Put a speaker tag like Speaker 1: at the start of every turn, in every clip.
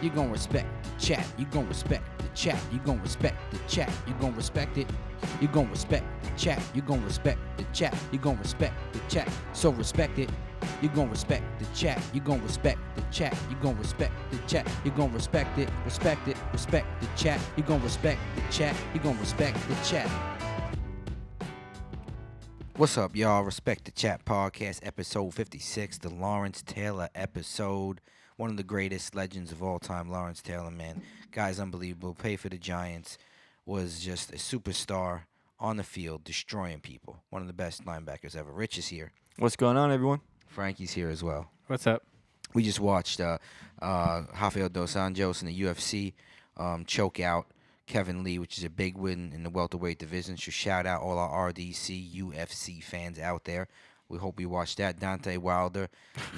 Speaker 1: You gon' respect the chat. You gon' respect the chat. You gon' respect the chat. You gon' respect it. You gon' respect the chat. You gon' respect the chat. You gon' respect the chat. So respect it. You gon' respect the chat. You gon' respect the chat. You gon' respect the chat. You gon' respect it. Respect it. Respect the chat. You gon' respect the chat. You gon' respect the chat. What's up, y'all? Respect the Chat Podcast, episode 56, the Lawrence Taylor episode. One of the greatest legends of all time, Lawrence Taylor, man. Guy's unbelievable. Pay for the Giants was just a superstar on the field, destroying people. One of the best linebackers ever. Rich is here.
Speaker 2: What's going on, everyone?
Speaker 1: Frankie's here as well.
Speaker 3: What's up?
Speaker 1: We just watched uh, uh, Rafael Dos Anjos in the UFC um, choke out Kevin Lee, which is a big win in the welterweight division. So shout out all our RDC UFC fans out there. We hope you watched that. Dante Wilder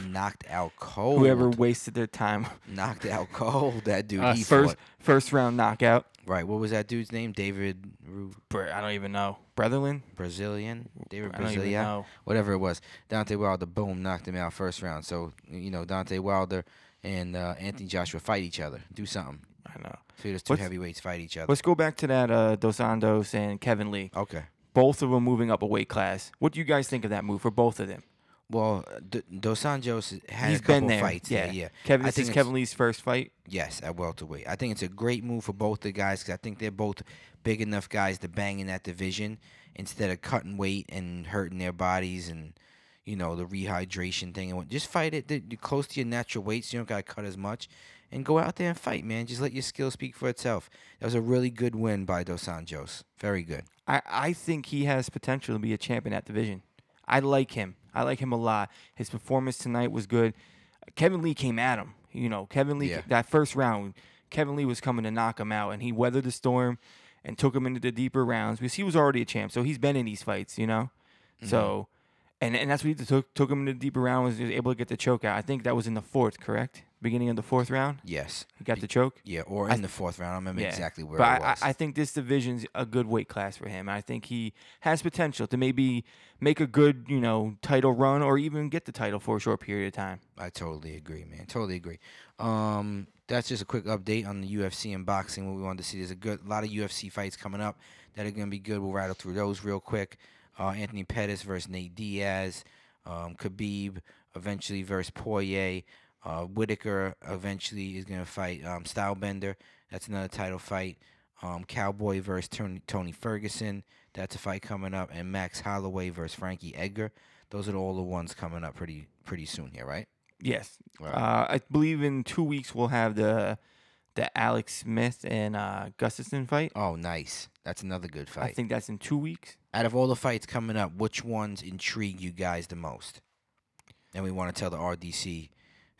Speaker 1: knocked out cold.
Speaker 2: Whoever wasted their time.
Speaker 1: knocked out cold. That dude.
Speaker 2: Uh,
Speaker 1: he
Speaker 2: first
Speaker 1: fought.
Speaker 2: first round knockout.
Speaker 1: Right. What was that dude's name? David Ru-
Speaker 2: Br- I don't even know. Bretherland?
Speaker 1: Brazilian. David
Speaker 2: I don't even
Speaker 1: Brazilian.
Speaker 2: know.
Speaker 1: whatever it was. Dante Wilder, boom, knocked him out first round. So you know Dante Wilder and uh, Anthony Joshua fight each other. Do something.
Speaker 2: I know.
Speaker 1: So there's two
Speaker 2: What's-
Speaker 1: heavyweights fight each other.
Speaker 2: Let's go back to that uh, Dos Anjos and Kevin Lee.
Speaker 1: okay.
Speaker 2: Both of them moving up a weight class. What do you guys think of that move for both of them?
Speaker 1: Well, D- Dos Anjos had
Speaker 2: He's
Speaker 1: a couple
Speaker 2: been there.
Speaker 1: fights.
Speaker 2: yeah.
Speaker 1: there, yeah.
Speaker 2: Kevin,
Speaker 1: I
Speaker 2: this
Speaker 1: think
Speaker 2: is
Speaker 1: it's-
Speaker 2: Kevin Lee's first fight.
Speaker 1: Yes, at welterweight. I think it's a great move for both the guys because I think they're both big enough guys to bang in that division instead of cutting weight and hurting their bodies and you know the rehydration thing and what. Just fight it. You're close to your natural weight, so you don't gotta cut as much. And go out there and fight, man. Just let your skill speak for itself. That was a really good win by Dos Anjos. Very good.
Speaker 2: I, I think he has potential to be a champ in that division. I like him. I like him a lot. His performance tonight was good. Kevin Lee came at him. You know, Kevin Lee,
Speaker 1: Yeah.
Speaker 2: that first round, Kevin Lee was coming to knock him out, and he weathered the storm and took him into the deeper rounds because he was already a champ. So he's been in these fights, you know? So, and, and that's what he did, took, took him into the deeper round, was able to get the choke out. I think that was in the fourth, correct? Beginning of the fourth round,
Speaker 1: Yes.
Speaker 2: he got the choke?
Speaker 1: Yeah. Or in the fourth round, I don't remember
Speaker 2: Yeah.
Speaker 1: exactly where
Speaker 2: but
Speaker 1: it
Speaker 2: I-
Speaker 1: was.
Speaker 2: I, I think this division's a good weight class for him. I think he has potential to maybe make a good, you know, title run or even get the title for a short period of time.
Speaker 1: I totally agree, man. Totally agree. Um, that's just a quick update on the UFC and boxing. What we wanted to see. There's a good lot of UFC fights coming up that are gonna be good. We'll rattle through those real quick. Uh, Anthony Pettis versus Nate Diaz. Um, Khabib eventually versus Poirier. Uh, Whitaker eventually is gonna fight um, Stylebender. That's another title fight. Um, Cowboy versus Tony, Tony Ferguson. That's a fight coming up. And Max Holloway versus Frankie Edgar. Those are all the ones coming up pretty pretty soon here, right?
Speaker 2: Yes.
Speaker 1: Right.
Speaker 2: Uh, I believe in two weeks we'll have the the Alex Smith and uh, Gustafson fight.
Speaker 1: Oh, nice. That's another good
Speaker 2: I
Speaker 1: fight.
Speaker 2: think that's in two weeks.
Speaker 1: Out of all the fights coming up, which ones intrigue you guys the most? And we want to tell the RDC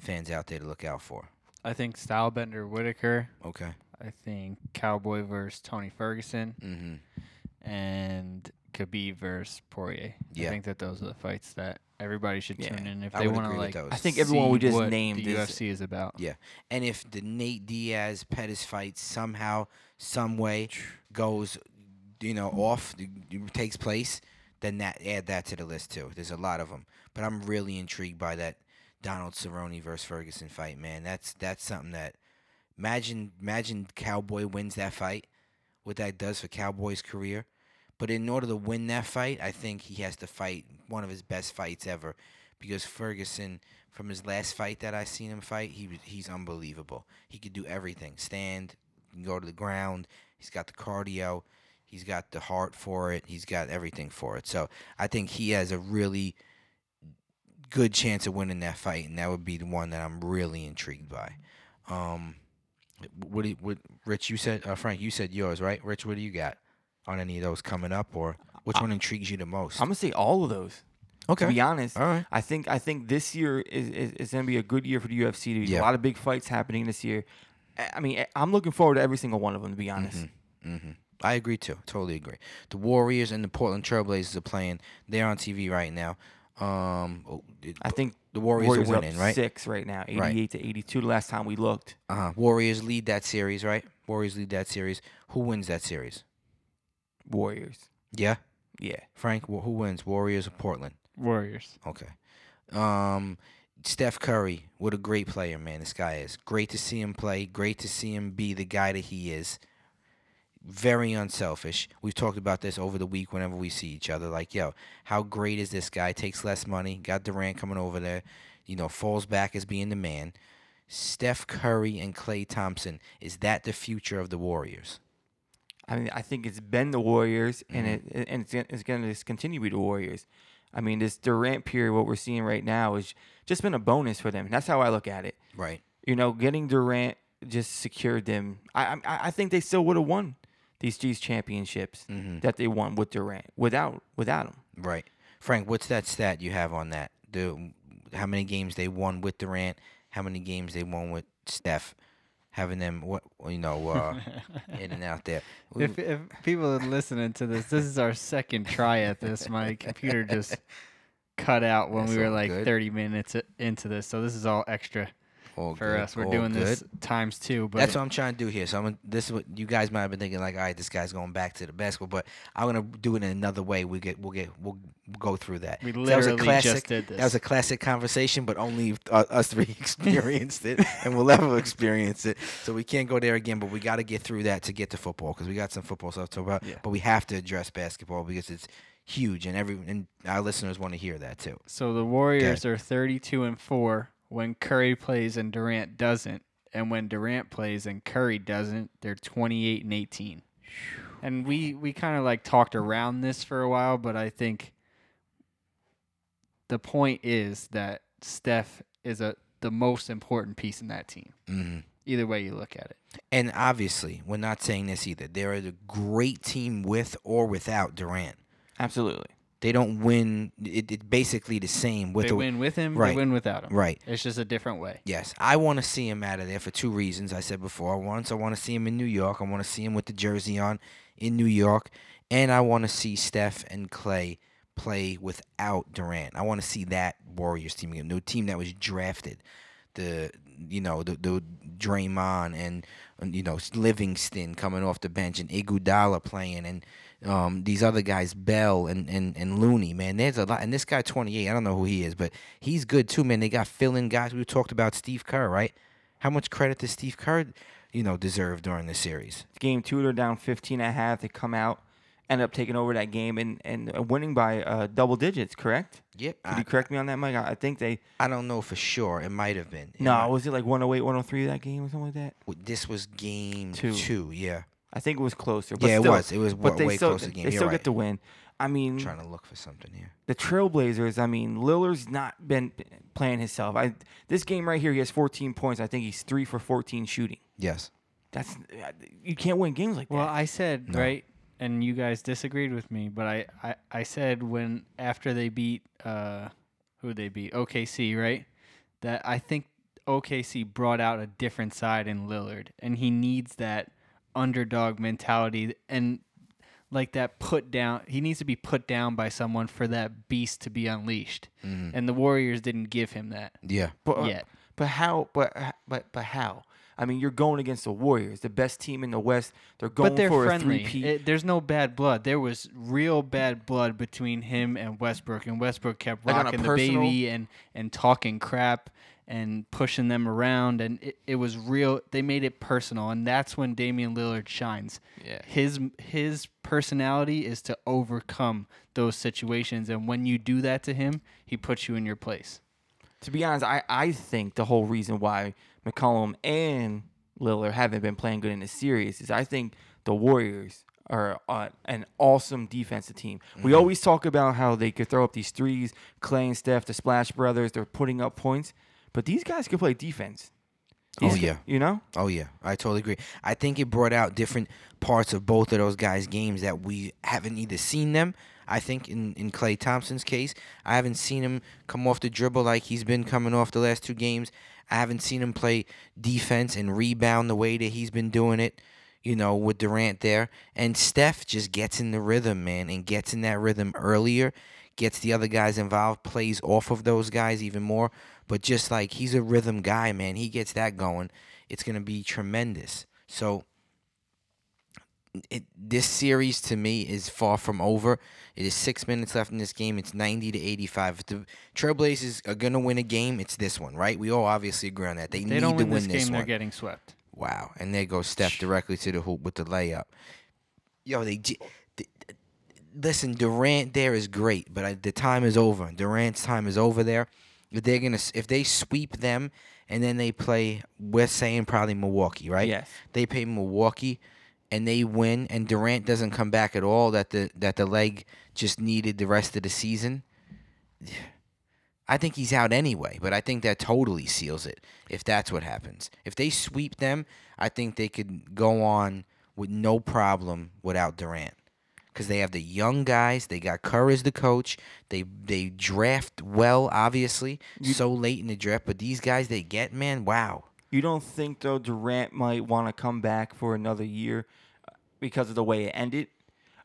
Speaker 1: fans out there to look out for.
Speaker 3: I think Stylebender Whitaker.
Speaker 1: Okay.
Speaker 3: I think Cowboy versus Tony Ferguson
Speaker 1: Mm-hmm.
Speaker 3: and Khabib versus Poirier.
Speaker 1: Yeah.
Speaker 3: I think that those are the fights that everybody should
Speaker 2: Yeah,
Speaker 3: tune in if
Speaker 1: I
Speaker 3: they
Speaker 1: would
Speaker 3: want
Speaker 1: agree
Speaker 3: to
Speaker 1: with
Speaker 3: like.
Speaker 1: those.
Speaker 2: I think everyone we
Speaker 3: see
Speaker 2: just
Speaker 3: what
Speaker 2: named
Speaker 3: the
Speaker 2: is-
Speaker 3: UFC is about.
Speaker 1: Yeah. And if the Nate Diaz Pettis fight somehow, some way goes, you know, off, takes place, then that add that to the list too. There's a lot of them, but I'm really intrigued by that Donald Cerrone versus Ferguson fight, man. That's that's something that imagine imagine Cowboy wins that fight, what that does for Cowboy's career. But in order to win that fight, I think he has to fight one of his best fights ever, because Ferguson, from his last fight that I seen him fight, he was he's unbelievable. He could do everything: stand, can go to the ground. He's got the cardio, he's got the heart for it, he's got everything for it. So I think he has a really good chance of winning that fight, and that would be the one that I'm really intrigued by. Um, what do you, what Rich? You said uh, Frank. You said yours, right? Rich, what do you got on any of those coming up, or which one intrigues you the most?
Speaker 2: Uh, I'm gonna say all of those.
Speaker 1: okay,
Speaker 2: To be honest,
Speaker 1: all right.
Speaker 2: I think I think this year is, is, is going to be a good year for the UFC. There's
Speaker 1: Yeah.
Speaker 2: a lot of big fights happening this year. I I mean, I- I'm looking forward to every single one of them. To be honest,
Speaker 1: Mm-hmm. I agree too. Totally agree. The Warriors and the Portland Trailblazers are playing. They're on TV right now. Um, oh, it-
Speaker 2: I think
Speaker 1: the Warriors,
Speaker 2: Warriors
Speaker 1: are
Speaker 2: up
Speaker 1: winning, right?
Speaker 2: Six right now, eighty-eight
Speaker 1: Right.
Speaker 2: to eighty-two. The last time we looked,
Speaker 1: Uh-huh. Warriors lead that series, right? Warriors lead that series. Who wins that series?
Speaker 2: Warriors.
Speaker 1: Yeah,
Speaker 2: Yeah,
Speaker 1: Frank. wh- Who wins? Warriors or Portland?
Speaker 3: Warriors.
Speaker 1: Okay. Um, Steph Curry, what a great player, man. This guy is great to see him play. Great to see him be the guy that he is. Very unselfish. We've talked about this over the week whenever we see each other. Like, yo, how great is this guy? Takes less money. Got Durant coming over there. You know, falls back as being the man. Steph Curry and Clay Thompson. Is that the future of the Warriors?
Speaker 2: I mean, I think it's been the Warriors, and
Speaker 1: Mm-hmm.
Speaker 2: it and it's, it's going to just continue to be the Warriors. I mean, this Durant period, what we're seeing right now, is just been a bonus for them. That's how I look at it.
Speaker 1: Right.
Speaker 2: You know, getting Durant just secured them. I I, I think they still would have won these these championships
Speaker 1: Mm-hmm.
Speaker 2: that they won with Durant without without him.
Speaker 1: Right. Frank, what's that stat you have on that? The how many games they won with Durant? How many games they won with Steph? Having them, what you know, uh, in and out there. We-
Speaker 3: If, if people are listening to this, this is our second try at this. My computer just cut out when
Speaker 1: That's
Speaker 3: we were
Speaker 1: all
Speaker 3: like
Speaker 1: good.
Speaker 3: 30 minutes i- into this, so this is all extra
Speaker 1: all
Speaker 3: for
Speaker 1: good,
Speaker 3: us. We're
Speaker 1: all
Speaker 3: doing
Speaker 1: good.
Speaker 3: this times two, but
Speaker 1: That's what I'm trying to do here. So I'm gonna, this is what you guys might have been thinking, like, all right, this guy's going back to the basketball, but I'm gonna do it in another way. We get, we'll get, we'll go through that.
Speaker 3: we
Speaker 1: So
Speaker 3: literally
Speaker 1: that was a classic,
Speaker 3: just did this.
Speaker 1: That was a classic conversation, but only uh, us three experienced it, and we'll ever experience it. So we can't go there again. But we got to get through that to get to football because we got some football stuff to talk about.
Speaker 2: Yeah.
Speaker 1: But we have to address basketball because it's huge, and every and our listeners want to hear that too.
Speaker 3: so the Warriors are 32 and four when Curry plays and Durant doesn't, and when Durant plays and Curry doesn't, they're 28 and 18. And we we kind of like talked around this for a while, but I think the point is that Steph is a the most important piece in that team.
Speaker 1: Mm-hmm.
Speaker 3: Either way you look at it.
Speaker 1: And obviously, we're not saying this either. They're a great team with or without Durant.
Speaker 2: Absolutely.
Speaker 1: They don't win. It, it's basically the same with
Speaker 3: they
Speaker 1: or
Speaker 3: win with him,
Speaker 1: right.
Speaker 3: they win without him.
Speaker 1: right.
Speaker 3: It's just a different way.
Speaker 1: Yes, I want to see him out of there for two reasons. I said before. Once, I want to see him in New York. I want to see him with the jersey on in New York, and I want to see Steph and Clay play without Durant. I want to see that Warriors team again, the team that was drafted, the you know the the Draymond and and, you know Livingston coming off the bench and Iguodala playing and. Um, these other guys, Bell and, and, and Looney, man, there's a lot. And this guy, 28, I don't know who he is, but he's good too, man. They got fill in guys. We talked about Steve Kerr, right? How much credit does Steve Kerr, you know, deserve during this series?
Speaker 2: Game two, they're down 15 and a half. They come out, end up taking over that game and, and winning by uh, double digits, correct?
Speaker 1: Yep.
Speaker 2: Did
Speaker 1: I,
Speaker 2: you correct me on that, Mike? I I think they.
Speaker 1: I don't know for sure. It might have been. It
Speaker 2: No,
Speaker 1: might-
Speaker 2: was it like 108, 103 that game or something like that?
Speaker 1: This was game two.
Speaker 2: Two.
Speaker 1: yeah.
Speaker 2: I think it was closer. But
Speaker 1: yeah,
Speaker 2: still-
Speaker 1: it was. It was wa-
Speaker 2: But they
Speaker 1: way
Speaker 2: still,
Speaker 1: closer game.
Speaker 2: They
Speaker 1: You're
Speaker 2: still
Speaker 1: right.
Speaker 2: get the win. I mean,
Speaker 1: I'm trying to look for something here.
Speaker 2: the Trailblazers. I mean, Lillard's not been playing himself. I this game right here, he has 14 points. I think he's three for 14 shooting.
Speaker 1: Yes.
Speaker 2: That's uh, you can't win games like
Speaker 3: Well,
Speaker 2: that.
Speaker 3: I said
Speaker 1: No.
Speaker 3: right, and you guys disagreed with me, but I, I, I said when after they beat uh, who they beat OKC, right? That I think OKC brought out a different side in Lillard, and he needs that underdog mentality and like that put down. He needs to be put down by someone for that beast to be unleashed,
Speaker 1: Mhm.
Speaker 3: and the Warriors didn't give him that
Speaker 1: Yeah.
Speaker 2: But, uh,
Speaker 3: yet.
Speaker 2: but how? But uh, but but how? I mean, you're going against the Warriors, the best team in the West. They're going
Speaker 3: But they're
Speaker 2: for a
Speaker 3: friendly.
Speaker 2: three-peat.
Speaker 3: It- there's no bad blood. There was real bad blood between him and Westbrook, and Westbrook kept
Speaker 2: Like on a
Speaker 3: rocking the
Speaker 2: personal-
Speaker 3: baby and and talking crap and pushing them around, and it, it was real. They made it personal, and that's when Damian Lillard shines.
Speaker 2: Yeah.
Speaker 3: His his personality is to overcome those situations, and when you do that to him, he puts you in your place.
Speaker 2: to be honest, I, I think the whole reason why McCollum and Lillard haven't been playing good in the series is I think the Warriors are uh, an awesome defensive team.
Speaker 1: Mm-hmm.
Speaker 2: We always talk about how they could throw up these threes, Clay and Steph, the Splash Brothers, they're putting up points, but these guys can play defense.
Speaker 1: Oh,
Speaker 2: These-
Speaker 1: yeah.
Speaker 2: you know.
Speaker 1: Oh yeah, I totally agree. I think it brought out different parts of both of those guys' games that we haven't either seen them. I think in in Clay Thompson's case, I haven't seen him come off the dribble like he's been coming off the last two games. I haven't seen him play defense and rebound the way that he's been doing it. You know, with Durant there, and Steph just gets in the rhythm, man, and gets in that rhythm earlier, gets the other guys involved, plays off of those guys even more. But just like he's a rhythm guy, man, he gets that going it's going to be tremendous. So it, this series to me is far from over. It is six minutes left in this game. It's 90 to 85. If the Trailblazers are going to win a game, it's this one, right? We all obviously agree on that. They,
Speaker 3: They
Speaker 1: need
Speaker 3: don't
Speaker 1: to
Speaker 3: win
Speaker 1: win
Speaker 3: this game. They're
Speaker 1: one.
Speaker 3: getting swept.
Speaker 1: Wow. And there goes Steph directly to the hoop with the layup. Yo, they. j- th- th- Listen, Durant there is great, but I, the time is over. Durant's time is over there. If they're gonna, s- if they sweep them, and then they play, we're saying probably Milwaukee, right?
Speaker 2: Yes.
Speaker 1: They play Milwaukee, and they win, and Durant doesn't come back at all. That the that the leg just needed the rest of the season. I think he's out anyway, but I think that totally seals it if that's what happens. If they sweep them, I think they could go on with no problem without Durant. Because they have the young guys, they got Kerr as the coach. They they draft well, obviously, so late in the draft. But these guys they get, man, wow.
Speaker 2: You don't think though Durant might want to come back for another year because of the way it ended,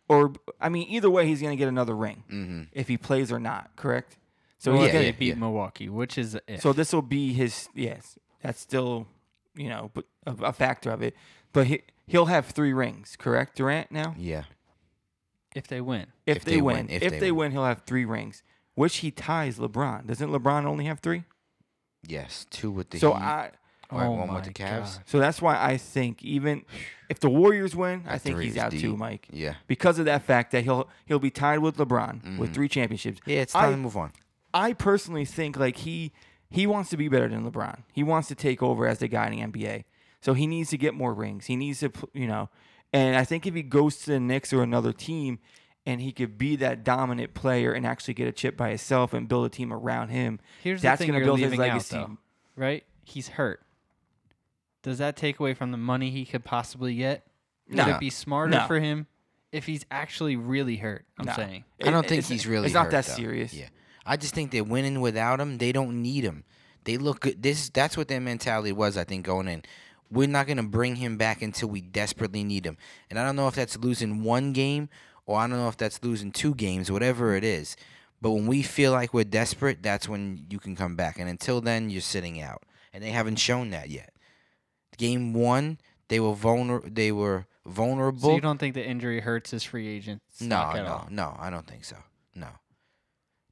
Speaker 2: or I mean, either way, he's gonna get another ring if he plays or not. Correct. So
Speaker 3: Well,
Speaker 2: he's
Speaker 1: yeah,
Speaker 2: gonna,
Speaker 3: they beat
Speaker 1: yeah.
Speaker 3: Milwaukee, which is a if.
Speaker 2: so this will be his yes. That's still you know but a, a factor of it, but he he'll have three rings. Correct, Durant now.
Speaker 1: Yeah,
Speaker 3: if they win.
Speaker 2: If, they, win, if, they, win. he'll have three rings, which he ties LeBron. Doesn't LeBron only have three?
Speaker 1: yes, two with the
Speaker 2: so
Speaker 1: Heat.
Speaker 2: I.
Speaker 1: All right,
Speaker 3: Oh
Speaker 1: one with the
Speaker 3: my
Speaker 1: Cavs.
Speaker 2: So that's why I think even if the Warriors win, I think
Speaker 1: Three
Speaker 2: he's
Speaker 1: is
Speaker 2: out too,
Speaker 1: deep.
Speaker 2: Mike.
Speaker 1: Yeah,
Speaker 2: because of that fact that he'll he'll be tied with LeBron
Speaker 1: Mm-hmm.
Speaker 2: with three championships.
Speaker 1: yeah, it's time
Speaker 2: I,
Speaker 1: to move on.
Speaker 2: I personally think like he he wants to be better than LeBron. He wants to take over as the guy in the NBA. So he needs to get more rings. He needs to pl- you know, and I think if he goes to the Knicks or another team, and he could be that dominant player and actually get a chip by himself and build a team around him.
Speaker 3: Here's
Speaker 2: that's
Speaker 3: the thing
Speaker 2: gonna
Speaker 3: you're
Speaker 2: build his
Speaker 3: leaving out,
Speaker 2: legacy.
Speaker 3: though, right? He's hurt. Does that take away from the money he could possibly get? Would
Speaker 2: No.
Speaker 3: it be smarter
Speaker 2: No.
Speaker 3: for him if he's actually really hurt? I'm
Speaker 2: No.
Speaker 3: saying.
Speaker 1: I don't
Speaker 2: It-
Speaker 1: think
Speaker 2: it's-
Speaker 1: he's really.
Speaker 2: It's not
Speaker 1: hurt,
Speaker 2: that
Speaker 1: though.
Speaker 2: serious.
Speaker 1: Yeah, I just think they're winning without him. They don't need him. They look good. This that's what their mentality was. I think going in, we're not gonna bring him back until we desperately need him. And I don't know if that's losing one game or I don't know if that's losing two games, whatever it is. But when we feel like we're desperate, that's when you can come back. And until then, you're sitting out. And they haven't shown that yet. Game one, they were vulner. They were vulnerable.
Speaker 3: So you don't think the injury hurts his free agent?
Speaker 1: No,
Speaker 3: stock at
Speaker 1: no,
Speaker 3: all?
Speaker 1: no. I don't think so. No,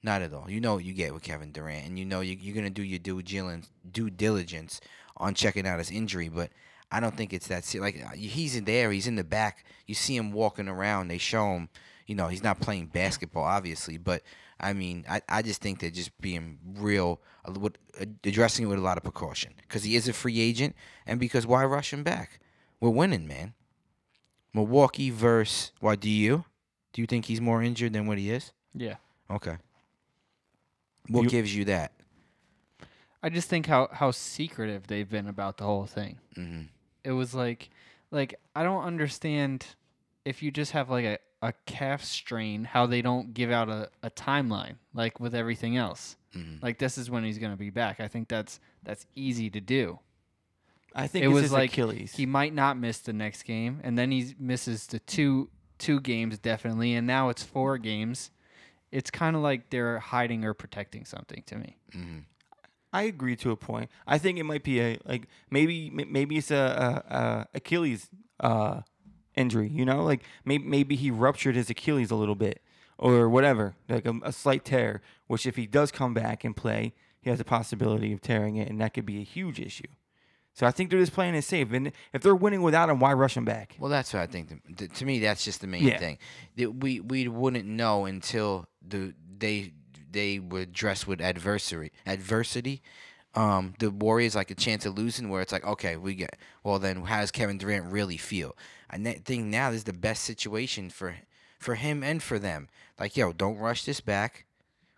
Speaker 1: not at all. You know what you get with Kevin Durant, and you know you, you're gonna do your due diligence, due diligence on checking out his injury. But I don't think it's that. se- Like uh, he's in there, he's in the back. You see him walking around. They show him. You know he's not playing basketball, obviously, but I mean, I, I just think they're just being real, a li- with- addressing it with a lot of precaution because he is a free agent, and because why rush him back? We're winning, man. Milwaukee versus why do you? Do you think he's more injured than what he is?
Speaker 3: Yeah.
Speaker 1: Okay. What
Speaker 2: You-
Speaker 1: gives you that?
Speaker 3: I just think how how secretive they've been about the whole thing.
Speaker 1: hmm
Speaker 3: It was like like I don't understand if you just have like a, a calf strain, how they don't give out a, a timeline, like with everything else.
Speaker 1: Mhm.
Speaker 2: Mm-hmm.
Speaker 3: Like this is when he's gonna be back. I think that's that's easy to do.
Speaker 2: I think
Speaker 3: it
Speaker 2: it's
Speaker 3: was
Speaker 2: his
Speaker 3: like
Speaker 2: Achilles.
Speaker 3: he might not miss the next game, and then he misses the two two games definitely, and now it's four games. It's kind of like they're hiding or protecting something to me.
Speaker 1: hmm
Speaker 2: I agree to a point. I think it might be a like maybe m- maybe it's a, a, a Achilles uh, injury. You know, like maybe maybe he ruptured his Achilles a little bit or whatever, like a, a slight tear. Which if he does come back and play, he has a possibility of tearing it, and that could be a huge issue. So I think they're just playing it safe. And if they're winning without him, why rush him back?
Speaker 1: Well, that's what I think. The, th- to me, that's just the main
Speaker 2: Yeah.
Speaker 1: thing. That we we wouldn't know until the they they were dressed with adversary adversity. Um, the Warriors like a chance of losing, where it's like, okay, we get. Well, then how does Kevin Durant really feel? And that thing now is the best situation for for him and for them. Like, yo, don't rush this back.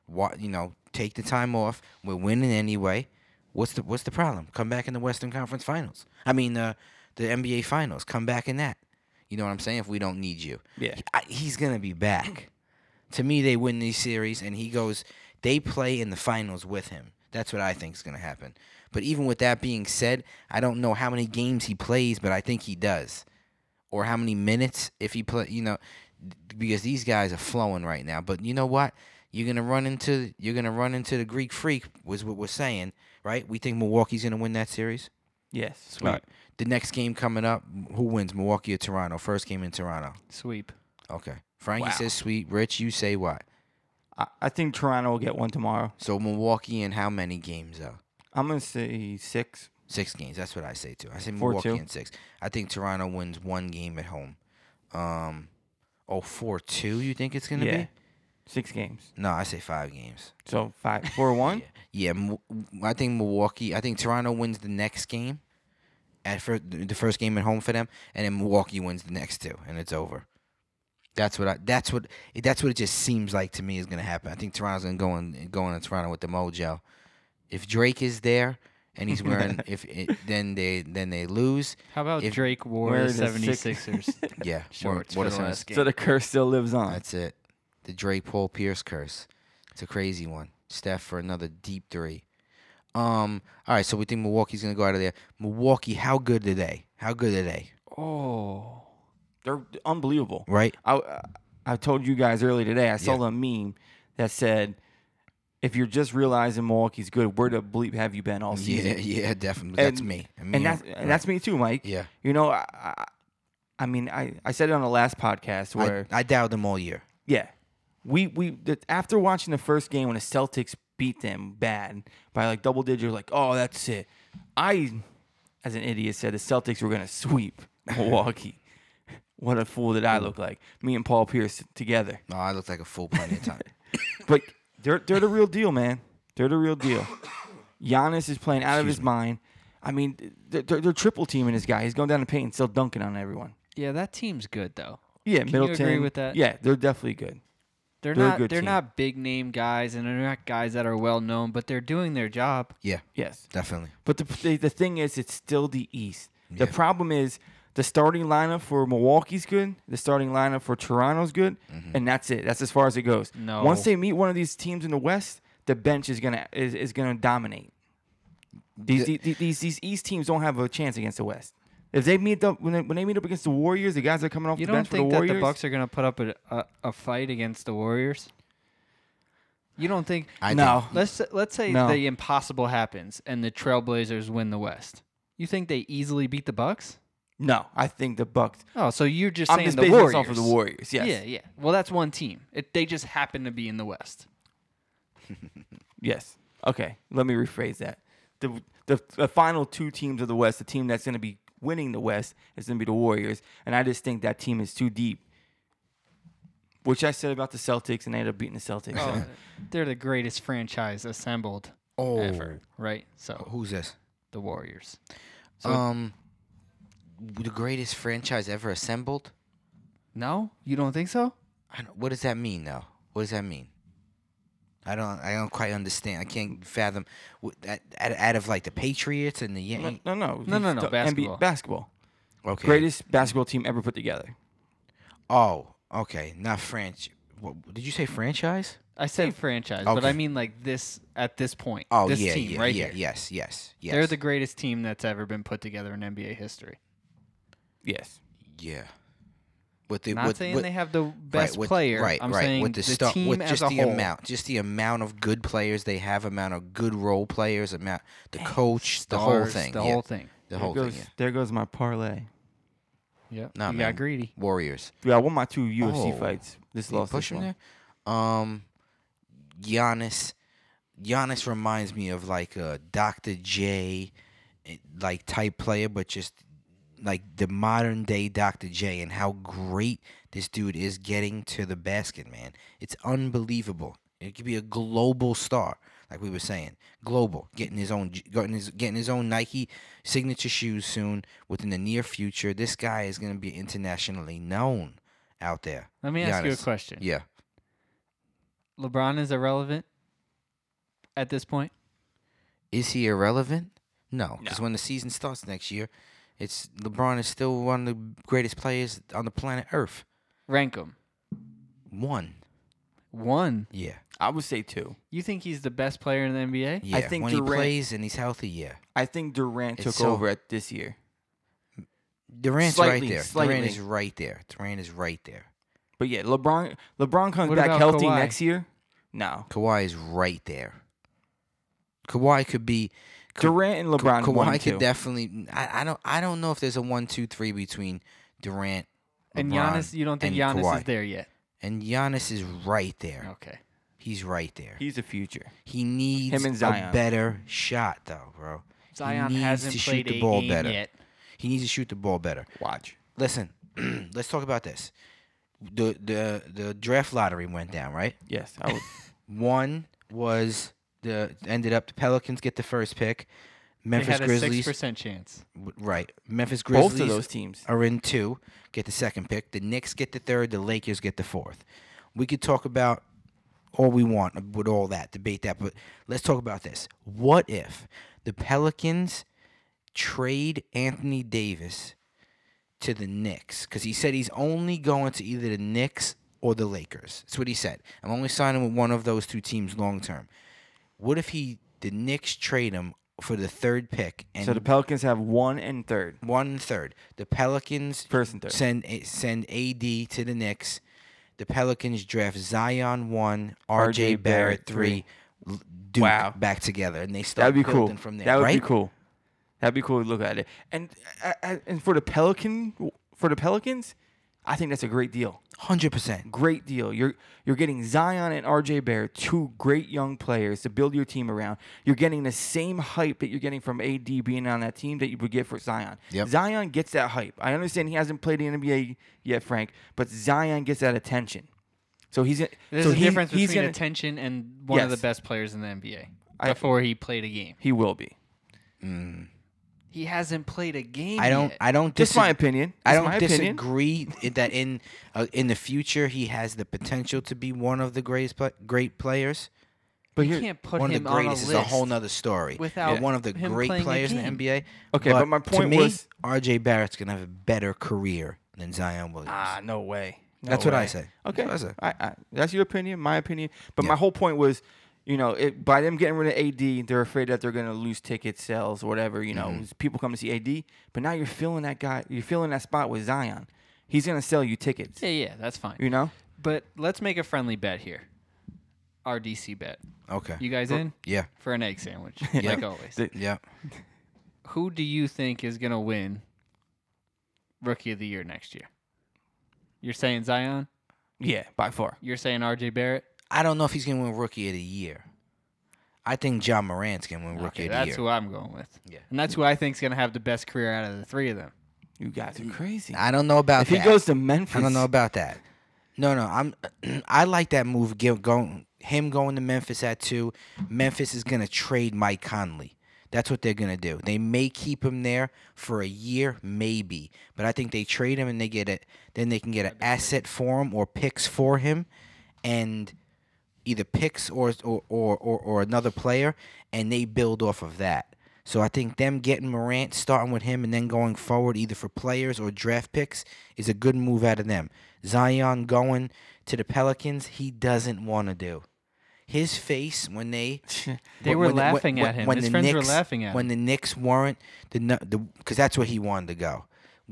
Speaker 1: What you know, take the time off. We're winning anyway. What's the what's the problem? Come back in the Western Conference Finals. I mean, uh, the NBA Finals. Come back in that. You know what I'm saying? If we don't need you,
Speaker 2: Yeah.
Speaker 1: I, he's gonna be back. to me, they win these series, and he goes. They play in the finals with him. That's what I think is gonna happen. But even with that being said, I don't know how many games he plays, but I think he does, or how many minutes if he play. You know, th- because these guys are flowing right now. But you know what? You're gonna run into you're gonna run into the Greek freak was what we're saying, right? We think Milwaukee's gonna win that series.
Speaker 2: Yes.
Speaker 1: All
Speaker 2: Sweet.
Speaker 1: right. The next game coming up, who wins, Milwaukee or Toronto? First game in Toronto.
Speaker 3: Sweep.
Speaker 1: Okay. Frankie
Speaker 2: Wow.
Speaker 1: says sweet. Rich, you say what?
Speaker 2: I, I think Toronto will get one tomorrow.
Speaker 1: So Milwaukee in how many games though?
Speaker 2: I'm gonna say six.
Speaker 1: Six games. That's what I say too. I say
Speaker 2: Four,
Speaker 1: Milwaukee
Speaker 2: two.
Speaker 1: in six. I think Toronto wins one game at home. Um, oh four two. You think it's gonna
Speaker 2: yeah.
Speaker 1: be?
Speaker 2: Six games.
Speaker 1: No, I say five games.
Speaker 2: So five, four, one.
Speaker 1: Yeah, Mo- I think Milwaukee. I think Toronto wins the next game, at fir- the first game at home for them, and then Milwaukee wins the next two, and it's over. That's what I. That's what. That's what it just seems like to me is gonna happen. I think Toronto's gonna go in, go into Toronto with the mojo. If Drake is there and he's wearing, if it, then they then they lose.
Speaker 3: How about
Speaker 1: If-
Speaker 3: Drake wore
Speaker 2: Where
Speaker 3: the
Speaker 2: the six-
Speaker 3: 76ers?
Speaker 1: Yeah, what,
Speaker 3: Shorts for
Speaker 1: what
Speaker 3: the
Speaker 1: a
Speaker 3: last
Speaker 1: last game.
Speaker 2: So the curse still lives on.
Speaker 1: That's it. The Drake Paul Pierce curse. It's a crazy one. Steph for another deep three. Um. All right. So we think Milwaukee's gonna go out of there. Milwaukee, how good are they? How good are they?
Speaker 2: oh, they're unbelievable.
Speaker 1: Right.
Speaker 2: I I told you guys earlier today. I saw
Speaker 1: Yeah.
Speaker 2: a meme that said, "If you're just realizing Milwaukee's good, where the bleep have you been all season?"
Speaker 1: Yeah. Yeah. Definitely. That's
Speaker 2: And-
Speaker 1: me. I mean,
Speaker 2: And that's and that's me too, Mike.
Speaker 1: yeah.
Speaker 2: You know, I, I I mean, I I said it on the last podcast
Speaker 1: I,
Speaker 2: where
Speaker 1: I doubted them all year.
Speaker 2: yeah, we we the, after watching the first game when the Celtics beat them bad by like double digits, like oh that's it. I as an idiot said the Celtics were gonna sweep Milwaukee. what a fool did I look like? Me and Paul Pierce together.
Speaker 1: No, I looked like a fool plenty of time.
Speaker 2: But they're they're the real deal, man. They're the real deal. Giannis is playing out of his mind. I mean, they're, they're, they're triple teaming this guy. He's going down the paint and still dunking on everyone.
Speaker 3: yeah, that team's good though.
Speaker 2: Yeah,
Speaker 3: Can you agree
Speaker 2: Middleton.
Speaker 3: with that?
Speaker 2: Yeah, they're definitely good.
Speaker 3: They're,
Speaker 2: They're a
Speaker 3: not
Speaker 2: good
Speaker 3: they're
Speaker 2: team.
Speaker 3: not big name guys and they're not guys that are well known, but they're doing their job.
Speaker 1: yeah.
Speaker 2: Yes,
Speaker 1: Definitely.
Speaker 2: but the the, the thing is, it's still the East. The
Speaker 1: Yeah.
Speaker 2: problem is the starting lineup for Milwaukee's good. The starting lineup for Toronto's good,
Speaker 1: Mm-hmm.
Speaker 2: and that's it. That's as far as it goes.
Speaker 3: No.
Speaker 2: Once they meet one of these teams in the West, the bench is gonna is, is gonna dominate. These, the- these these these East teams don't have a chance against the West. If they meet up when they, when they meet up against the Warriors, the guys that are coming off
Speaker 3: You
Speaker 2: the
Speaker 3: don't
Speaker 2: bench for the
Speaker 3: think that
Speaker 2: Warriors.
Speaker 3: the Bucks are going to put up a, a, a fight against the Warriors? You don't think
Speaker 1: I
Speaker 2: no,
Speaker 1: Think,
Speaker 3: Let's s- let's say
Speaker 2: No.
Speaker 3: the impossible happens and the Trailblazers win the West. You think they easily beat the Bucks?
Speaker 2: no, I think the Bucks.
Speaker 3: Oh, so you're just
Speaker 2: I'm
Speaker 3: saying
Speaker 2: just
Speaker 3: the
Speaker 2: basing
Speaker 3: Warriors?
Speaker 2: this off of the Warriors. Yes.
Speaker 3: Yeah, yeah. Well, that's one team. It, they just happen to be in the West.
Speaker 2: Yes. Okay. Let me rephrase that. The, the the final two teams of the West, the team that's going to be winning the West is going to be the Warriors, and I just think that team is too deep. Which I said about the Celtics, and they ended up beating the Celtics. so.
Speaker 3: Oh, they're the greatest franchise assembled
Speaker 1: oh,
Speaker 3: ever, right? So
Speaker 1: who's this?
Speaker 3: the Warriors.
Speaker 1: um, the greatest franchise ever assembled.
Speaker 3: No, you don't think so?
Speaker 1: I don't, what does that mean though? What does that mean? I don't. I don't quite understand. I can't fathom. what- that- Out, out of like the Patriots and the Yan-
Speaker 2: No, no,
Speaker 3: No, no, no,
Speaker 2: Sto- NBA
Speaker 3: basketball.
Speaker 2: basketball.
Speaker 1: okay.
Speaker 2: Greatest basketball team ever put together.
Speaker 1: Oh, okay. Not French. What, did you say franchise?
Speaker 3: I said franchise, but
Speaker 1: Okay.
Speaker 3: I mean like this at this point.
Speaker 1: Oh
Speaker 3: this
Speaker 1: yeah,
Speaker 3: team
Speaker 1: yeah,
Speaker 3: right
Speaker 1: yeah.
Speaker 3: here.
Speaker 1: Yes, yes, yes.
Speaker 3: They're the greatest team that's ever been put together in NBA history.
Speaker 2: Yes.
Speaker 1: yeah. With the
Speaker 3: Not
Speaker 1: with,
Speaker 3: saying
Speaker 1: with,
Speaker 3: they have the
Speaker 1: right,
Speaker 3: best
Speaker 1: with-
Speaker 3: player.
Speaker 1: Right,
Speaker 3: I'm
Speaker 1: right.
Speaker 3: saying
Speaker 1: with the, stu-
Speaker 3: team
Speaker 1: with
Speaker 3: as
Speaker 1: just
Speaker 3: a
Speaker 1: the
Speaker 3: whole.
Speaker 1: amount, just the amount of good players they have, amount of good role players, amount the coach, the whole
Speaker 3: Stars,
Speaker 1: thing,
Speaker 3: The
Speaker 1: yeah,
Speaker 3: whole thing.
Speaker 1: the whole
Speaker 2: there goes,
Speaker 1: thing. Yeah.
Speaker 2: There goes my parlay.
Speaker 3: Yep.
Speaker 1: Nah,
Speaker 3: you
Speaker 1: man.
Speaker 3: got greedy.
Speaker 1: Warriors.
Speaker 2: Yeah, I won my two UFC
Speaker 1: Oh.
Speaker 2: fights. This
Speaker 1: Did you
Speaker 2: lost.
Speaker 1: push
Speaker 2: Push
Speaker 1: him
Speaker 2: this one.
Speaker 1: there. Um, Giannis. Giannis reminds me of like a Dr. J, eh, like type player, but just like the modern day Dr. J and how great this dude is getting to the basket, man. It's unbelievable. It could be a global star, like we were saying. Global, getting his own, getting his, getting his own Nike signature shoes soon. Within the near future, this guy is going to be internationally known out there.
Speaker 3: Let me ask you a
Speaker 1: Giannis.
Speaker 3: question.
Speaker 1: Yeah.
Speaker 3: LeBron is irrelevant at this point.
Speaker 1: Is he irrelevant? No, because
Speaker 2: No.
Speaker 1: when the season starts next year, it's LeBron is still one of the greatest players on the planet Earth.
Speaker 3: Rank him.
Speaker 1: One.
Speaker 3: One.
Speaker 1: Yeah.
Speaker 2: I would say two.
Speaker 3: You think he's the best player in the NBA?
Speaker 1: Yeah.
Speaker 2: think
Speaker 1: when he
Speaker 2: Durant-
Speaker 1: plays and he's healthy, yeah.
Speaker 2: I think Durant
Speaker 1: It's
Speaker 2: took
Speaker 1: so-
Speaker 2: over at this year.
Speaker 1: Durant's
Speaker 2: Slightly,
Speaker 1: right there. Durant
Speaker 2: slightly.
Speaker 1: is right there. Durant is right there.
Speaker 2: But yeah, LeBron LeBron comes
Speaker 3: What
Speaker 2: back
Speaker 3: about
Speaker 2: healthy
Speaker 3: Kawhi?
Speaker 2: next year. No,
Speaker 1: Kawhi is right there. Kawhi could be Ka-
Speaker 2: Durant and LeBron
Speaker 1: Ka-
Speaker 2: one
Speaker 1: Kawhi
Speaker 2: and two.
Speaker 1: could definitely. I, I don't. I don't know if there's a one-two-three between Durant
Speaker 3: and
Speaker 1: LeBron,
Speaker 3: Giannis, you don't think
Speaker 1: and
Speaker 3: Giannis is
Speaker 1: Kawhi.
Speaker 3: there yet?
Speaker 1: And Giannis is right there.
Speaker 3: Okay.
Speaker 1: He's right there.
Speaker 2: He's the future.
Speaker 1: He needs
Speaker 2: Him and
Speaker 1: a
Speaker 2: Zion.
Speaker 1: better shot, though, bro.
Speaker 3: Zion
Speaker 1: needs
Speaker 3: hasn't
Speaker 1: to shoot
Speaker 3: played
Speaker 1: the
Speaker 3: a
Speaker 1: ball
Speaker 3: game
Speaker 1: better.
Speaker 3: yet.
Speaker 1: He needs to shoot the ball better.
Speaker 2: Watch.
Speaker 1: Listen, let's talk about this. The the the draft lottery went down, right?
Speaker 2: Yes. I would.
Speaker 1: One was the ended up the Pelicans get the first pick.
Speaker 3: They
Speaker 1: Memphis
Speaker 3: had a six
Speaker 1: Grizzlies,
Speaker 3: percent chance.
Speaker 1: w- right? Memphis Grizzlies
Speaker 2: both of those teams.
Speaker 1: are in two, get the second pick. The Knicks get the third. The Lakers get the fourth. We could talk about all we want with all that, debate that, but let's talk about this. What if the Pelicans trade Anthony Davis to the Knicks? Because he said he's only going to either the Knicks or the Lakers. That's what he said. I'm only signing with one of those two teams long term. What if he the Knicks trade him for the third pick and
Speaker 2: So the Pelicans have one and third.
Speaker 1: one third? The Pelicans
Speaker 2: First and third.
Speaker 1: send a- send AD to the Knicks. The Pelicans draft Zion one, RJ Barrett
Speaker 2: RJ Barrett
Speaker 1: three, L- Duke
Speaker 2: Wow.
Speaker 1: back together, and they start
Speaker 2: That'd be
Speaker 1: building
Speaker 2: cool.
Speaker 1: from there.
Speaker 2: that would
Speaker 1: right?
Speaker 2: be cool. That'd be cool to look at it. And uh, uh, and for the Pelican for the Pelicans, I think that's a great deal.
Speaker 1: Hundred percent.
Speaker 2: Great deal. You're you're getting Zion and RJ Barrett, two great young players to build your team around. You're getting the same hype that you're getting from AD being on that team that you would get for Zion.
Speaker 1: Yep.
Speaker 2: Zion gets that hype. I understand he hasn't played in the NBA yet, Frank, but Zion gets that attention. So he's so
Speaker 3: There's a
Speaker 2: he-
Speaker 3: difference
Speaker 2: he's
Speaker 3: between
Speaker 2: gonna-
Speaker 3: attention and one of the
Speaker 2: Yes.
Speaker 3: best players in the NBA
Speaker 2: I-
Speaker 3: before he played a game.
Speaker 2: he will be.
Speaker 3: He hasn't played a game.
Speaker 1: I don't.
Speaker 3: yet.
Speaker 1: I don't.
Speaker 2: Just my
Speaker 1: disag-
Speaker 2: opinion.
Speaker 1: I
Speaker 2: Just
Speaker 1: don't
Speaker 2: my opinion.
Speaker 1: disagree i- that in uh, in the future he has the potential to be one of the greatest pla great players.
Speaker 2: But
Speaker 3: you
Speaker 2: here,
Speaker 3: can't put
Speaker 1: one of
Speaker 3: him
Speaker 1: the greatest is
Speaker 3: on a list.
Speaker 1: a whole nother story.
Speaker 3: without
Speaker 1: But one of the
Speaker 3: him
Speaker 1: great
Speaker 3: playing a
Speaker 1: players in the
Speaker 3: game.
Speaker 1: NBA.
Speaker 2: Okay, but my
Speaker 1: to
Speaker 2: point
Speaker 1: me,
Speaker 2: was-
Speaker 1: RJ Barrett's gonna have a better career than Zion Williams.
Speaker 2: Ah, no way. No
Speaker 1: That's what I
Speaker 2: way.
Speaker 1: say.
Speaker 2: Okay,
Speaker 1: That's what
Speaker 2: I, I, that's your opinion, my opinion. But
Speaker 1: Yeah.
Speaker 2: my whole point was, you know, it, by them getting rid of AD, they're afraid that they're going to lose ticket sales or whatever. You
Speaker 1: Mm-hmm.
Speaker 2: know, people come to see AD, but now you're filling that guy, you're filling that spot with Zion. He's going to sell you tickets.
Speaker 3: Yeah, yeah, that's fine.
Speaker 2: You know,
Speaker 3: But let's make a friendly bet here. Our DC bet.
Speaker 1: okay.
Speaker 3: You guys in
Speaker 1: yeah.
Speaker 3: for an egg sandwich,
Speaker 1: Yeah.
Speaker 3: like always.
Speaker 2: The-
Speaker 1: Yeah.
Speaker 3: Who do you think is gonna win Rookie of the Year next year? You're saying Zion.
Speaker 2: yeah, by far.
Speaker 3: You're saying RJ Barrett.
Speaker 1: I don't know if he's gonna win Rookie of the Year. I think John Morant's gonna win Rookie
Speaker 3: Okay,
Speaker 1: of the
Speaker 3: that's
Speaker 1: Year.
Speaker 3: who I'm going with.
Speaker 1: Yeah.
Speaker 3: And that's who I think's gonna have the best career out of the three of them.
Speaker 2: You guys are crazy.
Speaker 1: I don't know about
Speaker 2: If he
Speaker 1: that.
Speaker 2: goes to Memphis,
Speaker 1: I don't know about that. No, no, I'm. I like that move. Give, going him going to Memphis at two. Memphis is gonna trade Mike Conley. That's what they're gonna do. They may keep him there for a year, maybe, but I think they trade him and they get it. Then they can get an asset for him or picks for him, and either picks or or or, or, or another player, and they build off of that. So I think them getting Morant, starting with him, and then going forward either for players or draft picks is a good move out of them. Zion going to the Pelicans, he doesn't want to do. His face when they
Speaker 3: They
Speaker 1: when-
Speaker 3: were
Speaker 1: when the-
Speaker 3: laughing
Speaker 1: when-
Speaker 3: at him.
Speaker 1: when
Speaker 3: His
Speaker 1: the
Speaker 3: friends were
Speaker 1: Knicks-
Speaker 3: laughing at
Speaker 1: when
Speaker 3: him.
Speaker 1: the Knicks weren't the nu- the because that's where he wanted to go.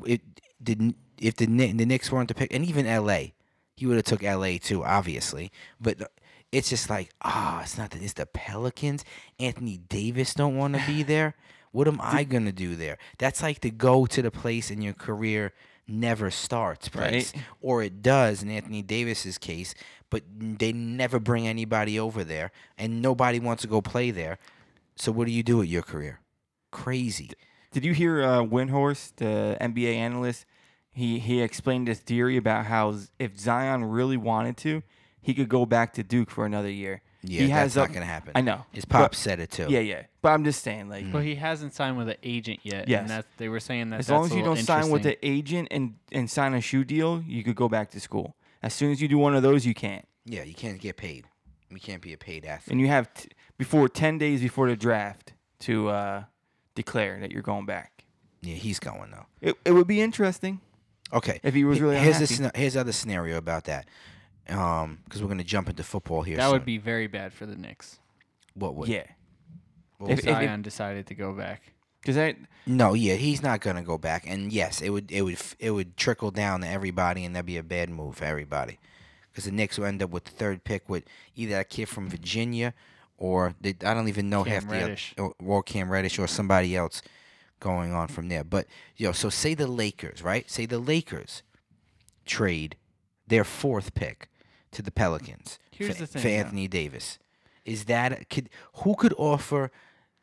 Speaker 1: It didn't if the Kni- the Knicks weren't to pick and even L.A. He would have took L.A. too, obviously. But it's just like ah, it's not that it's the Pelicans. Anthony Davis don't want to be there. What am I gonna do there? That's like to go to the place in your career never starts place, or it does in Anthony Davis's case, but they never bring anybody over there, and nobody wants to go play there. So what do you do with your career? Crazy.
Speaker 2: Did you hear uh, Windhorst, the NBA analyst? He he explained his theory about how z- if Zion really wanted to, he could go back to Duke for another year.
Speaker 1: Yeah,
Speaker 2: he
Speaker 1: that's
Speaker 2: up-
Speaker 1: not gonna happen.
Speaker 2: I know
Speaker 1: His
Speaker 2: but-
Speaker 1: pop said it too.
Speaker 2: Yeah, yeah. But I'm just saying, like,
Speaker 3: But he hasn't signed with an agent yet.
Speaker 2: Mm. Yes.
Speaker 3: And that's, they were saying that
Speaker 2: as
Speaker 3: that's
Speaker 2: long as
Speaker 3: a
Speaker 2: you
Speaker 3: little
Speaker 2: don't sign with
Speaker 3: interesting.
Speaker 2: the agent and and sign a shoe deal, you could go back to school. As soon as you do one of those, you can't.
Speaker 1: Yeah, you can't get paid. You can't be a paid athlete.
Speaker 2: And you have t- before ten days before the draft to uh, declare that you're going back.
Speaker 1: Yeah, he's going though.
Speaker 2: It, it would be interesting.
Speaker 1: Okay.
Speaker 2: If he was really
Speaker 1: here's the
Speaker 2: unhappy.
Speaker 1: scena- here's the other scenario about that. Um, because we're gonna jump into football here.
Speaker 3: That would
Speaker 1: soon.
Speaker 3: be very bad for the Knicks.
Speaker 1: what would
Speaker 2: Yeah,
Speaker 1: what
Speaker 2: if-
Speaker 1: would-
Speaker 2: if-
Speaker 3: Zion decided to go back.
Speaker 2: because that
Speaker 1: no, yeah, he's not gonna go back. And yes, it would it would f- it would trickle down to everybody, and that'd be a bad move for everybody. Because the Knicks will end up with the third pick with either a kid from Virginia or they, I don't even know
Speaker 3: Cam
Speaker 1: half
Speaker 3: Reddish.
Speaker 1: the oth- or, or Cam Reddish or somebody else going on from there. But yo, so say the Lakers, right? Say the Lakers trade their fourth pick to the Pelicans
Speaker 3: Here's
Speaker 1: for,
Speaker 3: the thing,
Speaker 1: for
Speaker 3: though.
Speaker 1: Anthony Davis. Is that could who could offer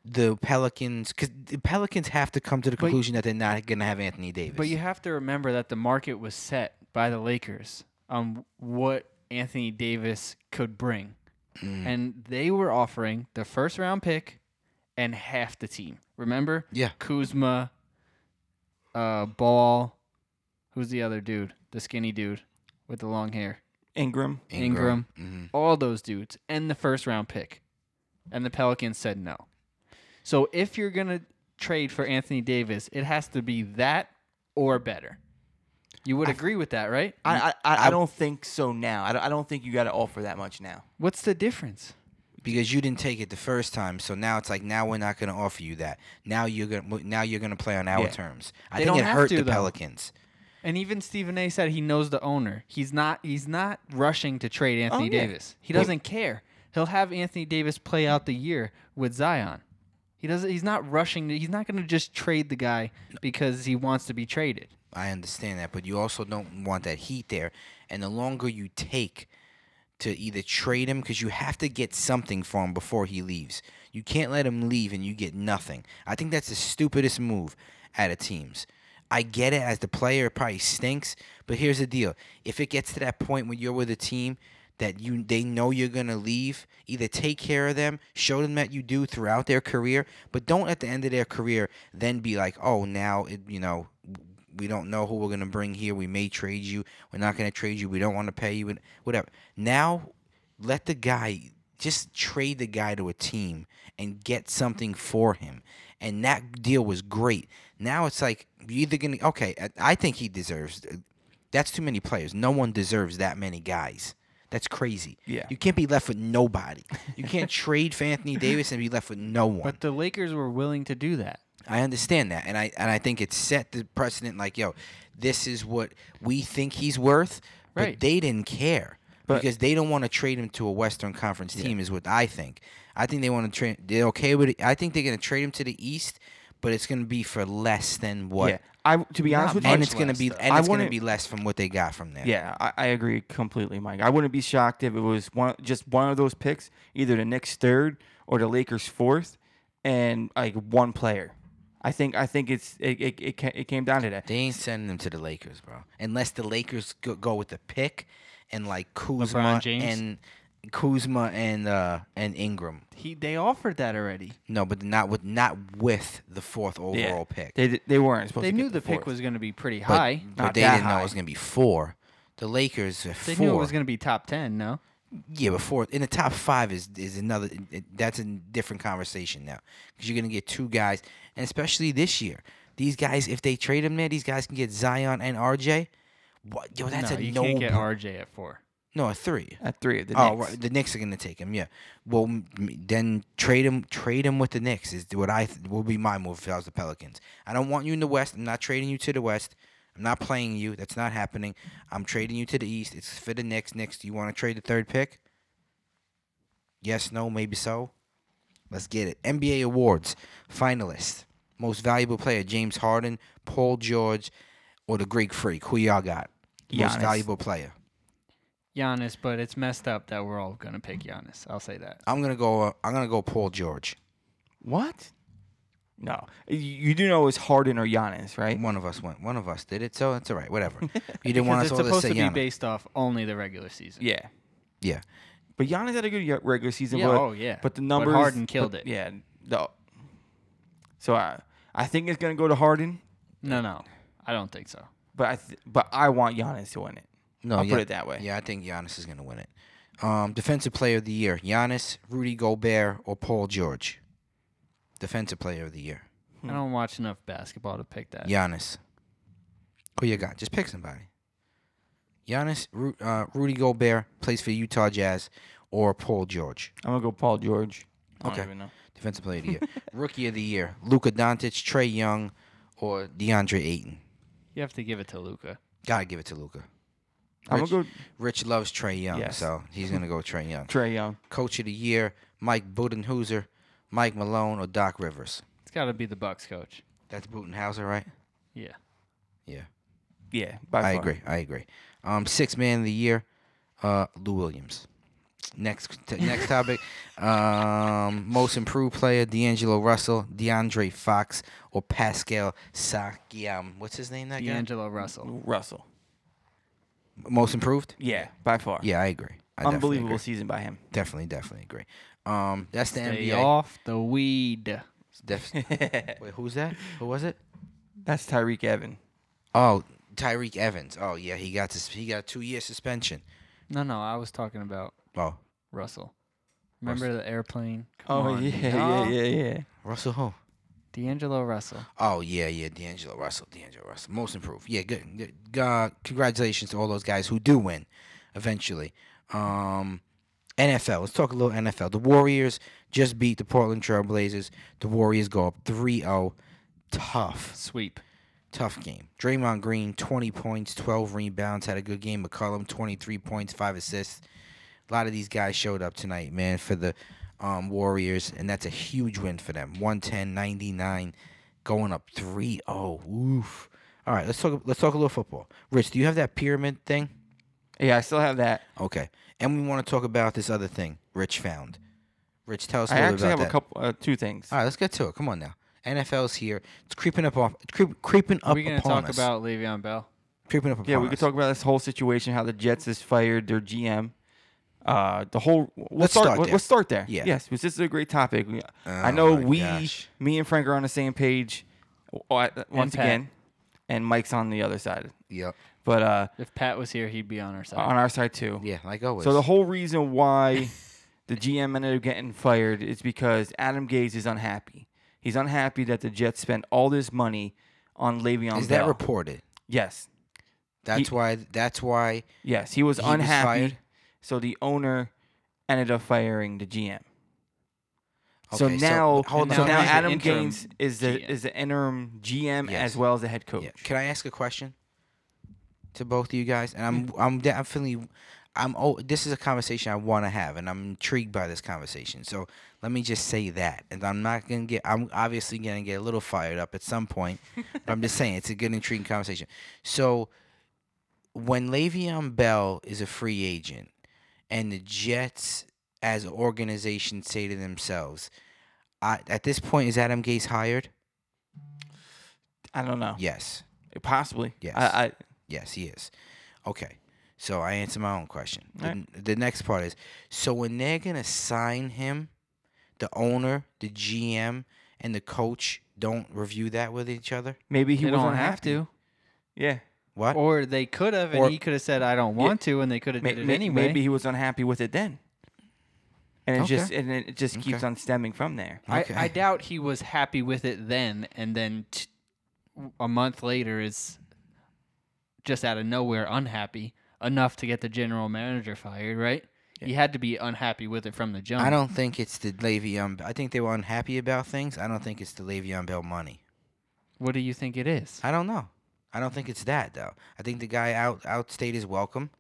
Speaker 1: the Pelicans? Because the Pelicans have to come to the
Speaker 3: But-
Speaker 1: conclusion that they're not going to have Anthony Davis.
Speaker 3: But you have to remember that the market was set by the Lakers on what Anthony Davis could bring.
Speaker 2: Mm.
Speaker 3: And they were offering the first round pick and half the team. Remember?
Speaker 1: Yeah.
Speaker 3: Kuzma, uh, Ball. Who's the other dude? The skinny dude with the long hair.
Speaker 2: Ingram.
Speaker 3: Ingram.
Speaker 1: Mhm.
Speaker 3: All those dudes and the first round pick. And the Pelicans said no. So if you're going to trade for Anthony Davis, it has to be that or better. You would agree with that, right?
Speaker 2: I, I, I, I don't think so now. I don't, I don't think you got to offer that much now.
Speaker 3: What's the difference?
Speaker 1: because you didn't take it the first time. So now it's like now we're not going to offer you that. Now you're going to now you're going to play on our
Speaker 2: Yeah.
Speaker 1: terms. I
Speaker 3: They
Speaker 1: think
Speaker 3: don't
Speaker 1: it
Speaker 3: have
Speaker 1: hurt
Speaker 3: to,
Speaker 1: the
Speaker 3: though.
Speaker 1: Pelicans.
Speaker 3: And even Stephen A said he knows the owner. He's not he's not rushing to trade Anthony
Speaker 2: Oh, yeah.
Speaker 3: Davis. He doesn't care. He'll have Anthony Davis play out the year with Zion. He doesn't he's not rushing to, he's not going to just trade the guy because he wants to be traded.
Speaker 1: I understand that, but you also don't want that heat there. And the longer you take to either trade him because you have to get something for him before he leaves. You can't let him leave and you get nothing. I think that's the stupidest move out of teams. I get it as the player, it probably stinks, but here's the deal. If it gets to that point when you're with a team that you they know you're gonna leave, either take care of them, show them that you do throughout their career, but don't at the end of their career then be like, oh now it, you know we don't know who we're going to bring here. We may trade you. We're not going to trade you. We don't want to pay you. and Whatever. Now, let the guy just trade the guy to a team and get something for him. And that deal was great. Now it's like you're either going to okay. I, I think he deserves. That's too many players. No one deserves that many guys. That's crazy.
Speaker 2: Yeah.
Speaker 1: You can't be left with nobody. You can't trade for Anthony Davis and be left with no one.
Speaker 3: But the Lakers were willing to do that.
Speaker 1: I understand that, and I and I think it set the precedent. Like, yo, this is what we think he's worth, but
Speaker 3: Right.
Speaker 1: they didn't care
Speaker 2: But-
Speaker 1: because they don't want to trade him to a Western Conference team. Is what I think. I think they want to trade. They're okay with it. I think they're going to trade him to the East, but it's going to be for less than what.
Speaker 2: Yeah. I to be honest with you,
Speaker 1: And it's going to
Speaker 3: less,
Speaker 1: be
Speaker 3: though.
Speaker 1: and
Speaker 2: I
Speaker 1: it's going to
Speaker 2: wouldn't-
Speaker 1: be less from what they got from there.
Speaker 2: Yeah, I, I agree completely, Mike. I wouldn't be shocked if it was one just one of those picks, either the Knicks third or the Lakers fourth, and like one player. I think I think it's it it, it, ca- it came down to that.
Speaker 1: They ain't sending them to the Lakers, bro. Unless the Lakers go, go with the pick and like Kuzma
Speaker 3: James?
Speaker 1: and Kuzma and uh and Ingram.
Speaker 3: He they offered that already.
Speaker 1: No, but not with not with the fourth overall
Speaker 2: Yeah.
Speaker 1: pick.
Speaker 2: They di- they weren't supposed.
Speaker 3: They
Speaker 2: to
Speaker 3: knew
Speaker 2: get
Speaker 3: the pick
Speaker 2: fourth.
Speaker 3: was going to be pretty
Speaker 1: but,
Speaker 3: high.
Speaker 1: but
Speaker 2: Not
Speaker 1: they
Speaker 2: that
Speaker 1: didn't know
Speaker 2: high.
Speaker 1: it was gonna be four. The Lakers are
Speaker 3: They
Speaker 1: four.
Speaker 3: knew it was going to be top 10, no?
Speaker 1: yeah, but four in the top five is is another. it- That's a different conversation now because you're gonna get two guys, and especially this year, these guys if they trade them there, these guys can get Zion and RJ. What yo, that's
Speaker 3: no,
Speaker 1: a
Speaker 3: you
Speaker 1: no.
Speaker 3: can't get
Speaker 1: br-
Speaker 3: RJ at 4.
Speaker 1: no, a three.
Speaker 2: at three. The
Speaker 1: Oh,
Speaker 2: Knicks.
Speaker 1: right. the Knicks are gonna take him. Yeah. Well, m- m- then trade him. Trade him with the Knicks is what I th- will be my move if I was the Pelicans. I don't want you in the West. I'm not trading you to the West. I'm not playing you. That's not happening. I'm trading you to the East. It's for the Knicks. Knicks, do you want to trade the third pick? Yes, no, maybe so. Let's get it. NBA awards finalists: most valuable player James Harden, Paul George, or the Greek Freak. Who y'all got? Most
Speaker 2: Giannis.
Speaker 1: valuable player.
Speaker 3: Giannis, but it's messed up that we're all going to pick Giannis. I'll say that.
Speaker 1: I'm gonna go. Uh, I'm gonna go Paul George.
Speaker 2: What? No, you, you do know it's Harden or Giannis, right?
Speaker 1: One of us went. One of us did it, so it's all right. Whatever. You didn't want us
Speaker 3: it's
Speaker 1: all
Speaker 3: supposed
Speaker 1: to say
Speaker 3: to be
Speaker 1: Giannis.
Speaker 3: based off only the regular season.
Speaker 2: Yeah,
Speaker 1: yeah.
Speaker 2: but Giannis had a good y- regular season.
Speaker 3: Yeah,
Speaker 2: but,
Speaker 3: oh, yeah.
Speaker 2: But the
Speaker 3: But
Speaker 2: numbers
Speaker 3: Harden killed
Speaker 2: but-
Speaker 3: it.
Speaker 2: Yeah. No. So I I think it's gonna go to Harden,
Speaker 3: No, no. I don't think so.
Speaker 2: but I th- but I want Giannis to win it.
Speaker 1: No,
Speaker 2: I'll
Speaker 1: yeah,
Speaker 2: put it that way.
Speaker 1: Yeah, I think Giannis is gonna win it. Um, defensive player of the year: Giannis, Rudy Gobert, or Paul George. Defensive player of the year:
Speaker 3: I don't watch enough basketball to pick that.
Speaker 1: Giannis. Who you got? Just pick somebody. Giannis, Ru- uh, Rudy Gobert plays for Utah Jazz, or Paul George.
Speaker 2: I'm gonna go Paul George. I don't
Speaker 1: Okay.
Speaker 2: even know.
Speaker 1: Defensive player of the year, rookie of the year: Luka Doncic, Trey Young, or DeAndre Ayton.
Speaker 3: You have to give it to Luca.
Speaker 1: Gotta give it to Luca.
Speaker 2: I'm
Speaker 1: Rich-
Speaker 2: gonna go
Speaker 1: Rich loves Trey Young,
Speaker 2: Yes.
Speaker 1: so he's gonna go Trey Young.
Speaker 2: Trey Young.
Speaker 1: Coach of the year, Mike Budenhauser, Mike Malone, or Doc Rivers.
Speaker 3: It's got to be the Bucks coach.
Speaker 1: That's Budenhauser, right?
Speaker 3: Yeah.
Speaker 1: Yeah.
Speaker 2: Yeah, by
Speaker 1: I
Speaker 2: far.
Speaker 1: agree. I agree. Um, sixth man of the year, uh, Lou Williams. Next, t- next topic. Um, most improved player, D'Angelo Russell, DeAndre Fox, or Pascal Sakiam. What's his name? That guy.
Speaker 3: D'Angelo Russell.
Speaker 2: Russell.
Speaker 1: Most improved.
Speaker 2: Yeah, by far.
Speaker 1: Yeah, I agree. I definitely
Speaker 2: Unbelievable
Speaker 1: agree.
Speaker 2: season by him.
Speaker 1: Definitely, definitely agree. Um, that's the
Speaker 3: Stay
Speaker 1: NBA.
Speaker 3: off the weed.
Speaker 1: Def- Wait, who's that? Who was it?
Speaker 2: That's Tyreek Evan.
Speaker 1: Oh, Tyreek Evans. Oh yeah, he got this. He got a two year suspension.
Speaker 3: No, no, I was talking about
Speaker 1: Oh,
Speaker 3: Russell. Remember the airplane? Come
Speaker 2: Oh
Speaker 3: on,
Speaker 2: yeah, yeah,
Speaker 3: dog.
Speaker 2: yeah, yeah.
Speaker 1: Russell who?
Speaker 3: D'Angelo Russell.
Speaker 1: Oh yeah, yeah, D'Angelo Russell, D'Angelo Russell, most improved. Yeah, good. good. Uh, congratulations to all those guys who do win, eventually. Um, NFL. Let's talk a little NFL. The Warriors just beat the Portland Trailblazers. The Warriors go up 3-0. Tough,
Speaker 3: Sweep.
Speaker 1: tough game. Draymond Green, 20 points, 12 rebounds, had a good game. McCollum, 23 points, 5 assists. A lot of these guys showed up tonight, man, for the um, Warriors, and that's a huge win for them. 110, 99, going up 3 0. Oof. All right, let's talk let's talk a little football. Rich, do you have that pyramid thing?
Speaker 2: Yeah, I still have that.
Speaker 1: Okay. And we want to talk about this other thing Rich found. Rich, tell us a
Speaker 2: I
Speaker 1: little
Speaker 2: actually
Speaker 1: about
Speaker 2: have
Speaker 1: that.
Speaker 2: a couple, uh, two things.
Speaker 1: All right, let's get to it. Come on now. NFL's here. It's creeping up off creep, creeping up
Speaker 3: Are we gonna
Speaker 1: upon
Speaker 3: talk
Speaker 1: us.
Speaker 3: about Le'Veon Bell?
Speaker 1: creeping up
Speaker 2: yeah,
Speaker 1: upon
Speaker 2: we could
Speaker 1: us.
Speaker 2: talk about this whole situation, how the Jets has fired their GM. Uh, the whole. We'll
Speaker 1: Let's
Speaker 2: start.
Speaker 1: start
Speaker 2: let-
Speaker 1: there.
Speaker 2: Let's start there.
Speaker 1: Yeah.
Speaker 2: Yes, because this is a great topic. We- I
Speaker 1: Oh
Speaker 2: know
Speaker 1: my
Speaker 2: we,
Speaker 1: gosh.
Speaker 2: me and Frank are on the same page. w- w- Once
Speaker 3: Pat.
Speaker 2: again, and Mike's on the other side,
Speaker 1: Yep.
Speaker 2: but uh,
Speaker 3: If Pat was here, he'd be on our
Speaker 1: Uh,
Speaker 3: side.
Speaker 2: on our side too.
Speaker 1: Yeah, like always.
Speaker 2: So the whole reason why the GM ended up getting fired is because Adam Gaze is unhappy. He's unhappy that the Jets spent all this money on Le'Veon
Speaker 1: is
Speaker 2: Bell.
Speaker 1: that reported?
Speaker 2: yes,
Speaker 1: That's why. That's why.
Speaker 2: yes, he was
Speaker 1: He was
Speaker 2: unhappy.
Speaker 1: fired?
Speaker 2: so the owner ended up firing the GM. so
Speaker 1: Okay, so-
Speaker 2: now, so,
Speaker 1: hold
Speaker 3: on.
Speaker 2: now
Speaker 3: Now he's the
Speaker 2: Adam
Speaker 3: interim
Speaker 2: Gaines is the
Speaker 3: GM.
Speaker 2: is the interim GM
Speaker 1: Yes.
Speaker 2: as well as the head coach.
Speaker 1: Yeah. Can I ask a question to both of you guys? And I'm I'm definitely I'm oh this is a conversation I want to have, and I'm intrigued by this conversation. So let me just say that, and I'm not gonna get I'm obviously gonna get a little fired up at some point, but I'm just saying it's a good intriguing conversation. So when Le'Veon Bell is a free agent, and the Jets as an organization say to themselves. I, at this point, is Adam Gase hired?
Speaker 2: I don't know.
Speaker 1: Yes.
Speaker 2: Possibly.
Speaker 1: Yes.
Speaker 2: I, I
Speaker 1: Yes, he is. Okay. So I answer my own question. The,
Speaker 2: Alright.
Speaker 1: n- the next part is so when they're going to sign him, the owner, the GM, and the coach don't review that with each other?
Speaker 2: maybe he
Speaker 3: they
Speaker 2: was
Speaker 3: don't
Speaker 2: unhappy.
Speaker 3: have to.
Speaker 2: Yeah.
Speaker 1: What?
Speaker 3: Or they could have, and
Speaker 1: Or-
Speaker 3: he could have said, "I don't
Speaker 2: Yeah.
Speaker 3: want to," and they could have
Speaker 2: May-
Speaker 3: did it
Speaker 2: may-
Speaker 3: anyway.
Speaker 2: Maybe he was unhappy with it then, and it
Speaker 1: Okay.
Speaker 2: just and it just keeps
Speaker 1: Okay.
Speaker 2: on stemming from there.
Speaker 3: I,
Speaker 1: Okay.
Speaker 3: I doubt he was happy with it then, and then t- a month later is just out of nowhere unhappy enough to get the general manager fired. Right? He had to be unhappy with it from the jump.
Speaker 1: I don't think it's the Le'Veon. B- I think they were unhappy about things. I don't think it's the Le'Veon Bell money.
Speaker 3: What do you think it is?
Speaker 1: I don't know. I don't think it's that though. I think the guy out outstayed his welcome,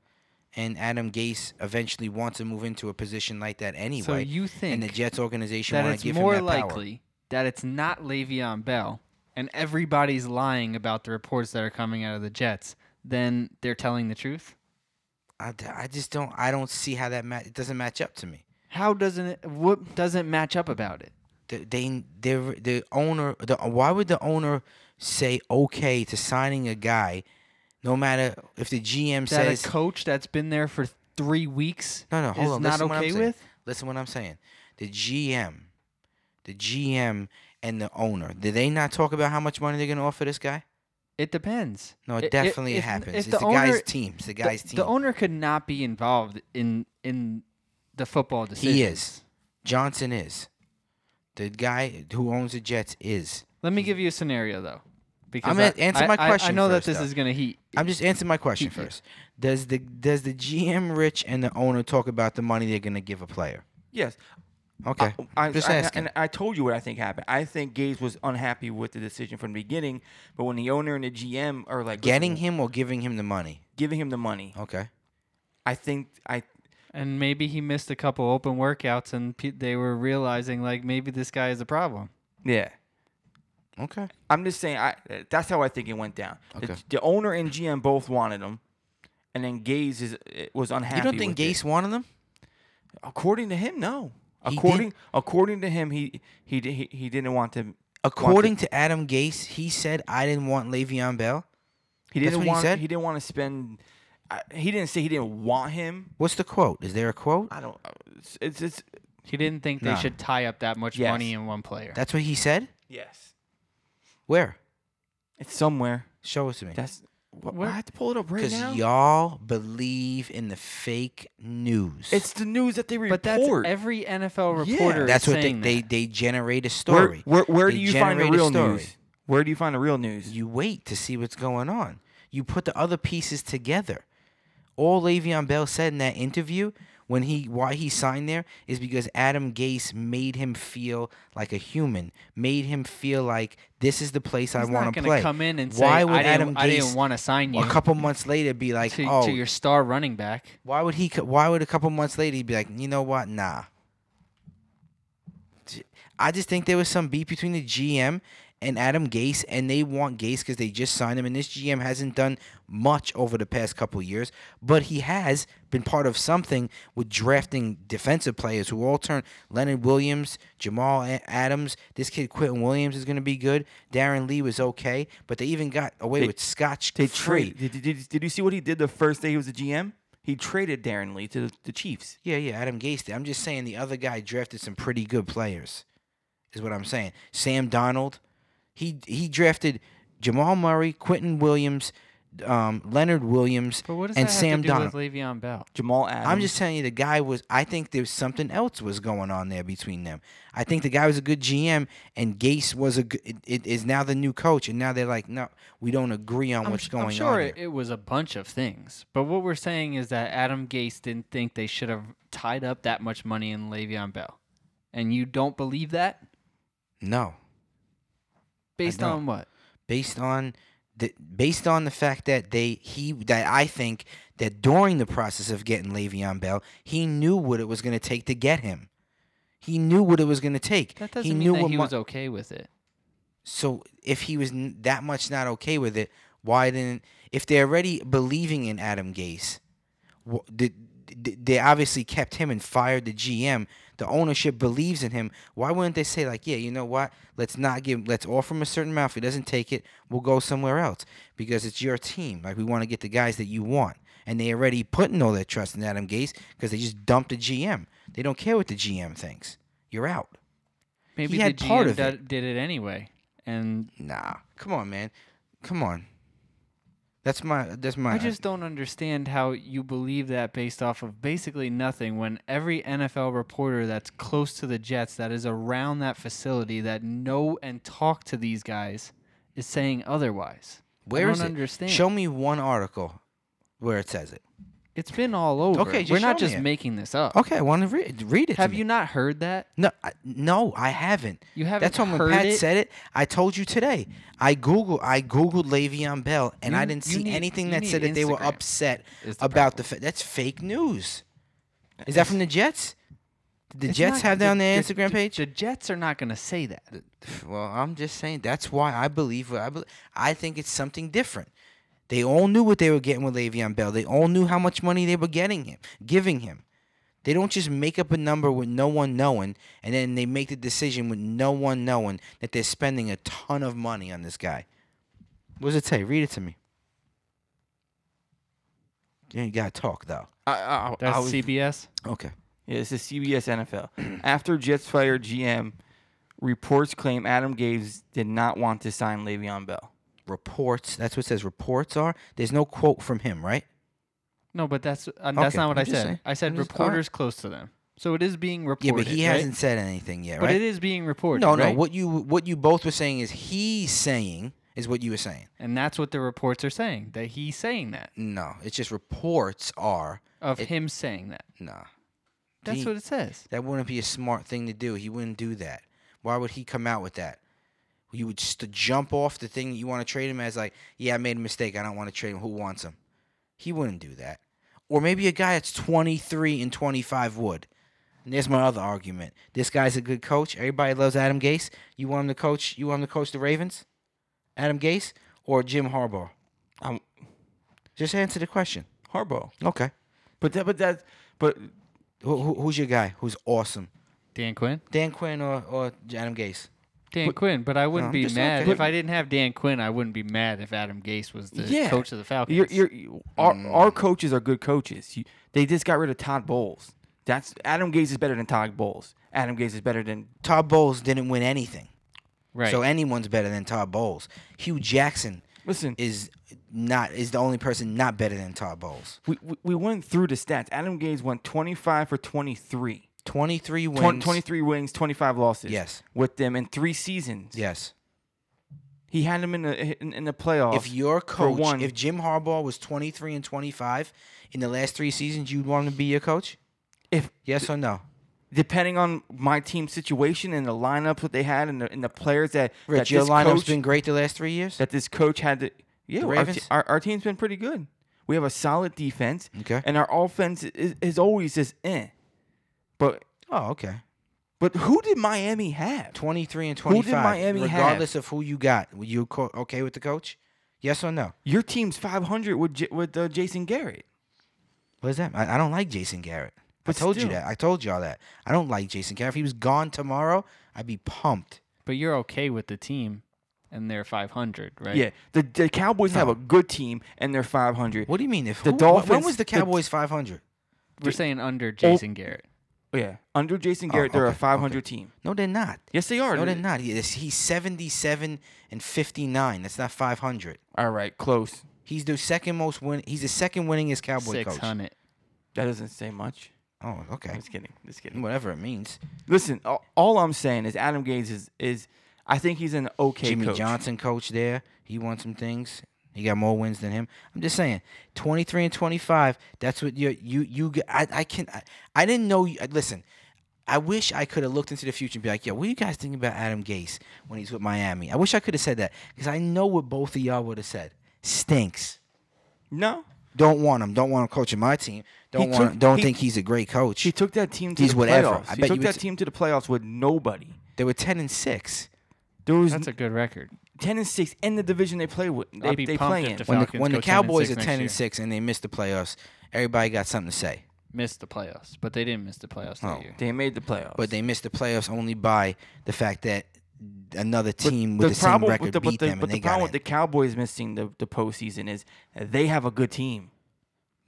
Speaker 1: and Adam Gase eventually wants to move into a position like that anyway.
Speaker 3: so you
Speaker 1: and
Speaker 3: think
Speaker 1: the Jets organization
Speaker 3: that
Speaker 1: want
Speaker 3: it's
Speaker 1: to give
Speaker 3: more
Speaker 1: him that power.
Speaker 3: likely that it's not Le'Veon Bell, and everybody's lying about the reports that are coming out of the Jets, than they're telling the truth?
Speaker 1: I, d- I just don't I don't see how that ma- it doesn't match up to me.
Speaker 3: How doesn't it? What doesn't match up about it?
Speaker 1: The, they they the owner the why would the owner say okay to signing a guy, no matter if the GM
Speaker 3: that
Speaker 1: says
Speaker 3: a coach that's been there for three weeks
Speaker 1: no no hold
Speaker 3: is
Speaker 1: on
Speaker 3: not
Speaker 1: listen what I'm
Speaker 3: okay
Speaker 1: saying.
Speaker 3: with?
Speaker 1: Listen what I'm saying. The GM, the GM and the owner did they not talk about how much money they're gonna offer this guy?
Speaker 3: It depends.
Speaker 1: No, it
Speaker 3: I- i-
Speaker 1: definitely
Speaker 3: if-
Speaker 1: happens.
Speaker 3: if
Speaker 1: it's the,
Speaker 3: the
Speaker 1: guy's
Speaker 3: owner-
Speaker 1: team. It's the
Speaker 3: The-
Speaker 1: guy's
Speaker 3: the,
Speaker 1: team.
Speaker 3: owner could not be involved in in the football decision.
Speaker 1: he is. Johnson is. The guy who owns the Jets is.
Speaker 3: Let me give you a scenario though, because
Speaker 1: I'm
Speaker 3: I-
Speaker 1: at- answer
Speaker 3: I-
Speaker 1: my
Speaker 3: I- I
Speaker 1: question
Speaker 3: know
Speaker 1: first,
Speaker 3: that this
Speaker 1: though.
Speaker 3: is gonna heat.
Speaker 1: I'm just answering my question
Speaker 3: Yeah.
Speaker 1: first. Does the does the GM Rich and the owner talk about the money they're gonna give a player?
Speaker 2: Yes.
Speaker 1: Okay.
Speaker 2: I, I,
Speaker 1: Just
Speaker 2: I,
Speaker 1: asking.
Speaker 2: And I told you what I think happened. I think Gaze was unhappy with the decision from the beginning, but when the owner and the GM are like
Speaker 1: Getting
Speaker 2: listen,
Speaker 1: him or giving him the money?
Speaker 2: giving him the money,
Speaker 1: Okay.
Speaker 2: I think I
Speaker 3: And maybe he missed a couple open workouts, and pe- they were realizing like maybe this guy is a problem.
Speaker 2: Yeah.
Speaker 1: Okay.
Speaker 2: I'm just saying. I that's how I think it went down. The,
Speaker 1: Okay.
Speaker 2: the owner and GM both wanted him, and then Gaze is, eh, was unhappy.
Speaker 1: You don't think
Speaker 2: with it.
Speaker 1: Gase wanted them?
Speaker 2: According to him, no.
Speaker 1: He did-
Speaker 2: According according to him, he he di- he, he didn't want to.
Speaker 1: According to Adam Gase, he said I didn't want Le'Veon Bell.
Speaker 2: he
Speaker 1: that's
Speaker 2: didn't
Speaker 1: what he
Speaker 2: want
Speaker 1: said?
Speaker 2: didn't want to spend. I, he didn't say he didn't want him.
Speaker 1: What's the quote? Is there a quote?
Speaker 2: I don't. uh, It's it's, it's
Speaker 3: He didn't think they
Speaker 1: Nah.
Speaker 3: should tie up that much
Speaker 2: Yes.
Speaker 3: money in one player.
Speaker 1: That's what he said.
Speaker 2: yes.
Speaker 1: Where?
Speaker 2: It's somewhere.
Speaker 1: Show it to me.
Speaker 2: That's. What,
Speaker 3: Where-
Speaker 2: I have to pull it up right
Speaker 1: Because
Speaker 2: now.
Speaker 1: y'all believe in the fake news.
Speaker 2: It's the news that they report.
Speaker 3: but that's every NFL
Speaker 2: Yeah.
Speaker 3: reporter. is
Speaker 1: that's what they,
Speaker 3: saying
Speaker 1: they
Speaker 3: that.
Speaker 1: they generate a
Speaker 2: Where-
Speaker 1: story.
Speaker 2: Where, where,
Speaker 1: They
Speaker 2: do you find the
Speaker 1: generate a
Speaker 2: real
Speaker 1: story.
Speaker 2: news? Where do you find the real news?
Speaker 1: You wait to see what's going on. You put the other pieces together. All Le'Veon Bell said in that interview when he why he signed there is because Adam Gase made him feel like a human, made him feel like this is the place
Speaker 3: He's
Speaker 1: I want
Speaker 3: not
Speaker 1: to
Speaker 3: gonna
Speaker 1: play.
Speaker 3: Come in and
Speaker 1: Why
Speaker 3: say,
Speaker 1: would
Speaker 3: I
Speaker 1: Adam
Speaker 3: didn't, I
Speaker 1: Gase
Speaker 3: didn't want to sign you
Speaker 1: a couple months later, be like,
Speaker 3: to,
Speaker 1: "Oh,
Speaker 3: to your star running back.
Speaker 1: why would he? co- Why would a couple months later he be like, you know what? Nah. J- I just think there was some beef between the GM and Adam Gase, and they want Gase because they just signed him, and this GM hasn't done much over the past couple years, but he has been part of something with drafting defensive players who all turn Leonard Williams, Jamal A- Adams. This kid Quinton Williams is going to be good. Darren Lee was okay, but they even got away
Speaker 2: They-
Speaker 1: with Scotch
Speaker 2: They
Speaker 1: free.
Speaker 2: trade. Did, did, did you see what he did the first day he was a GM? He traded Darren Lee to the, the Chiefs.
Speaker 1: Yeah, yeah, Adam Gase. did. I'm just saying the other guy drafted some pretty good players, is what I'm saying. Sam Donald, he he drafted Jamal Murray, Quentin Williams, um, Leonard Williams,
Speaker 3: But what does
Speaker 1: and
Speaker 3: that
Speaker 1: Sam
Speaker 3: have to do
Speaker 1: Donald.
Speaker 3: with Le'Veon Bell?
Speaker 2: Jamal Adams.
Speaker 1: I'm just telling you, the guy was. I think there's something else was going on there between them. I think the guy was a good GM, and Gase was a. Good, it, it is now the new coach, and now they're like, no, we don't agree on
Speaker 3: I'm,
Speaker 1: Oh, what's
Speaker 3: sh-
Speaker 1: going
Speaker 3: I'm sure
Speaker 1: on.
Speaker 3: It,
Speaker 1: here.
Speaker 3: it was a bunch of things, but what we're saying is that Adam Gase didn't think they should have tied up that much money in Le'Veon Bell, and you don't believe that
Speaker 1: No,
Speaker 3: based
Speaker 1: don't.
Speaker 3: on what?
Speaker 1: based on the based on the fact that they he that I think that during the process of getting Le'Veon Bell, he knew what it was going to take to get him. He knew what it was going to take.
Speaker 3: That doesn't
Speaker 1: he
Speaker 3: mean
Speaker 1: knew
Speaker 3: that
Speaker 1: what
Speaker 3: he
Speaker 1: mon-
Speaker 3: was okay with it.
Speaker 1: so if he was n- that much not okay with it, why didn't? If they're already believing in Adam Gase, wh- did, did- they obviously kept him and fired the GM. The ownership believes in him. Why wouldn't they say like, yeah, you know what? Let's not give. Let's offer him a certain amount. If he doesn't take it, we'll go somewhere else because it's your team. Like we want to get the guys that you want. And they already putting all their trust in Adam Gase because they just dumped the GM. They don't care what the GM thinks. You're out.
Speaker 3: Maybe
Speaker 1: He
Speaker 3: the
Speaker 1: had part
Speaker 3: GM
Speaker 1: of it.
Speaker 3: did, did it anyway, and
Speaker 1: Nah, come on, man, come on. That's my that's my.
Speaker 3: I just don't understand how you believe that based off of basically nothing when every NFL reporter that's close to the Jets that is around that facility that know and talk to these guys is saying otherwise.
Speaker 1: Where
Speaker 3: I
Speaker 1: is
Speaker 3: don't
Speaker 1: it?
Speaker 3: understand.
Speaker 1: Show me one article where it says it.
Speaker 3: It's been all over.
Speaker 1: Okay, just
Speaker 3: We're not
Speaker 1: show me
Speaker 3: just
Speaker 1: it.
Speaker 3: making this up.
Speaker 1: Okay, I want to read read it. to
Speaker 3: Have
Speaker 1: me.
Speaker 3: you not heard that?
Speaker 1: No, I, no, I haven't.
Speaker 3: You haven't
Speaker 1: That's why when
Speaker 3: heard
Speaker 1: Pat
Speaker 3: it?
Speaker 1: said it, I told you today. I googled I googled Le'Veon Bell, and I
Speaker 3: You-
Speaker 1: didn't
Speaker 3: you
Speaker 1: see
Speaker 3: need-
Speaker 1: anything
Speaker 3: you
Speaker 1: that said
Speaker 3: need
Speaker 1: that they were
Speaker 3: Instagram
Speaker 1: upset
Speaker 3: is the
Speaker 1: about the. Fa- that's fake news. Is that from the Jets? Did the Jets have that on their Instagram page?
Speaker 3: The Jets are not going to say that.
Speaker 1: Well, I'm just saying that's why I believe what I believe. I think it's something different. They all knew what they were getting with Le'Veon Bell. They all knew how much money they were getting him, giving him. They don't just make up a number with no one knowing, and then they make the decision with no one knowing that they're spending a ton of money on this guy. What does it say? Read it to me. You ain't gotta talk though.
Speaker 2: I, I, I
Speaker 3: That's
Speaker 2: was-
Speaker 3: CBS.
Speaker 1: Okay.
Speaker 2: yeah, this is CBS NFL. After Jets fired GM, reports claim Adam Gaze did not want to sign Le'Veon Bell.
Speaker 1: Reports. That's what it says. Reports are. There's no quote from him, right?
Speaker 3: No, but that's uh, that's
Speaker 1: Okay,
Speaker 3: not what
Speaker 1: I'm
Speaker 3: i
Speaker 1: just
Speaker 3: said.
Speaker 1: saying.
Speaker 3: I said
Speaker 1: I'm just- all right.
Speaker 3: reporters close to them. So it is being
Speaker 1: Yeah,
Speaker 3: reported.
Speaker 1: but he
Speaker 3: right?
Speaker 1: hasn't said anything yet,
Speaker 3: But
Speaker 1: right?
Speaker 3: it is being reported.
Speaker 1: No, no.
Speaker 3: right?
Speaker 1: What you what you both were saying is he's saying is what you were saying.
Speaker 3: And that's what the reports are saying that he's saying that
Speaker 1: No, it's just reports are
Speaker 3: of
Speaker 1: It-
Speaker 3: him saying that.
Speaker 1: nah.
Speaker 3: That's
Speaker 1: He-
Speaker 3: what it says.
Speaker 1: That wouldn't be a smart thing to do. He wouldn't do that. Why would he come out with that? You would just to jump off the thing that you want to trade him as like, yeah, I made a mistake. I don't want to trade him. Who wants him? He wouldn't do that. or maybe a guy that's 23 and 25 would. And there's my other argument. This guy's a good coach. Everybody loves Adam Gase. You want him to coach? You want him to coach the Ravens? Adam Gase or Jim Harbaugh?
Speaker 2: I'm-
Speaker 1: Just answer the question.
Speaker 2: Harbaugh.
Speaker 1: Okay.
Speaker 2: But that, but that, but
Speaker 1: Who, who, who's your guy? Who's awesome?
Speaker 3: Dan Quinn.
Speaker 1: Dan Quinn or, or Adam Gase?
Speaker 3: Dan Quinn, but I wouldn't
Speaker 1: No,
Speaker 3: be
Speaker 1: just
Speaker 3: mad
Speaker 1: okay.
Speaker 3: if I didn't have Dan Quinn. I wouldn't be mad if Adam Gase was the
Speaker 2: Yeah.
Speaker 3: coach of the Falcons.
Speaker 2: you're, you're, you- our,
Speaker 1: Mm.
Speaker 2: our coaches are good coaches. You, they just got rid of Todd Bowles. That's Adam Gase is better than Todd Bowles. Adam Gase is better than
Speaker 1: Todd Bowles didn't win anything.
Speaker 3: right.
Speaker 1: So anyone's better than Todd Bowles. Hugh Jackson
Speaker 2: listen.
Speaker 1: is not is the only person not better than Todd Bowles.
Speaker 2: we, we we went through the stats. Adam Gase won 25 for 23.
Speaker 1: 23 wins.
Speaker 2: Twen- 23 wins, 25 losses.
Speaker 1: Yes.
Speaker 2: With them in three seasons.
Speaker 1: Yes.
Speaker 2: He had them in the in, in the playoffs.
Speaker 1: If your coach,
Speaker 2: one-
Speaker 1: if Jim Harbaugh was 23 and 25 in the last 3 seasons, you'd want him to be your coach?
Speaker 2: if
Speaker 1: Yes or no?
Speaker 2: depending on my team situation and the lineups that they had and the, and the players that that
Speaker 1: Rich, your
Speaker 2: this
Speaker 1: lineup's
Speaker 2: coach,
Speaker 1: been great the last 3 years?
Speaker 2: that this coach had to yeah
Speaker 1: The
Speaker 2: our,
Speaker 1: Ravens?
Speaker 2: te- our, our team's been pretty good. We have a solid defense.
Speaker 1: Okay.
Speaker 2: And our offense is, is always just eh. But
Speaker 1: Oh, okay.
Speaker 2: but who did Miami have?
Speaker 1: 23 and 25.
Speaker 2: Who did Miami have?
Speaker 1: regardless of who you got, were you co- okay with the coach? Yes or no?
Speaker 2: Your team's 500 with J- with uh, Jason Garrett.
Speaker 1: What is that? I, I don't like Jason Garrett.
Speaker 2: But
Speaker 1: I told
Speaker 2: still.
Speaker 1: you that. I told y'all that. I don't like Jason Garrett. If he was gone tomorrow, I'd be pumped.
Speaker 3: but you're okay with the team, and they're 500, right?
Speaker 2: Yeah, the, the Cowboys
Speaker 1: Oh.
Speaker 2: have a good team and they're 500.
Speaker 1: What do you mean? If
Speaker 2: The
Speaker 1: who- wh- When
Speaker 2: Dolphins-
Speaker 1: was the
Speaker 2: the-
Speaker 1: Cowboys 500?
Speaker 3: We're saying under Jason Garrett.
Speaker 2: Yeah, under Jason Garrett, they're
Speaker 1: Oh, okay,
Speaker 2: a 500 team.
Speaker 1: No, they're not.
Speaker 2: Yes, they are.
Speaker 1: No, they're not. He is, he's 77 and 59. That's not 500.
Speaker 2: All right, close.
Speaker 1: He's the second most win. He's the second winningest Cowboy
Speaker 3: Six
Speaker 1: coach.
Speaker 3: hundred.
Speaker 2: That doesn't say much.
Speaker 1: Oh,
Speaker 2: I'm
Speaker 1: okay.
Speaker 2: just kidding. Just kidding.
Speaker 1: Whatever it means.
Speaker 2: Listen, all, all I'm saying is Adam Gaze is is I think he's an okay
Speaker 1: Jimmy
Speaker 2: coach.
Speaker 1: Johnson coach there. He won some things. He got more wins than him. I'm just saying, 23 and 25. That's what you you you. g- I I can I, I didn't know. you- Listen, I wish I could have looked into the future and be like, yo, what do you guys think about Adam Gase when he's with Miami? I wish I could have said that because I know what both of y'all would have said. Stinks.
Speaker 2: No,
Speaker 1: Don't want him. Don't want him coaching my team. Don't
Speaker 2: He
Speaker 1: want.
Speaker 2: took-
Speaker 1: him- don't
Speaker 2: he-
Speaker 1: think he's a great coach.
Speaker 2: he took that team to
Speaker 1: He's
Speaker 2: the
Speaker 1: whatever.
Speaker 2: playoffs.
Speaker 1: I
Speaker 2: he
Speaker 1: bet
Speaker 2: took
Speaker 1: you
Speaker 2: that
Speaker 1: would-
Speaker 2: team to the playoffs with nobody.
Speaker 1: they were 10 and six.
Speaker 2: There was
Speaker 3: That's a good record.
Speaker 2: 10 and 6 in the division they play with. They,
Speaker 3: I'd be
Speaker 2: they
Speaker 3: pumped
Speaker 2: play
Speaker 3: if
Speaker 2: in.
Speaker 3: the
Speaker 1: When the,
Speaker 3: Falcons
Speaker 1: when the
Speaker 3: go 10 and
Speaker 1: Cowboys are
Speaker 3: six next
Speaker 1: 10 and
Speaker 3: year.
Speaker 1: six and they missed the playoffs, everybody got something to say.
Speaker 3: Missed the playoffs, but they didn't miss the playoffs that
Speaker 1: Oh.
Speaker 3: year.
Speaker 2: They made the playoffs.
Speaker 1: but they missed the playoffs only by the fact that another team
Speaker 2: But
Speaker 1: with the, same record
Speaker 2: with the,
Speaker 1: beat
Speaker 2: but the,
Speaker 1: them,
Speaker 2: but
Speaker 1: and
Speaker 2: the
Speaker 1: they got
Speaker 2: problem
Speaker 1: in.
Speaker 2: with the Cowboys missing the, the postseason is they have a good team.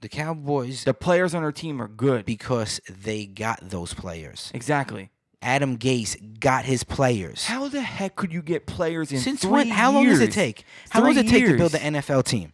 Speaker 1: The Cowboys
Speaker 2: The players on their team are good.
Speaker 1: because they got those players.
Speaker 2: exactly.
Speaker 1: Adam Gase got his players.
Speaker 2: How the heck could you get players in
Speaker 1: Since
Speaker 2: three
Speaker 1: when? How long does it
Speaker 2: years?
Speaker 1: take? How long does
Speaker 2: Three
Speaker 1: it take to build
Speaker 2: years.
Speaker 1: an NFL team?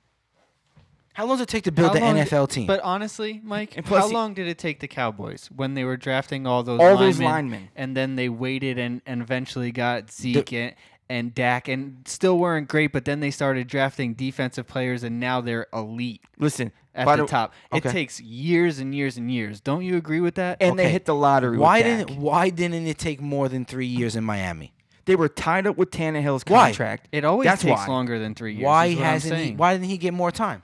Speaker 1: How long does it take to build
Speaker 3: How
Speaker 1: the
Speaker 3: long-
Speaker 1: NFL team?
Speaker 3: But honestly, Mike,
Speaker 2: And plus
Speaker 3: how
Speaker 2: he-
Speaker 3: long did it take the Cowboys when they were drafting all those
Speaker 2: All
Speaker 3: linemen,
Speaker 2: those linemen.
Speaker 3: and then they waited and, and eventually got Zeke and, and Dak and still weren't great, but then they started drafting defensive players and now they're elite
Speaker 2: Listen,
Speaker 3: at
Speaker 2: by
Speaker 3: the
Speaker 2: the-
Speaker 3: top.
Speaker 1: okay.
Speaker 3: It takes years and years and years. Don't you agree with that?
Speaker 2: and they
Speaker 1: Okay.
Speaker 2: hit the lottery. with
Speaker 1: why
Speaker 2: Dak.
Speaker 1: didn't Why didn't it take more than three years in Miami?
Speaker 2: they were tied up with Tannehill's
Speaker 1: Why?
Speaker 2: contract?
Speaker 3: it always
Speaker 2: That's
Speaker 3: takes
Speaker 2: why.
Speaker 3: longer than three years.
Speaker 1: Why
Speaker 3: is what I'm
Speaker 1: hasn't he?
Speaker 3: saying.
Speaker 1: Why didn't he get more time?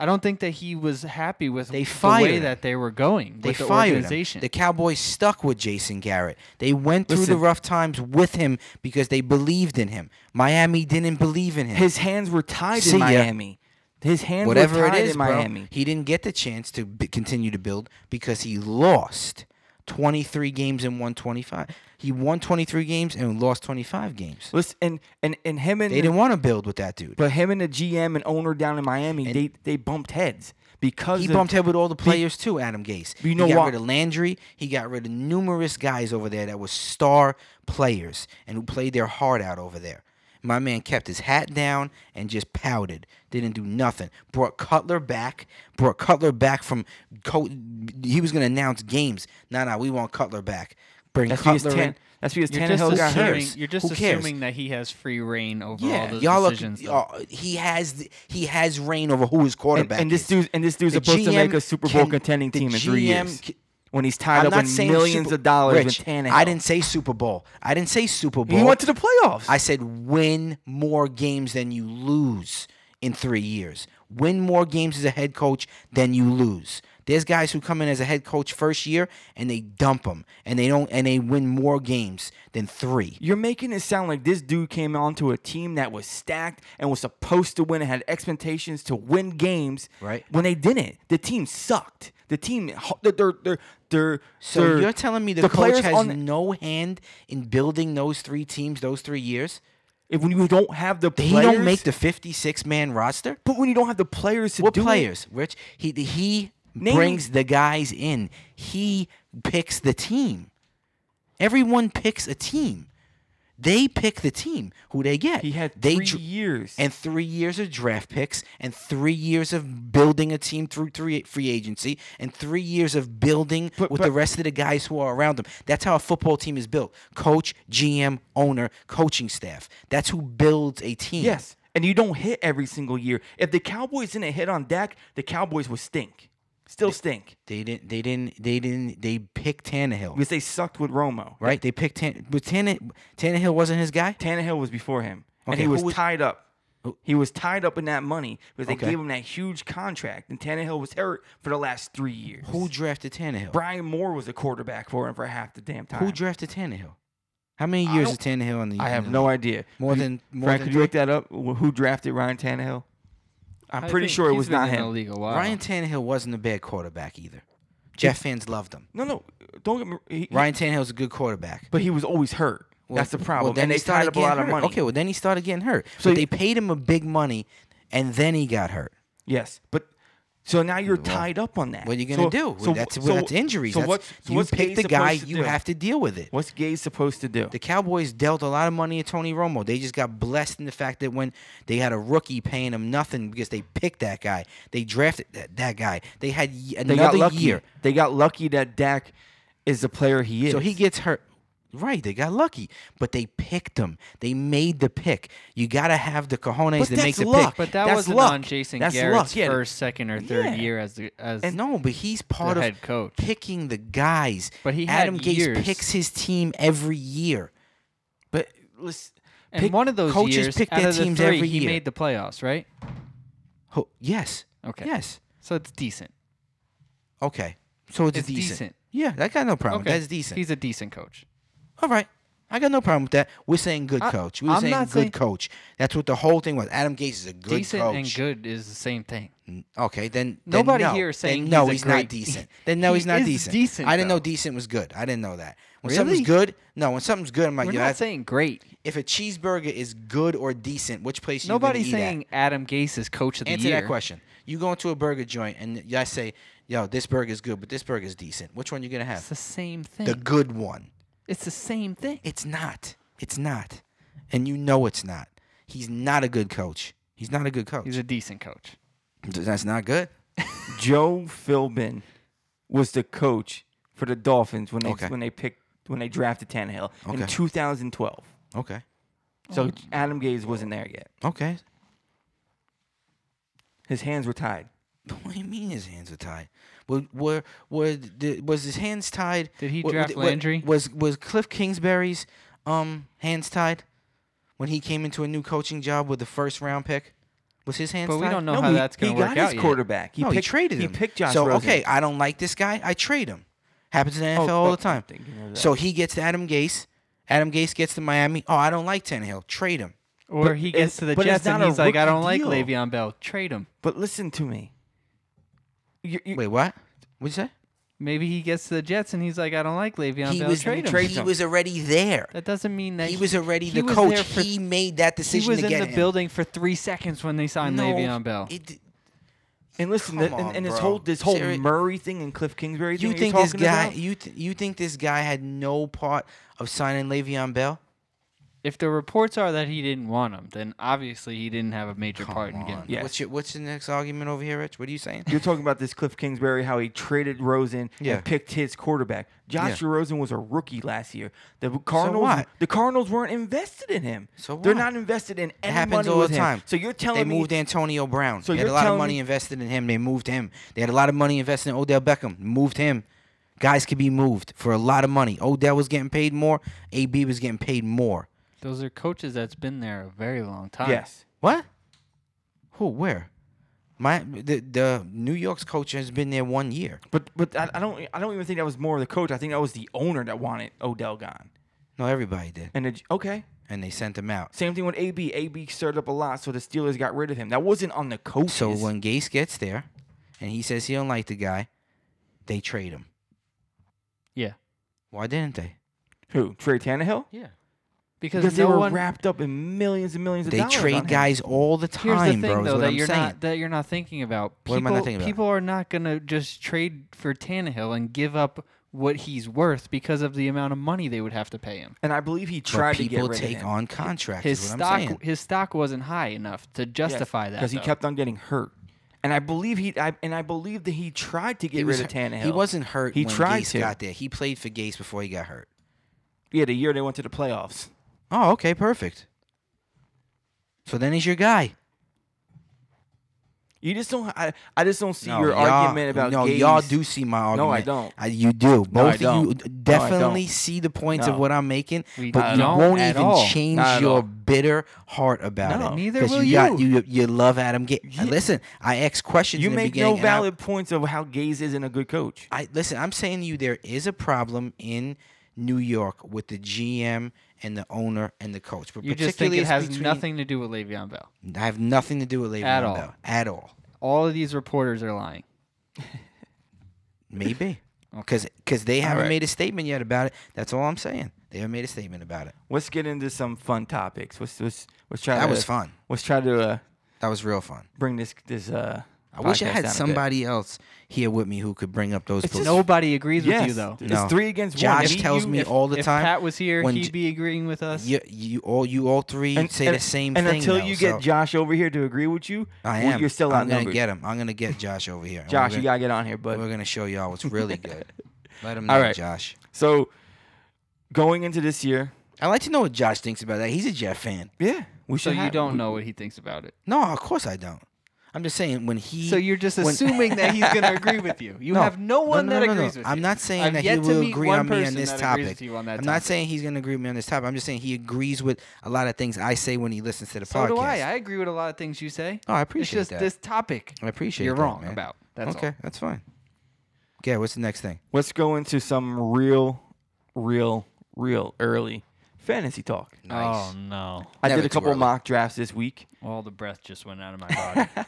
Speaker 3: I don't think that he was happy with
Speaker 1: They
Speaker 3: the way
Speaker 1: fired him.
Speaker 3: that they were going
Speaker 1: They
Speaker 3: with the
Speaker 1: fired
Speaker 3: organization.
Speaker 1: him. The Cowboys stuck with Jason Garrett. They went through
Speaker 2: Listen.
Speaker 1: the rough times with him because they believed in him. Miami didn't believe in him.
Speaker 2: His hands were tied
Speaker 1: See
Speaker 2: in
Speaker 1: ya.
Speaker 2: Miami. His hands
Speaker 1: Whatever
Speaker 2: were
Speaker 1: it
Speaker 2: tied
Speaker 1: is,
Speaker 2: in
Speaker 1: bro,
Speaker 2: Miami.
Speaker 1: he didn't get the chance to b- continue to build because he lost 23 games and won 25. He won 23 games and lost 25 games.
Speaker 2: Listen, and and, and him and
Speaker 1: They didn't want to build with that dude.
Speaker 2: but him and the GM and owner down in Miami,
Speaker 1: And-
Speaker 2: they they bumped heads because
Speaker 1: He
Speaker 2: of-
Speaker 1: bumped head with all the players too, Adam Gase.
Speaker 2: You know
Speaker 1: he got
Speaker 2: why-
Speaker 1: rid of Landry. He got rid of numerous guys over there that were star players and who played their heart out over there. My man kept his hat down and just pouted. Didn't do nothing. Brought Cutler back. Brought Cutler back from. Co- he was going to announce games. No, no, we want Cutler back. Bring
Speaker 2: That's because,
Speaker 1: Cutler
Speaker 2: Tan,
Speaker 1: in.
Speaker 2: that's because
Speaker 3: You're just
Speaker 2: Tannehill got
Speaker 3: assuming,
Speaker 2: hurt.
Speaker 1: hurt.
Speaker 3: you're just
Speaker 1: Who cares?
Speaker 3: assuming that he has free reign over all
Speaker 1: Yeah,
Speaker 3: those
Speaker 1: y'all are,
Speaker 3: decisions. though.
Speaker 1: y'all- he has the- he has reign over who his
Speaker 2: And,
Speaker 1: quarterback
Speaker 2: and this
Speaker 1: is.
Speaker 2: dude's and this dude's
Speaker 1: The
Speaker 2: supposed to make
Speaker 1: GM
Speaker 2: a Super Bowl
Speaker 1: can-
Speaker 2: contending
Speaker 1: the
Speaker 2: team in three
Speaker 1: GM
Speaker 2: years.
Speaker 1: ca-
Speaker 2: when he's tied up with millions
Speaker 1: Super-
Speaker 2: of dollars
Speaker 1: Rich,
Speaker 2: with Tannehill.
Speaker 1: I didn't say Super Bowl. I didn't say Super Bowl.
Speaker 2: He went to the playoffs.
Speaker 1: I said win more games than you lose in three years. win more games as a head coach than you lose. There's guys who come in as a head coach first year and they dump them and they don't and they win more games than three.
Speaker 2: You're making it sound like this dude came onto a team that was stacked and was supposed to win and had expectations to win games.
Speaker 1: Right.
Speaker 2: When they didn't, the team sucked. The team, their, their, their, their
Speaker 1: So
Speaker 2: their-
Speaker 1: you're telling me the,
Speaker 2: players
Speaker 1: coach has
Speaker 2: on-
Speaker 1: no hand in building those three teams those three years?
Speaker 2: if when you don't have the
Speaker 1: They
Speaker 2: players,
Speaker 1: don't make the 56 man roster.
Speaker 2: But when you don't have the players to
Speaker 1: What
Speaker 2: do it-
Speaker 1: players, Rich? He he
Speaker 2: Name-
Speaker 1: brings the guys in. He picks the team. Everyone picks a team. They pick the team who they get.
Speaker 2: he had
Speaker 1: they
Speaker 2: three
Speaker 1: dr-
Speaker 2: years.
Speaker 1: and three years of draft picks, and three years of building a team through three free agency, and three years of building
Speaker 2: But-
Speaker 1: with
Speaker 2: but-
Speaker 1: the rest of the guys who are around them. That's how a football team is built: coach, GM, owner, coaching staff. That's who builds a team.
Speaker 2: yes, and you don't hit every single year. If the Cowboys didn't hit on Dak, the Cowboys would stink. Still stink
Speaker 1: They didn't. They didn't. They didn't. They picked Tannehill,
Speaker 2: because they sucked with Romo.
Speaker 1: right? They picked Tan. But Tanne, Tannehill wasn't his guy.
Speaker 2: Tannehill was before him, and
Speaker 1: Okay,
Speaker 2: he
Speaker 1: who
Speaker 2: was,
Speaker 1: was-
Speaker 2: tied up.
Speaker 1: Who-
Speaker 2: He was tied up in that money because they
Speaker 1: Okay.
Speaker 2: gave him that huge contract, and Tannehill was hurt for the last three years.
Speaker 1: Who drafted Tannehill?
Speaker 2: Brian Moore was a quarterback for him for half the damn time.
Speaker 1: Who drafted Tannehill? How many
Speaker 2: I
Speaker 1: years is
Speaker 2: don't-
Speaker 1: Tannehill in the?
Speaker 2: I
Speaker 1: in
Speaker 2: have
Speaker 1: the
Speaker 2: no
Speaker 1: league?
Speaker 2: idea.
Speaker 1: More
Speaker 2: Could-
Speaker 1: than more
Speaker 2: Frank,
Speaker 1: than
Speaker 2: could you look that up? Wh- Who drafted Ryan Tannehill? I'm
Speaker 3: I
Speaker 2: pretty
Speaker 3: think
Speaker 2: sure it
Speaker 3: he's
Speaker 2: was
Speaker 3: been
Speaker 2: not
Speaker 3: in The
Speaker 2: him.
Speaker 3: league a while.
Speaker 1: Ryan Tannehill wasn't a bad quarterback either. Jeff fans loved him.
Speaker 2: No, no, don't get me. He, he-
Speaker 1: Ryan Tannehill's a good quarterback.
Speaker 2: but he was always hurt.
Speaker 1: Well,
Speaker 2: That's the problem.
Speaker 1: well, then
Speaker 2: and
Speaker 1: he
Speaker 2: they tied
Speaker 1: started
Speaker 2: up a lot
Speaker 1: getting
Speaker 2: of
Speaker 1: hurt.
Speaker 2: money.
Speaker 1: Okay, well then he started getting hurt. So
Speaker 2: So
Speaker 1: but
Speaker 2: you-
Speaker 1: they paid him a big money, and then he got hurt.
Speaker 2: Yes, but so now you're tied up on that.
Speaker 1: What are you gonna
Speaker 2: So-
Speaker 1: do?
Speaker 2: So,
Speaker 1: that's
Speaker 2: so,
Speaker 1: that's injuries.
Speaker 2: So
Speaker 1: That's-
Speaker 2: what's so
Speaker 1: you
Speaker 2: what's
Speaker 1: pick
Speaker 2: Gay
Speaker 1: the guy,
Speaker 2: supposed to
Speaker 1: you
Speaker 2: do?
Speaker 1: have to deal with it.
Speaker 2: What's Gay supposed to do?
Speaker 1: The Cowboys dealt a lot of money at Tony Romo. They just got blessed in the fact that when they had a rookie paying him nothing because they picked that guy, they drafted that, that guy. They had y-
Speaker 2: They
Speaker 1: another
Speaker 2: got lucky.
Speaker 1: year,
Speaker 2: They got lucky that Dak is the player he is.
Speaker 1: so he gets hurt. Right, they got lucky, but they picked him. They made the pick. You gotta have the cojones
Speaker 2: But
Speaker 1: to make
Speaker 2: that's
Speaker 1: the
Speaker 2: luck.
Speaker 1: pick.
Speaker 3: But that
Speaker 2: That's
Speaker 3: wasn't
Speaker 2: luck.
Speaker 3: on Jason
Speaker 2: That's
Speaker 3: Garrett's
Speaker 2: luck, yeah.
Speaker 3: first, second, or third
Speaker 2: Yeah.
Speaker 3: year as the as
Speaker 1: And no, but he's part
Speaker 3: the
Speaker 1: of
Speaker 3: head coach.
Speaker 1: picking the guys.
Speaker 3: But he had
Speaker 1: Adam Gase
Speaker 3: years.
Speaker 1: picks his team every year.
Speaker 2: but listen,
Speaker 3: and
Speaker 1: pick-
Speaker 3: one of those
Speaker 1: coaches
Speaker 3: years
Speaker 1: pick
Speaker 3: out
Speaker 1: their
Speaker 3: of the
Speaker 1: teams
Speaker 3: three,
Speaker 1: every
Speaker 3: he
Speaker 1: year.
Speaker 3: made the playoffs, right?
Speaker 1: Ho- yes.
Speaker 3: Okay.
Speaker 1: Yes.
Speaker 3: So it's decent.
Speaker 1: Okay. So it's,
Speaker 3: It's
Speaker 1: decent.
Speaker 3: decent.
Speaker 1: Yeah, I got no problem.
Speaker 3: okay,
Speaker 1: That's decent.
Speaker 3: He's a decent coach.
Speaker 1: All right. I got no problem with that. We're saying good
Speaker 3: I-
Speaker 1: coach. We We're
Speaker 3: I'm
Speaker 1: saying
Speaker 3: not
Speaker 1: good
Speaker 3: saying-
Speaker 1: coach. That's what the whole thing was. Adam Gase is a good
Speaker 3: decent
Speaker 1: coach.
Speaker 3: and good is the same thing.
Speaker 1: N- Okay, then then
Speaker 3: Nobody
Speaker 1: no.
Speaker 3: here is saying
Speaker 1: then no,
Speaker 3: he's a
Speaker 1: he's,
Speaker 3: great-
Speaker 1: not decent. Then no,
Speaker 3: He
Speaker 1: he's not
Speaker 3: is
Speaker 1: decent.
Speaker 3: decent,
Speaker 1: I didn't know
Speaker 3: though.
Speaker 1: decent was good. I didn't know that. When
Speaker 3: Really?
Speaker 1: something's good, no, when something's good, I'm like,
Speaker 3: We're
Speaker 1: yo,
Speaker 3: not
Speaker 1: that's-
Speaker 3: saying great.
Speaker 1: if a cheeseburger is good or decent, which place are you gonna
Speaker 3: Nobody's
Speaker 1: eat at?
Speaker 3: saying Adam Gase is coach of the
Speaker 1: Answer
Speaker 3: year.
Speaker 1: that question. You go into a burger joint and I say, yo, this burger is good, but this burger is decent. Which one you gonna
Speaker 3: It's
Speaker 1: have?
Speaker 3: the same thing.
Speaker 1: The good one.
Speaker 3: it's the same thing.
Speaker 1: It's not. It's not. And you know it's not. He's not a good coach. He's not a good coach.
Speaker 3: He's a decent coach.
Speaker 1: That's not good.
Speaker 2: Joe Philbin was the coach for the Dolphins when they
Speaker 1: Okay.
Speaker 2: when they picked when they drafted Tannehill in
Speaker 1: Okay.
Speaker 2: 2012.
Speaker 1: Okay.
Speaker 2: So
Speaker 3: Oh.
Speaker 2: Adam Gaze wasn't there yet.
Speaker 1: Okay.
Speaker 2: His hands were tied.
Speaker 1: What do you mean his hands are tied? Were were, were the, was his hands tied?
Speaker 3: Did he
Speaker 1: wa- wa-
Speaker 3: draft
Speaker 1: wa-
Speaker 3: Landry?
Speaker 1: Was was Cliff Kingsbury's um hands tied when he came into a new coaching job with the first round pick? Was his hands
Speaker 3: But
Speaker 1: tied?
Speaker 3: we don't know
Speaker 2: No,
Speaker 3: how
Speaker 2: he-
Speaker 3: that's going
Speaker 2: he
Speaker 3: to work
Speaker 2: got
Speaker 3: out
Speaker 2: his
Speaker 3: yet.
Speaker 2: quarterback.
Speaker 1: He no, he traded
Speaker 2: he
Speaker 1: him.
Speaker 2: picked Josh
Speaker 1: So
Speaker 2: Rosen.
Speaker 1: okay, I don't like this guy. I trade him. Happens in the NFL
Speaker 2: Oh,
Speaker 1: all
Speaker 2: oh,
Speaker 1: the time.
Speaker 2: I'm thinking of that.
Speaker 1: So he gets to Adam Gase. Adam Gase gets to Miami. Oh, I don't like Tannehill. Trade him.
Speaker 3: Or
Speaker 2: But
Speaker 3: he
Speaker 2: it's-
Speaker 3: gets to the
Speaker 2: but it's
Speaker 3: Jets and
Speaker 2: not a
Speaker 3: he's like, I
Speaker 2: rookie
Speaker 3: don't like
Speaker 2: deal."
Speaker 3: Le'Veon Bell. Trade him.
Speaker 2: But listen to me. You- you-
Speaker 1: Wait, what? What'd you say?
Speaker 3: Maybe he gets to the Jets and he's like, I don't like Le'Veon
Speaker 1: He
Speaker 3: Bell.
Speaker 1: was
Speaker 3: trade him.
Speaker 2: trade
Speaker 1: he
Speaker 2: him.
Speaker 1: was already there.
Speaker 3: That doesn't mean that
Speaker 1: He was already
Speaker 3: he
Speaker 1: the
Speaker 3: was
Speaker 1: coach.
Speaker 3: there for-
Speaker 1: he made that
Speaker 3: he
Speaker 1: decision
Speaker 3: was
Speaker 1: to
Speaker 3: in
Speaker 1: get
Speaker 3: the
Speaker 1: him.
Speaker 3: building for three seconds when they signed
Speaker 1: No,
Speaker 3: Le'Veon Bell.
Speaker 1: it-
Speaker 2: and listen,
Speaker 1: Come
Speaker 2: th- and,
Speaker 1: on,
Speaker 2: and this
Speaker 1: bro.
Speaker 2: whole this whole
Speaker 1: Seri-
Speaker 2: Murray thing and Cliff Kingsbury thing.
Speaker 1: you
Speaker 2: that
Speaker 1: think
Speaker 2: you're
Speaker 1: this
Speaker 2: talking
Speaker 1: guy?
Speaker 2: about?
Speaker 1: You th- you think this guy had no part of signing Le'Veon Bell?
Speaker 3: if the reports are that he didn't want him, then obviously he didn't have a major part in getting
Speaker 1: on.
Speaker 3: him.
Speaker 2: Yes.
Speaker 1: What's your What's the next argument over here, Rich? What are you saying?
Speaker 2: You're talking about this Cliff Kingsbury, how he traded Rosen
Speaker 1: Yeah.
Speaker 2: and picked his quarterback. Josh Rosen was a rookie last year. The Cardinals,
Speaker 1: what?
Speaker 2: the Cardinals weren't invested in him.
Speaker 1: So
Speaker 2: they're
Speaker 1: what?
Speaker 2: not invested in any
Speaker 1: happens
Speaker 2: money
Speaker 1: all
Speaker 2: with
Speaker 1: the
Speaker 2: him.
Speaker 1: time.
Speaker 2: So you're telling
Speaker 1: They
Speaker 2: me
Speaker 1: moved Antonio Brown.
Speaker 2: So
Speaker 1: they had
Speaker 2: you're
Speaker 1: a lot of
Speaker 2: telling
Speaker 1: money
Speaker 2: me-
Speaker 1: invested in him. They moved him. They had a lot of money invested in Odell Beckham. Moved him. Guys could be moved for a lot of money. Odell was getting paid more. AB was getting paid more.
Speaker 3: Those are coaches that's been there a very long time.
Speaker 2: yes?
Speaker 1: What? Who? Where? My the the New York's coach has been there one year.
Speaker 2: But but I, I don't I don't even think that was more of the coach. I think that was the owner that wanted Odell gone.
Speaker 1: No, everybody did,
Speaker 2: And the, okay,
Speaker 1: and they sent him out.
Speaker 2: same thing with AB. AB stirred up a lot, so the Steelers got rid of him. That wasn't on the coaches.
Speaker 1: So when Gase gets there, and he says he don't like the guy, they trade him.
Speaker 3: Yeah.
Speaker 1: Why didn't they?
Speaker 2: who Trey Tannehill?
Speaker 3: Yeah. Because,
Speaker 2: Because they
Speaker 3: no
Speaker 2: were
Speaker 3: one
Speaker 2: wrapped up in millions and millions of
Speaker 1: They
Speaker 2: dollars. on him.
Speaker 1: trade guys all the time,
Speaker 3: Here's the thing,
Speaker 1: bro. is
Speaker 3: though,
Speaker 1: what
Speaker 3: that
Speaker 1: I'm
Speaker 3: you're
Speaker 1: saying.
Speaker 3: not that you're not thinking about. People,
Speaker 1: What am I not thinking about?
Speaker 3: People are not gonna just trade for Tannehill and give up what he's worth because of the amount of money they would have to pay him.
Speaker 2: and I believe he
Speaker 1: But
Speaker 2: tried to get
Speaker 1: people
Speaker 2: rid
Speaker 1: take
Speaker 2: of him.
Speaker 1: on contracts.
Speaker 3: His
Speaker 1: is what I'm saying.
Speaker 3: stock his stock wasn't high enough to justify that.
Speaker 2: because he
Speaker 3: though.
Speaker 2: kept on getting hurt. And I believe he, I, and I believe that he tried to get
Speaker 1: He
Speaker 2: rid
Speaker 1: was
Speaker 2: of
Speaker 1: hurt-
Speaker 2: Tannehill.
Speaker 1: He wasn't hurt.
Speaker 2: He
Speaker 1: when
Speaker 2: tried
Speaker 1: Gase
Speaker 2: to.
Speaker 1: got there. He played for Gase before he got hurt.
Speaker 2: Yeah, the year they went to the playoffs.
Speaker 1: Oh, okay, perfect. So then he's your guy.
Speaker 2: You just don't. I, I just don't see
Speaker 1: No,
Speaker 2: your
Speaker 1: y'all-
Speaker 2: argument about
Speaker 1: no.
Speaker 2: Gase.
Speaker 1: Y'all do see my argument.
Speaker 2: No, I don't.
Speaker 1: I, you do. Both
Speaker 2: I
Speaker 1: of you
Speaker 2: don't.
Speaker 1: definitely see the points of
Speaker 2: No.
Speaker 1: what I'm making,
Speaker 3: We
Speaker 1: but you
Speaker 3: don't
Speaker 1: won't
Speaker 3: at
Speaker 1: even
Speaker 3: all.
Speaker 1: change
Speaker 2: Not at
Speaker 1: your
Speaker 2: all.
Speaker 1: bitter heart about
Speaker 2: No.
Speaker 1: it.
Speaker 3: Neither
Speaker 1: 'Cause
Speaker 3: will
Speaker 1: you. Got,
Speaker 3: you.
Speaker 1: you you love Adam Gase.
Speaker 2: Yeah.
Speaker 1: Listen, I asked questions.
Speaker 2: You
Speaker 1: in the
Speaker 2: make
Speaker 1: beginning
Speaker 2: no
Speaker 1: and I-
Speaker 2: valid points of how Gaze isn't a good coach.
Speaker 1: I listen. I'm saying to you, there is a problem in New York with the GM and the owner and the coach. But
Speaker 3: you
Speaker 1: particularly
Speaker 3: just think it
Speaker 1: it's
Speaker 3: has
Speaker 1: between-
Speaker 3: nothing to do with Le'Veon Bell.
Speaker 1: I have nothing to do with Le'Veon
Speaker 3: At all.
Speaker 1: Bell at all.
Speaker 3: All of these reporters are lying.
Speaker 1: Maybe because they haven't
Speaker 2: right.
Speaker 1: made a statement yet about it. That's all I'm saying. They haven't made a statement about it.
Speaker 2: Let's get into some fun topics. Let's let's let's try.
Speaker 1: That
Speaker 2: to,
Speaker 1: was fun.
Speaker 2: Let's try to uh,
Speaker 1: That was real fun.
Speaker 2: bring this this. Uh,
Speaker 1: I wish I
Speaker 2: podcast down a
Speaker 1: had
Speaker 2: bit.
Speaker 1: somebody else here with me who could bring up those.
Speaker 2: It's
Speaker 1: bull-
Speaker 2: just-
Speaker 3: Nobody agrees
Speaker 2: Yes,
Speaker 3: with you though.
Speaker 2: it's
Speaker 1: No.
Speaker 2: three against one.
Speaker 1: Josh
Speaker 2: If
Speaker 1: tells
Speaker 2: you-
Speaker 1: me
Speaker 2: if-
Speaker 1: all the
Speaker 3: if
Speaker 1: time.
Speaker 3: Pat was here,
Speaker 1: when
Speaker 3: he'd
Speaker 1: J-
Speaker 3: be agreeing with us.
Speaker 1: you, you all you all three say the same
Speaker 2: and
Speaker 1: thing.
Speaker 2: until
Speaker 1: though,
Speaker 2: you get
Speaker 1: so-
Speaker 2: Josh over here to agree with you,
Speaker 1: I
Speaker 2: well,
Speaker 1: am.
Speaker 2: you're still
Speaker 1: I'm gonna
Speaker 2: outnumbered.
Speaker 1: get him. I'm gonna get Josh over here. and we're
Speaker 2: Josh, you
Speaker 1: gonna-
Speaker 2: gotta get on here,
Speaker 1: We're
Speaker 2: bud.
Speaker 1: going to show y'all what's really good. Let him know,
Speaker 2: All right.
Speaker 1: Josh.
Speaker 2: So going into this year,
Speaker 1: I'd like to know what Josh thinks about that. He's a Jet fan.
Speaker 2: yeah, we
Speaker 3: so
Speaker 2: should.
Speaker 3: you
Speaker 2: have-
Speaker 3: don't
Speaker 2: we-
Speaker 3: know what he thinks about it.
Speaker 1: No, of course I don't. I'm just saying when he.
Speaker 3: So you're just
Speaker 1: when-
Speaker 3: assuming that he's going to agree with you. You
Speaker 1: No.
Speaker 3: have no one
Speaker 1: no, no,
Speaker 3: that
Speaker 1: no, no.
Speaker 3: agrees with you.
Speaker 1: I'm not saying
Speaker 3: I've
Speaker 1: that he
Speaker 3: yet to
Speaker 1: will
Speaker 3: meet
Speaker 1: agree
Speaker 3: one
Speaker 1: on me on
Speaker 3: person
Speaker 1: this
Speaker 3: that
Speaker 1: topic.
Speaker 3: agrees with you on that
Speaker 1: I'm not
Speaker 3: topic.
Speaker 1: saying he's going to agree with me on this topic. I'm just saying he agrees with a lot of things I say when he listens to the
Speaker 3: So
Speaker 1: podcast.
Speaker 3: do I. I agree with a lot of things you say.
Speaker 1: oh, I appreciate
Speaker 3: it's
Speaker 1: that.
Speaker 3: just this topic
Speaker 1: I appreciate
Speaker 3: you're
Speaker 1: that,
Speaker 3: wrong
Speaker 1: man.
Speaker 3: about. That's
Speaker 1: okay,
Speaker 3: all.
Speaker 1: that's fine. Okay, what's the next thing?
Speaker 2: Let's go into some real, real, real early fantasy talk.
Speaker 1: Nice.
Speaker 3: Oh,
Speaker 2: Um,
Speaker 3: no.
Speaker 2: I
Speaker 1: Never
Speaker 2: did a
Speaker 1: too
Speaker 2: couple
Speaker 1: early.
Speaker 2: mock drafts this week.
Speaker 3: All the breath just went out of my body.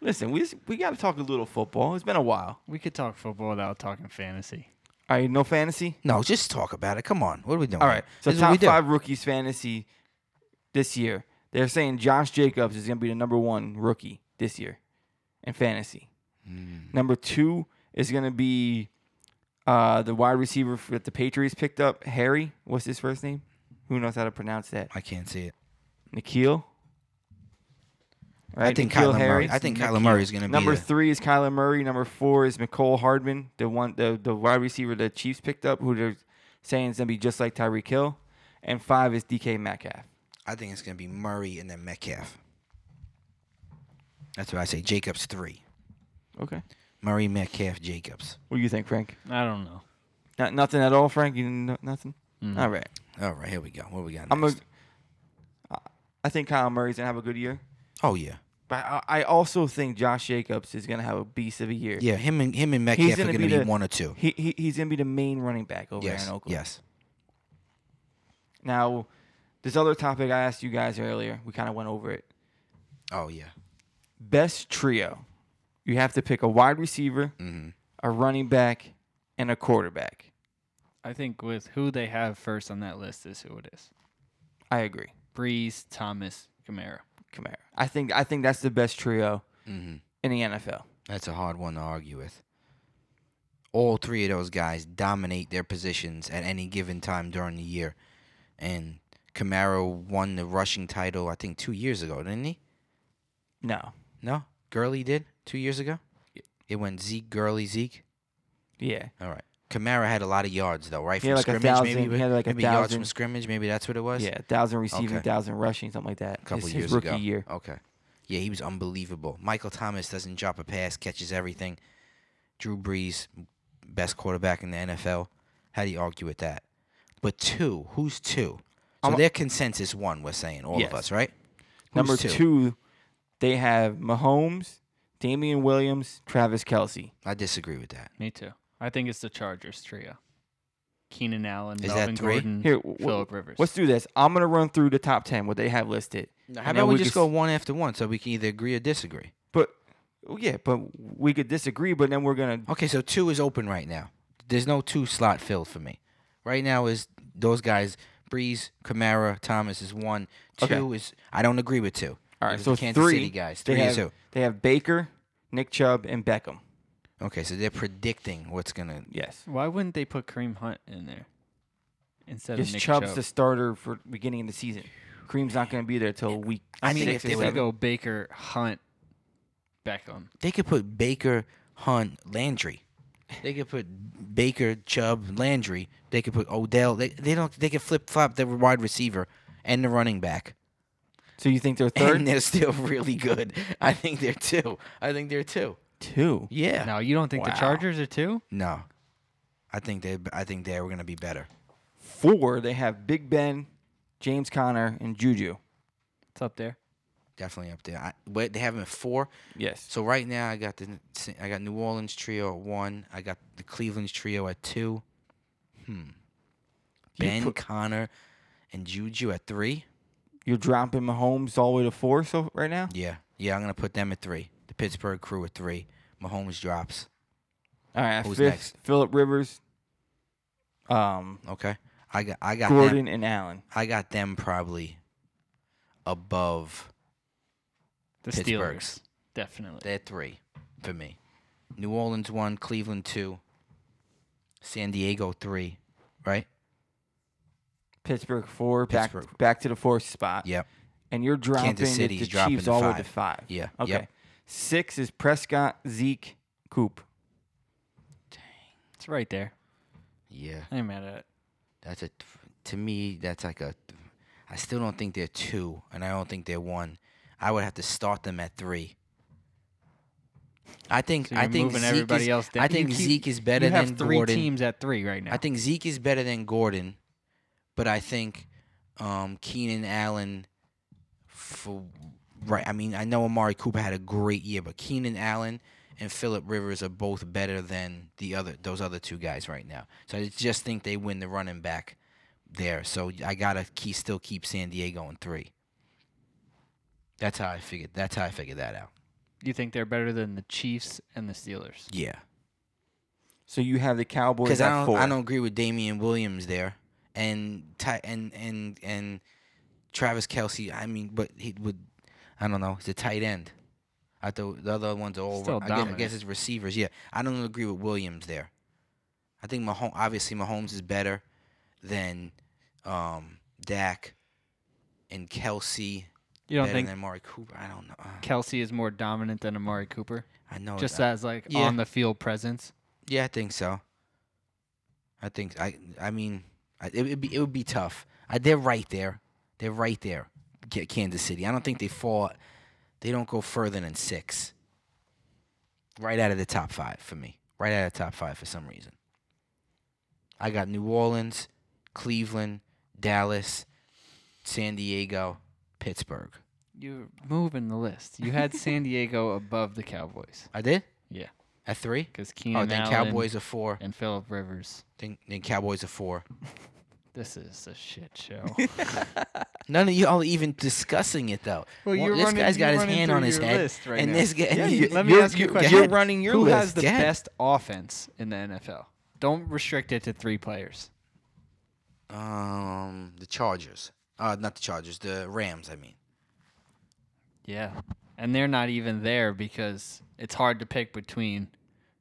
Speaker 2: Listen, we just, we got to talk a little football. It's been a while.
Speaker 3: we could talk football without talking fantasy.
Speaker 2: All right, no fantasy.
Speaker 1: No, just talk about it. Come on. What are we doing?
Speaker 2: All right, so
Speaker 1: This is what we
Speaker 2: top
Speaker 1: do.
Speaker 2: five rookies fantasy this year. They're saying Josh Jacobs is going to be the number one rookie this year in fantasy.
Speaker 1: Hmm.
Speaker 2: Number two is going to be uh, the wide receiver that the Patriots picked up, Harry. What's his first name? Who knows how to pronounce that?
Speaker 1: I can't see it.
Speaker 2: Nikhil. Right,
Speaker 1: I think
Speaker 2: Nikhil
Speaker 1: Kyler Murray.
Speaker 2: Harry.
Speaker 1: I think Kyler Murray is going to be
Speaker 2: Number
Speaker 1: the-
Speaker 2: three is Kyler Murray. Number four is Nicole Hardman, the one, the, the wide receiver the Chiefs picked up, who they're saying is gonna be just like Tyreek Hill. And five is DK Metcalf.
Speaker 1: I think it's going to be Murray and then Metcalf. That's what I say. Jacobs three.
Speaker 2: Okay.
Speaker 1: Murray, Metcalf, Jacobs.
Speaker 2: What do you think, Frank?
Speaker 3: I don't know.
Speaker 2: Not, nothing at all, Frank. You didn't know nothing. All right.
Speaker 1: All right, here we go. What we got next?
Speaker 2: I'm a. I- I think Kyler Murray's gonna have a good year,
Speaker 1: oh yeah,
Speaker 2: but I, I also think Josh Jacobs is gonna have a beast of a year.
Speaker 1: yeah. Him and him and
Speaker 2: He's
Speaker 1: Metcalf are
Speaker 2: gonna
Speaker 1: going to
Speaker 2: be
Speaker 1: be
Speaker 2: the-
Speaker 1: one or two.
Speaker 2: He, he he's gonna be the main running back over
Speaker 1: Yes,
Speaker 2: there in Oakland.
Speaker 1: yes.
Speaker 2: Now, this other topic I asked you guys earlier, we kind of went over it.
Speaker 1: Oh yeah.
Speaker 2: Best trio. You have to pick a wide receiver,
Speaker 1: Mm-hmm.
Speaker 2: a running back, and a quarterback.
Speaker 3: I think with who they have first on that list is who it is.
Speaker 2: I agree.
Speaker 3: Breeze, Thomas, Kamara.
Speaker 2: Kamara. I think I think that's the best trio
Speaker 1: Mm-hmm.
Speaker 2: in the NFL.
Speaker 1: That's a hard one to argue with. All three of those guys dominate their positions at any given time during the year, and Camaro won the rushing title I think two years ago, didn't he?
Speaker 2: No.
Speaker 1: No, Gurley did two years ago. It went Zeke, Gurley, Zeke.
Speaker 2: Yeah.
Speaker 1: All right. Kamara had a lot of yards though, right?
Speaker 2: He had like a
Speaker 1: scrimmage,
Speaker 2: thousand.
Speaker 1: maybe
Speaker 2: He had like a
Speaker 1: maybe yards
Speaker 2: thousand.
Speaker 1: from scrimmage. Maybe that's what it was.
Speaker 2: Yeah, thousand receiving,
Speaker 1: Okay.
Speaker 2: thousand rushing, something like that.
Speaker 1: a couple
Speaker 2: his,
Speaker 1: years
Speaker 2: his rookie
Speaker 1: ago.
Speaker 2: year.
Speaker 1: Okay. Yeah, he was unbelievable. Michael Thomas doesn't drop a pass, catches everything. Drew Brees, best quarterback in the NFL. How do you argue with that? But two, who's two? So
Speaker 2: I'm-
Speaker 1: their consensus one. We're saying all
Speaker 2: Yes.
Speaker 1: of us, right? Who's
Speaker 2: Number two? They have Mahomes, Damian Williams, Travis Kelsey.
Speaker 1: I disagree with that.
Speaker 3: Me too. I think it's the Chargers trio. Keenan Allen,
Speaker 1: Is that
Speaker 3: Melvin
Speaker 1: three?
Speaker 3: Gordon,
Speaker 2: Here, wh-
Speaker 3: Philip Rivers.
Speaker 2: Let's do this. I'm gonna run through the top ten what they have listed.
Speaker 1: How
Speaker 2: then
Speaker 1: about we,
Speaker 2: we
Speaker 1: just
Speaker 2: could
Speaker 1: go
Speaker 2: s-
Speaker 1: one after one so we can either agree or disagree?
Speaker 2: But well, yeah, but we could disagree. But then we're gonna
Speaker 1: Okay, so two is open right now. There's no two slot filled for me. Right now is those guys. Breeze, Kamara, Thomas is one. Two
Speaker 2: Okay.
Speaker 1: is I don't agree with two.
Speaker 2: all right.
Speaker 1: It's
Speaker 2: So
Speaker 1: Kansas
Speaker 2: three
Speaker 1: City guys.
Speaker 2: They
Speaker 1: Three
Speaker 2: have
Speaker 1: is who?
Speaker 2: they have Baker, Nick Chubb, and Beckham.
Speaker 1: Okay, so they're predicting what's gonna.
Speaker 2: Yes.
Speaker 3: Why wouldn't they put Kareem Hunt in there instead
Speaker 2: Just
Speaker 3: of Nick
Speaker 2: Chubb's
Speaker 3: Chubb?
Speaker 2: the starter for beginning of the season. Kareem's not going to be there till week.
Speaker 1: I
Speaker 3: I
Speaker 1: mean,
Speaker 3: mean,
Speaker 1: think
Speaker 3: if
Speaker 1: if
Speaker 2: six
Speaker 1: they
Speaker 2: or
Speaker 3: they
Speaker 1: would've
Speaker 3: would
Speaker 2: seven.
Speaker 3: go Baker, Hunt, Beckham,
Speaker 1: They could put Baker, Hunt, Landry. They could put Baker, Chubb, Landry. They could put Odell. They they don't. They could flip flop the wide receiver and the running back.
Speaker 2: so you think they're
Speaker 1: And
Speaker 2: third
Speaker 1: they're still really good. I think they're two. I think they're two.
Speaker 2: two?
Speaker 1: Yeah.
Speaker 3: No, you don't think
Speaker 2: Wow.
Speaker 3: the Chargers are two?
Speaker 1: No, I think they. I think they were gonna be better.
Speaker 2: Four. They have Big Ben, James Conner, and Juju.
Speaker 3: It's up there.
Speaker 1: Definitely up there. I, wait, they have them at four.
Speaker 2: Yes.
Speaker 1: So right now I got the I got New Orleans trio at one. I got the Cleveland's trio at two. Hmm.
Speaker 2: You
Speaker 1: Ben
Speaker 2: put-
Speaker 1: Connor and Juju at three.
Speaker 2: You're dropping Mahomes all the way to four. So right now,
Speaker 1: Yeah, yeah. I'm gonna put them at three. The Pittsburgh crew at three. Mahomes drops.
Speaker 2: all right.
Speaker 1: Who's
Speaker 2: fifth,
Speaker 1: next?
Speaker 2: Philip Rivers, um,
Speaker 1: Okay. I got I got them.
Speaker 2: Gordon, and Allen.
Speaker 1: I got them probably above.
Speaker 3: The
Speaker 1: Pittsburgh's.
Speaker 3: Steelers, definitely.
Speaker 1: They're three for me. New Orleans one, Cleveland two, San Diego three, right?
Speaker 2: Pittsburgh four. Back
Speaker 1: Pittsburgh.
Speaker 2: back to the fourth spot.
Speaker 1: Yep.
Speaker 2: And you're dropping the-
Speaker 1: City's
Speaker 2: the
Speaker 1: dropping
Speaker 2: Chiefs
Speaker 1: to
Speaker 2: all the way to
Speaker 1: five.
Speaker 2: five.
Speaker 1: Yeah.
Speaker 2: Okay.
Speaker 1: Yep.
Speaker 2: Six is Prescott, Zeke, Coop.
Speaker 3: It's right there.
Speaker 1: Yeah.
Speaker 3: I ain't mad at it.
Speaker 1: That's a th- to me. That's like a. th- I still don't think they're two, and I don't think they're one. I would have to start them at three. I think.
Speaker 3: So
Speaker 1: I
Speaker 3: you're
Speaker 1: think
Speaker 3: moving
Speaker 1: Zeke
Speaker 3: everybody
Speaker 1: is,
Speaker 3: else down.
Speaker 1: I
Speaker 3: You
Speaker 1: think
Speaker 3: keep-
Speaker 1: Zeke is better
Speaker 3: you have
Speaker 1: than
Speaker 3: three
Speaker 1: Gordon.
Speaker 3: teams at three right now.
Speaker 1: I think Zeke is better than Gordon, but I think um, Keenan Allen. For right, I mean, I know Amari Cooper had a great year, but Keenan Allen and Philip Rivers are both better than the other those other two guys right now. So I just think they win the running back there. So I gotta key, still keep San Diego in three. That's how I figured. That's how I figured that out.
Speaker 3: you think they're better than the Chiefs and the Steelers.
Speaker 1: Yeah,
Speaker 2: So you have the Cowboys
Speaker 1: because
Speaker 2: at
Speaker 1: I don't.
Speaker 2: four.
Speaker 1: I don't agree with Damian Williams there, and Ty, and and and Travis Kelsey. I mean, but he would. I don't know. He's a tight end. I thought the other ones are all.
Speaker 3: Still
Speaker 1: I, guess, I
Speaker 3: dominant.
Speaker 1: guess it's receivers. Yeah, I don't agree with Williams there. I think Mahomes. Obviously, Mahomes is better than um, Dak and Kelsey.
Speaker 3: You don't
Speaker 1: better
Speaker 3: think
Speaker 1: than Amari Cooper? I don't know. Uh,
Speaker 3: Kelsey is more dominant than Amari Cooper?
Speaker 1: I know.
Speaker 3: Just
Speaker 1: that.
Speaker 3: as like
Speaker 1: yeah.
Speaker 3: on the field presence.
Speaker 1: Yeah, I think so. I think I. I mean, I, it would be it would be tough. I, they're right there. They're right there. Get Kansas City. I don't think they fall. They don't go further than six. Right out of the top five for me. Right out of the top five for some reason. I got New Orleans, Cleveland, Dallas, San Diego, Pittsburgh.
Speaker 3: You're moving the list. You had San Diego above the Cowboys
Speaker 1: I did.
Speaker 3: Yeah.
Speaker 1: At three.
Speaker 3: because Keenan
Speaker 1: Oh, then
Speaker 3: Allen
Speaker 1: Cowboys are four.
Speaker 3: and Philip Rivers.
Speaker 1: Then, then Cowboys are four.
Speaker 3: This is a shit show.
Speaker 1: None of y'all are even discussing it though. Well, this guy's got his hand on his head, and this guy.
Speaker 3: Yeah,
Speaker 1: and
Speaker 3: you-
Speaker 1: he-
Speaker 3: let me
Speaker 1: you're-
Speaker 3: ask you a
Speaker 1: you're-
Speaker 3: question.
Speaker 1: You're running your
Speaker 3: Who
Speaker 1: list.
Speaker 3: has the
Speaker 1: Go ahead.
Speaker 3: best offense in the NFL? Don't restrict it to three players.
Speaker 1: Um, the Chargers. Uh, not the Chargers. The Rams. I mean.
Speaker 3: Yeah, and they're not even there because it's hard to pick between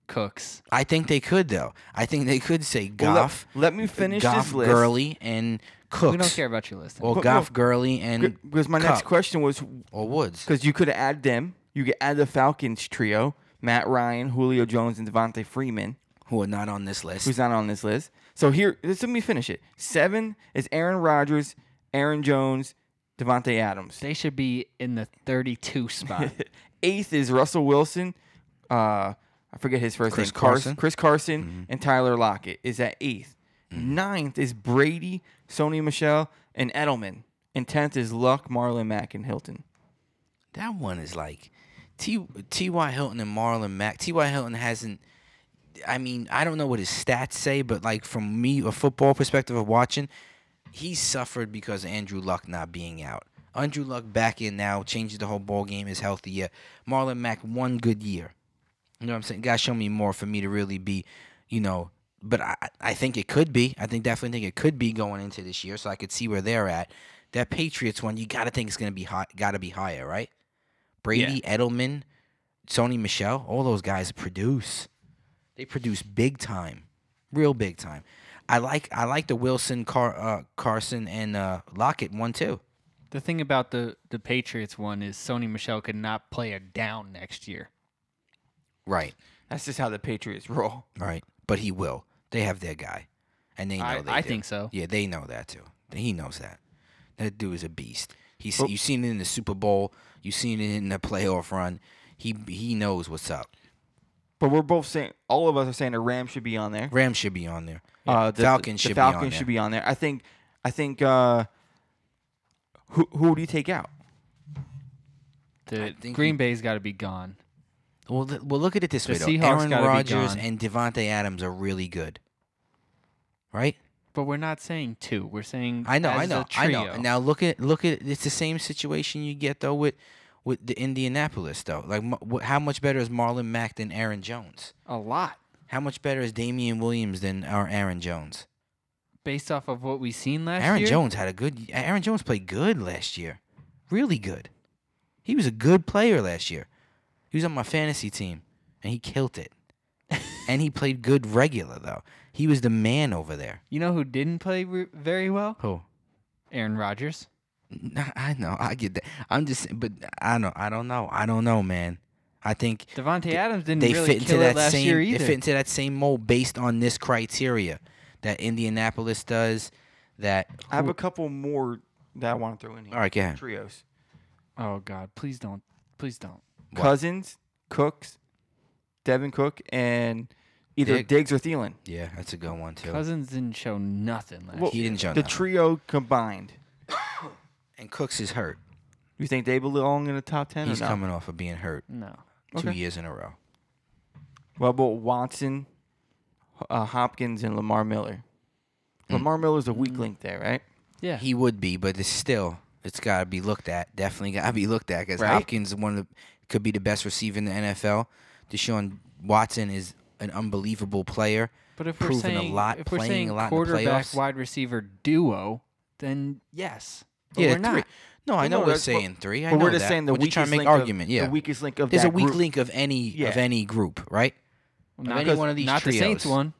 Speaker 3: Cooks.
Speaker 1: I think they could though. I think they could say
Speaker 2: Well, let-
Speaker 1: Goff,
Speaker 2: Let, me finish
Speaker 1: Goff,
Speaker 2: this list.
Speaker 1: Gurley, and Cooks.
Speaker 3: We don't care about your list.
Speaker 1: Or
Speaker 2: But
Speaker 1: Goff,
Speaker 2: no.
Speaker 1: Gurley, and
Speaker 2: Because my next
Speaker 1: Cup.
Speaker 2: question was
Speaker 1: or Woods.
Speaker 2: because you could add them. You could add the Falcons trio: Matt Ryan, Julio Jones, and Devontae Freeman,
Speaker 1: Who are not on this list?
Speaker 2: who's not on this list. So here, let's let me finish it. Seven is Aaron Rodgers, Aaron Jones, Devontae Adams.
Speaker 3: they should be in the 32 spot.
Speaker 2: Eighth is Russell Wilson. Uh, I forget his first
Speaker 1: Chris
Speaker 2: name. Cars-
Speaker 1: Carson? Mm-hmm.
Speaker 2: Chris Carson and Tyler Lockett is at 8th Ninth is Brady, Sony Michelle, and Edelman. And tenth is Luck, Marlon Mack, and Hilton.
Speaker 1: That one is like T T Y Hilton and Marlon Mack. T Y Hilton hasn't. I mean, I don't know what his stats say, but like from me, a football perspective of watching, he suffered because of Andrew Luck not being out. Andrew Luck back in now changes the whole ball game. Is healthier. Marlon Mack one good year. You know what I'm saying? Guys, show me more for me to really be, you know. But I, I think it could be. I think definitely think it could be going into this year. So I could see where they're at. That Patriots one, you gotta think it's gonna be high. Gotta be higher, right? Brady, Edelman, Sony Michelle, all those guys produce. They produce big time, real big time. I like I like the Wilson, Car- uh, Carson, and uh, Lockett one too.
Speaker 3: The thing about the the Patriots one is Sony Michelle could not play a down next year.
Speaker 1: Right,
Speaker 2: That's just how the Patriots roll.
Speaker 1: right. But he will. They have their guy, and they know
Speaker 3: I,
Speaker 1: they
Speaker 3: I
Speaker 1: do.
Speaker 3: think so.
Speaker 1: Yeah, they know that too. He knows that. That dude is a beast. He's
Speaker 2: But-
Speaker 1: you seen it in the Super Bowl. You seen it in the playoff run. He he knows what's up.
Speaker 2: But we're both saying, all of us are saying the Rams should be on there.
Speaker 1: Rams should be on there.
Speaker 2: Uh, the
Speaker 1: Falcons
Speaker 2: the
Speaker 1: should be on
Speaker 2: Falcons
Speaker 1: there.
Speaker 2: should be on there. I think. I think. Uh, who who do you take out?
Speaker 3: The
Speaker 1: I think
Speaker 3: Green
Speaker 1: he-
Speaker 3: Bay's got to be gone.
Speaker 1: Well, th- well, look at it this
Speaker 3: The
Speaker 1: way though.
Speaker 3: Seahawks
Speaker 1: Aaron
Speaker 3: gotta be
Speaker 1: Rodgers
Speaker 3: gone.
Speaker 1: and Devontae Adams are really good, right?
Speaker 3: But we're not saying two. We're saying
Speaker 1: I know,
Speaker 3: as
Speaker 1: I know,
Speaker 3: a
Speaker 1: I
Speaker 3: trio.
Speaker 1: know. Now look at look at it's the same situation you get though with with the Indianapolis though. Like, mu- wh- how much better is Marlon Mack than Aaron Jones?
Speaker 3: a lot
Speaker 1: How much better is Damian Williams than our Aaron Jones?
Speaker 3: based off of what we've seen last
Speaker 1: Aaron
Speaker 3: year.
Speaker 1: Jones had a good. y- Aaron Jones played good last year, really good. He was a good player last year. He was on my fantasy team, and he killed it. and he played good regular though. He was the man over there.
Speaker 3: You know who didn't play re- very well?
Speaker 1: Who?
Speaker 3: Aaron Rodgers.
Speaker 1: I know. I get that. I'm just, but I don't. I don't know. I don't know, man. I think
Speaker 3: Devontae Adams didn't
Speaker 1: they
Speaker 3: really
Speaker 1: fit into
Speaker 3: kill it
Speaker 1: that
Speaker 3: last
Speaker 1: same.
Speaker 3: year
Speaker 1: They
Speaker 3: either.
Speaker 1: fit into that same mold based on this criteria that Indianapolis does. That
Speaker 2: I have a couple more that I want to throw in here.
Speaker 1: all right, go ahead.
Speaker 2: Trios:
Speaker 3: oh God, please don't, please don't.
Speaker 1: What?
Speaker 2: Cousins, Cooks, Devin Cook, and either
Speaker 1: Dig-
Speaker 2: Diggs or Thielen.
Speaker 1: Yeah, that's a good one too.
Speaker 3: Cousins didn't show nothing last
Speaker 2: Well,
Speaker 1: he didn't jump.
Speaker 2: The trio combined.
Speaker 1: and Cooks is hurt.
Speaker 2: You think they belong in the top ten?
Speaker 1: He's
Speaker 2: or no?
Speaker 1: coming off of being hurt
Speaker 3: year. No.
Speaker 1: two
Speaker 2: Okay.
Speaker 1: years in a row.
Speaker 2: What about Watson, uh, Hopkins, and Lamar Miller?
Speaker 1: Hmm.
Speaker 2: Lamar Miller's a weak link there, right?
Speaker 3: Yeah.
Speaker 1: He would be, but it's still it's got to be looked at. Definitely got to be looked at because
Speaker 2: Right.
Speaker 1: Hopkins is one of the, could be the best receiver in the NFL. Deshaun Watson is an unbelievable player.
Speaker 3: but if we're
Speaker 1: proven a
Speaker 3: saying
Speaker 1: lot,
Speaker 3: if we're
Speaker 1: playing
Speaker 3: saying
Speaker 1: a lot in the
Speaker 3: quarterback
Speaker 1: playoffs.
Speaker 3: wide receiver duo, then yes. But
Speaker 1: yeah,
Speaker 3: we're
Speaker 1: three.
Speaker 3: not.
Speaker 1: No, I
Speaker 2: Well,
Speaker 1: know
Speaker 2: no,
Speaker 1: we're
Speaker 2: that's-
Speaker 1: saying three. I
Speaker 2: but
Speaker 1: know
Speaker 2: we're just
Speaker 1: that.
Speaker 2: saying the
Speaker 1: we're just
Speaker 2: weakest
Speaker 1: trying to make
Speaker 2: link
Speaker 1: argument.
Speaker 2: Of,
Speaker 1: yeah,
Speaker 2: the weakest link of
Speaker 1: there's
Speaker 2: that
Speaker 1: a weak
Speaker 2: group.
Speaker 1: link of any
Speaker 2: Yeah.
Speaker 1: of any group, right?
Speaker 3: Not,
Speaker 1: any one of these
Speaker 3: not the Saints
Speaker 1: trios.
Speaker 3: one.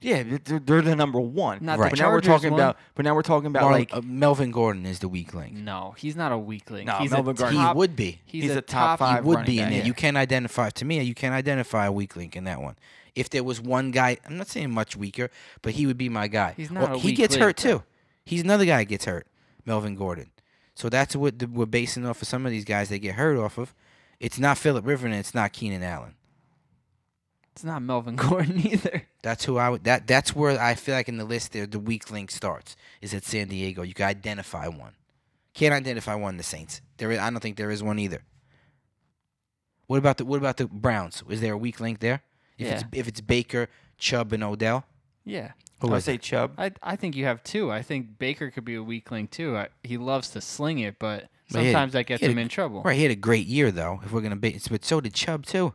Speaker 2: Yeah, they're, they're the number one.
Speaker 3: Not
Speaker 1: the
Speaker 2: But now we're
Speaker 3: Chargers
Speaker 2: talking
Speaker 3: one.
Speaker 2: about. But now we're talking about
Speaker 1: Marlon-
Speaker 2: like
Speaker 1: uh, Melvin Gordon is the weak link.
Speaker 3: No, he's not a weakling.
Speaker 2: No,
Speaker 3: he's
Speaker 2: Melvin
Speaker 3: a
Speaker 2: Gordon.
Speaker 1: He
Speaker 3: top,
Speaker 1: would be.
Speaker 3: He's,
Speaker 2: He's
Speaker 3: a,
Speaker 2: a top
Speaker 1: He
Speaker 2: five
Speaker 1: would
Speaker 2: running
Speaker 1: be in
Speaker 2: back,
Speaker 1: there.
Speaker 2: yeah.
Speaker 1: You can't identify to me. You can't identify a weak link in that one. If there was one guy, I'm not saying much weaker, but he would be my guy.
Speaker 3: He's not a
Speaker 1: he
Speaker 3: weak
Speaker 1: gets
Speaker 3: link,
Speaker 1: hurt
Speaker 3: though.
Speaker 1: too. He's another guy that gets hurt, Melvin Gordon. So that's what the, we're basing off of some of these guys that get hurt off of. It's not Philip Rivers and it's not Keenan Allen.
Speaker 3: It's not Melvin Gordon either.
Speaker 1: That's who I would. That that's where I feel like in the list there the weak link starts is at San Diego. You can identify one. Can't identify one in the Saints. There is, I don't think there is one either. What about the What about the Browns? Is there a weak link there? If it's if it's Baker, Chubb, and Odell,
Speaker 3: Yeah.
Speaker 1: who
Speaker 2: I
Speaker 1: is
Speaker 2: say Chubb.
Speaker 3: I I think you have two. I think Baker could be a weak link too. I, he loves to sling it, but
Speaker 1: But he had-
Speaker 3: sometimes that gets
Speaker 1: he had
Speaker 3: him
Speaker 1: a-
Speaker 3: in trouble.
Speaker 1: right? He had a great year though. If we're gonna be, but so did Chubb too.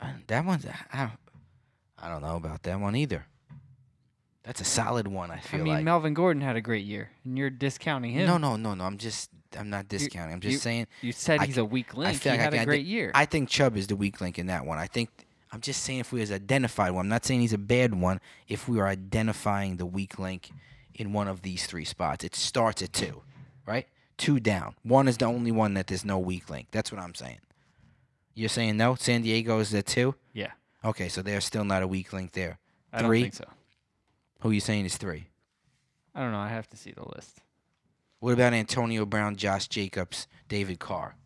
Speaker 1: Uh, That one's I- I don't, I don't know about that one either. That's a solid one. I
Speaker 3: I
Speaker 1: feel
Speaker 3: mean,
Speaker 1: like.
Speaker 3: Melvin Gordon had a great year, and you're discounting him.
Speaker 1: no, no, no, no. I'm just I'm not discounting. I'm just
Speaker 3: you-
Speaker 1: saying
Speaker 3: You said
Speaker 1: I
Speaker 3: he's a weak link.
Speaker 1: feel
Speaker 3: he
Speaker 1: like I
Speaker 3: had
Speaker 1: can
Speaker 3: a
Speaker 1: ident-
Speaker 3: great year.
Speaker 1: I think Chubb is the weak link in that one. I think I'm just saying if we was identified one. I'm not saying he's a bad one. If we are identifying the weak link in one of these three spots, it starts at two, right? Two down. One is the only one that there's no weak link. That's what I'm saying. You're saying no? San Diego is at two?
Speaker 3: yeah,
Speaker 1: Okay, so they're still not a weak link there.
Speaker 3: I
Speaker 1: Three?
Speaker 3: don't think so.
Speaker 1: Who you saying is three?
Speaker 3: I don't know. I have to see the list.
Speaker 1: What about Antonio Brown, Josh Jacobs, David Carr?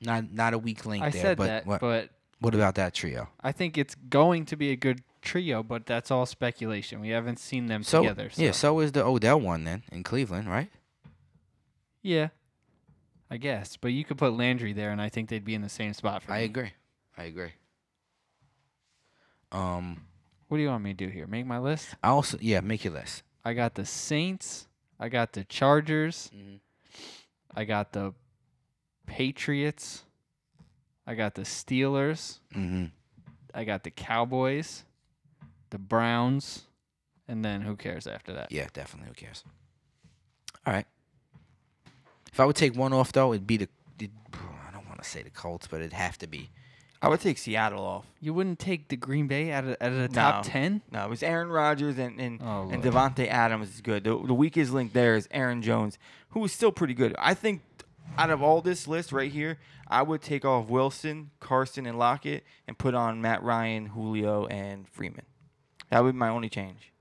Speaker 1: Not not a weak link
Speaker 3: I
Speaker 1: there,
Speaker 3: said
Speaker 1: but,
Speaker 3: that,
Speaker 1: what,
Speaker 3: but
Speaker 1: what about that trio?
Speaker 3: I think it's going to be a good trio. But that's all speculation. We haven't seen them
Speaker 1: so,
Speaker 3: together. So.
Speaker 1: Yeah, so is the Odell one then in Cleveland, right?
Speaker 3: Yeah. I guess. But you could put Landry there, and I think they'd be in the same spot for
Speaker 1: I
Speaker 2: Mm-hmm.
Speaker 3: me.
Speaker 1: agree. I agree. Um,
Speaker 3: What do you want me to do here? Make my list?
Speaker 1: I also yeah, make your list.
Speaker 3: I got the Saints. I got the Chargers.
Speaker 1: Mhm.
Speaker 3: I got the Patriots. I got the Steelers.
Speaker 1: Mm-hmm.
Speaker 3: I got the Cowboys, the Browns, and then who cares after that?
Speaker 1: Yeah, definitely. Who cares? All right. If I would take one off though, it'd be the. It, I don't want to say the Colts, but it'd have to be.
Speaker 2: I would take Seattle off.
Speaker 3: You wouldn't take the Green Bay out of out of the top
Speaker 2: No.
Speaker 3: ten?
Speaker 2: No, it was Aaron Rodgers and and,
Speaker 3: Oh,
Speaker 2: and
Speaker 3: Lord.
Speaker 2: Devontae Adams is good. The, the weakest link there is Aaron Jones, who is still pretty good. I think out of all this list right here, I would take off Wilson, Carson, and Lockett and put on Matt Ryan, Julio, and Freeman. That would be my only change.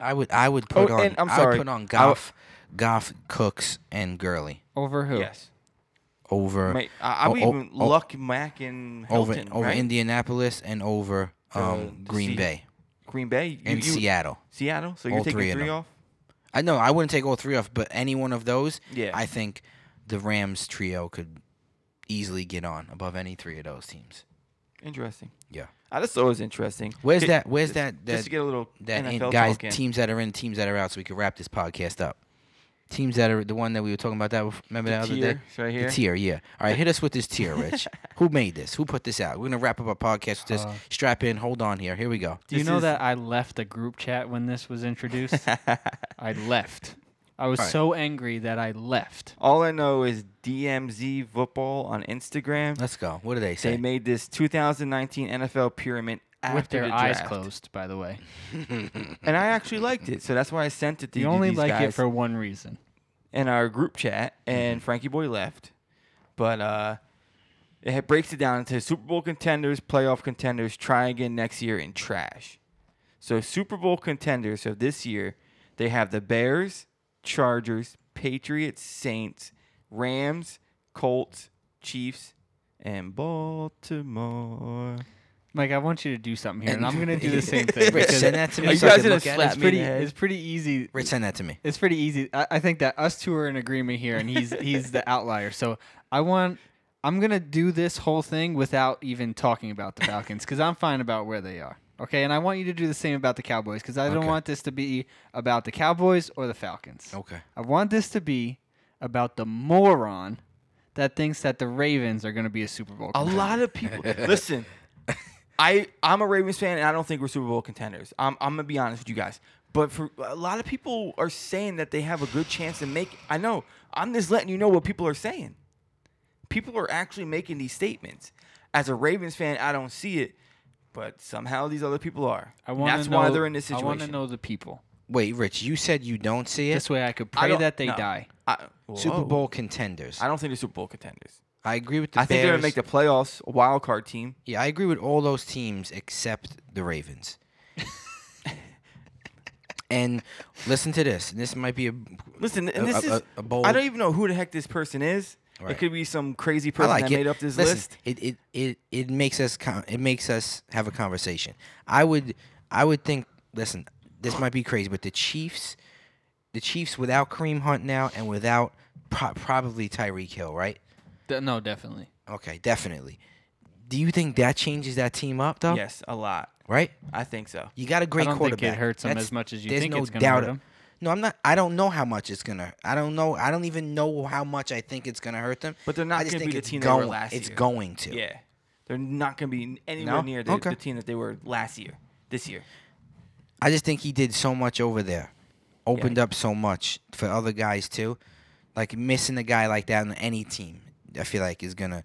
Speaker 1: I would. I would put
Speaker 2: Oh,
Speaker 1: on.
Speaker 2: and I'm
Speaker 1: I would
Speaker 2: sorry.
Speaker 1: put on
Speaker 2: I would-
Speaker 1: Goff, Goff, Cooks, and Gurley
Speaker 3: Over who?
Speaker 2: Yes.
Speaker 1: over
Speaker 2: Mate, I, I would
Speaker 1: Oh, oh,
Speaker 2: even
Speaker 1: oh.
Speaker 2: Luck, Mack, and
Speaker 1: over
Speaker 2: Hilton,
Speaker 1: over
Speaker 2: right?
Speaker 1: Indianapolis and over um,
Speaker 2: the
Speaker 1: Green
Speaker 2: Se-
Speaker 1: Bay
Speaker 2: Green Bay. You,
Speaker 1: and
Speaker 2: you-
Speaker 1: Seattle.
Speaker 2: Seattle. So you're
Speaker 1: All
Speaker 2: taking
Speaker 1: three
Speaker 2: three,
Speaker 1: of them.
Speaker 2: off?
Speaker 1: I know I wouldn't take all three off, but any one of those,
Speaker 2: Yeah.
Speaker 1: I think the Rams trio could easily get on above any three of those teams.
Speaker 2: Interesting. Ah,
Speaker 1: Yeah.
Speaker 2: I just thought it was interesting.
Speaker 1: Where's
Speaker 2: Ju-
Speaker 1: that? Where's
Speaker 2: just-
Speaker 1: that?
Speaker 2: just
Speaker 1: that
Speaker 2: to get a little
Speaker 1: that in,
Speaker 2: NFL
Speaker 1: guys
Speaker 2: talk in.
Speaker 1: teams that are in teams that are out so we can wrap this podcast up teams that are the one that we were talking about that bef- remember
Speaker 2: The
Speaker 1: that other day
Speaker 2: tier, it's right here.
Speaker 1: the tier yeah all right hit us with this tier rich who made this who put this out we're gonna wrap up our podcast with this
Speaker 3: Uh,
Speaker 1: strap in hold on here here we go
Speaker 3: Do you
Speaker 2: This
Speaker 3: know
Speaker 2: is-
Speaker 3: that I left the group chat when this was introduced? I left. I was
Speaker 1: All right.
Speaker 3: so angry that I left.
Speaker 2: All I know is DMZ football on Instagram.
Speaker 1: let's go what do they
Speaker 2: They
Speaker 1: say
Speaker 2: made this 2019 NFL pyramid after
Speaker 3: With their
Speaker 2: the
Speaker 3: eyes
Speaker 2: draft.
Speaker 3: closed, by the way.
Speaker 2: and I actually liked it, so that's why I sent it to
Speaker 3: You
Speaker 2: to
Speaker 3: only
Speaker 2: these
Speaker 3: like it
Speaker 2: guys
Speaker 3: for one reason.
Speaker 2: in our group chat. And Frankie Boy left, but uh, it had- breaks it down into Super Bowl contenders, playoff contenders, try again next year, and trash. So Super Bowl contenders of this year, they have the Bears, Chargers, Patriots, Saints, Rams, Colts, Chiefs, and Baltimore.
Speaker 3: Mike, I want you to do something here, and,
Speaker 1: And-
Speaker 3: I'm gonna do the same thing.
Speaker 1: rich
Speaker 3: because
Speaker 1: send that to me
Speaker 2: You
Speaker 1: so I
Speaker 2: guys
Speaker 1: can
Speaker 2: didn't
Speaker 1: look at
Speaker 2: slap
Speaker 1: it
Speaker 3: it's
Speaker 2: me.
Speaker 3: pretty.
Speaker 2: in the head.
Speaker 3: It's pretty easy.
Speaker 1: rich send that to me
Speaker 3: It's pretty easy. I, I think that us two are in agreement here, and he's he's the outlier. So I want. I'm gonna do this whole thing without even talking about the Falcons because I'm fine about where they are. Okay, and I want you to do the same about the Cowboys because I don't
Speaker 1: Okay.
Speaker 3: want this to be about the Cowboys or the Falcons.
Speaker 1: okay
Speaker 3: I want this to be about the moron that thinks that the Ravens are going to be a Super Bowl.
Speaker 2: A
Speaker 3: contender.
Speaker 2: lot of people. listen, I I'm a Ravens fan, and I don't think we're Super Bowl contenders. I'm I'm gonna be honest with you guys. But for a lot of people are saying that they have a good chance to make. I know. I'm just letting you know what people are saying. People are actually making these statements. As a Ravens fan, I don't see it, but somehow these other people are.
Speaker 3: I
Speaker 2: And
Speaker 3: want.
Speaker 2: That's why they're in this situation.
Speaker 3: I want to know the people.
Speaker 1: wait rich you said you don't see it
Speaker 3: This way, I could
Speaker 2: I
Speaker 3: pray
Speaker 2: don't-
Speaker 3: that they
Speaker 2: no.
Speaker 3: die.
Speaker 2: I-
Speaker 1: Super
Speaker 2: Whoa.
Speaker 1: Bowl contenders
Speaker 2: I
Speaker 1: I,
Speaker 2: don't think they're Super Bowl contenders.
Speaker 1: agree with the
Speaker 2: I think they're gonna
Speaker 1: Bears.
Speaker 2: make the playoffs, a wild card team.
Speaker 1: yeah I agree with all those teams except the Ravens and listen to this and this might be a
Speaker 2: Listen, and
Speaker 1: a-
Speaker 2: this
Speaker 1: a-
Speaker 2: is
Speaker 1: a bold-
Speaker 2: I don't even know who the heck this person is.
Speaker 1: Right.
Speaker 2: It could be some crazy person that made up this
Speaker 1: Listen,
Speaker 2: list.
Speaker 1: It, it it it makes us con- it makes us have a conversation. I would I would think. Listen, this might be crazy, but the Chiefs, the Chiefs without Kareem Hunt now and without pro- probably Tyreek Hill, right?
Speaker 3: D- no, definitely.
Speaker 1: Okay, definitely. Do you think that changes that team up though?
Speaker 2: Yes, a lot.
Speaker 1: Right?
Speaker 2: I think so.
Speaker 1: You got a great
Speaker 3: I don't think
Speaker 1: quarterback.
Speaker 3: it hurts 'em
Speaker 1: That's-
Speaker 3: as much as you
Speaker 1: there's
Speaker 3: think
Speaker 1: no
Speaker 3: it's gonna hurt
Speaker 1: doubt it-
Speaker 3: 'em.
Speaker 1: No, I'm not. I don't know how much it's gonna. I don't know. I don't even know how much I think it's gonna hurt them.
Speaker 2: But they're not
Speaker 1: I just
Speaker 2: gonna
Speaker 1: think
Speaker 2: be the
Speaker 1: it's
Speaker 2: team they were
Speaker 1: going.
Speaker 2: last
Speaker 1: it's
Speaker 2: year.
Speaker 1: going to.
Speaker 2: Yeah, they're not going to be anywhere
Speaker 1: No?
Speaker 2: near the,
Speaker 1: Okay.
Speaker 2: the team that they were last year. This year,
Speaker 1: I just think he did so much over there, opened up so much for other guys too. Like missing a guy like that on any team, I feel like is gonna,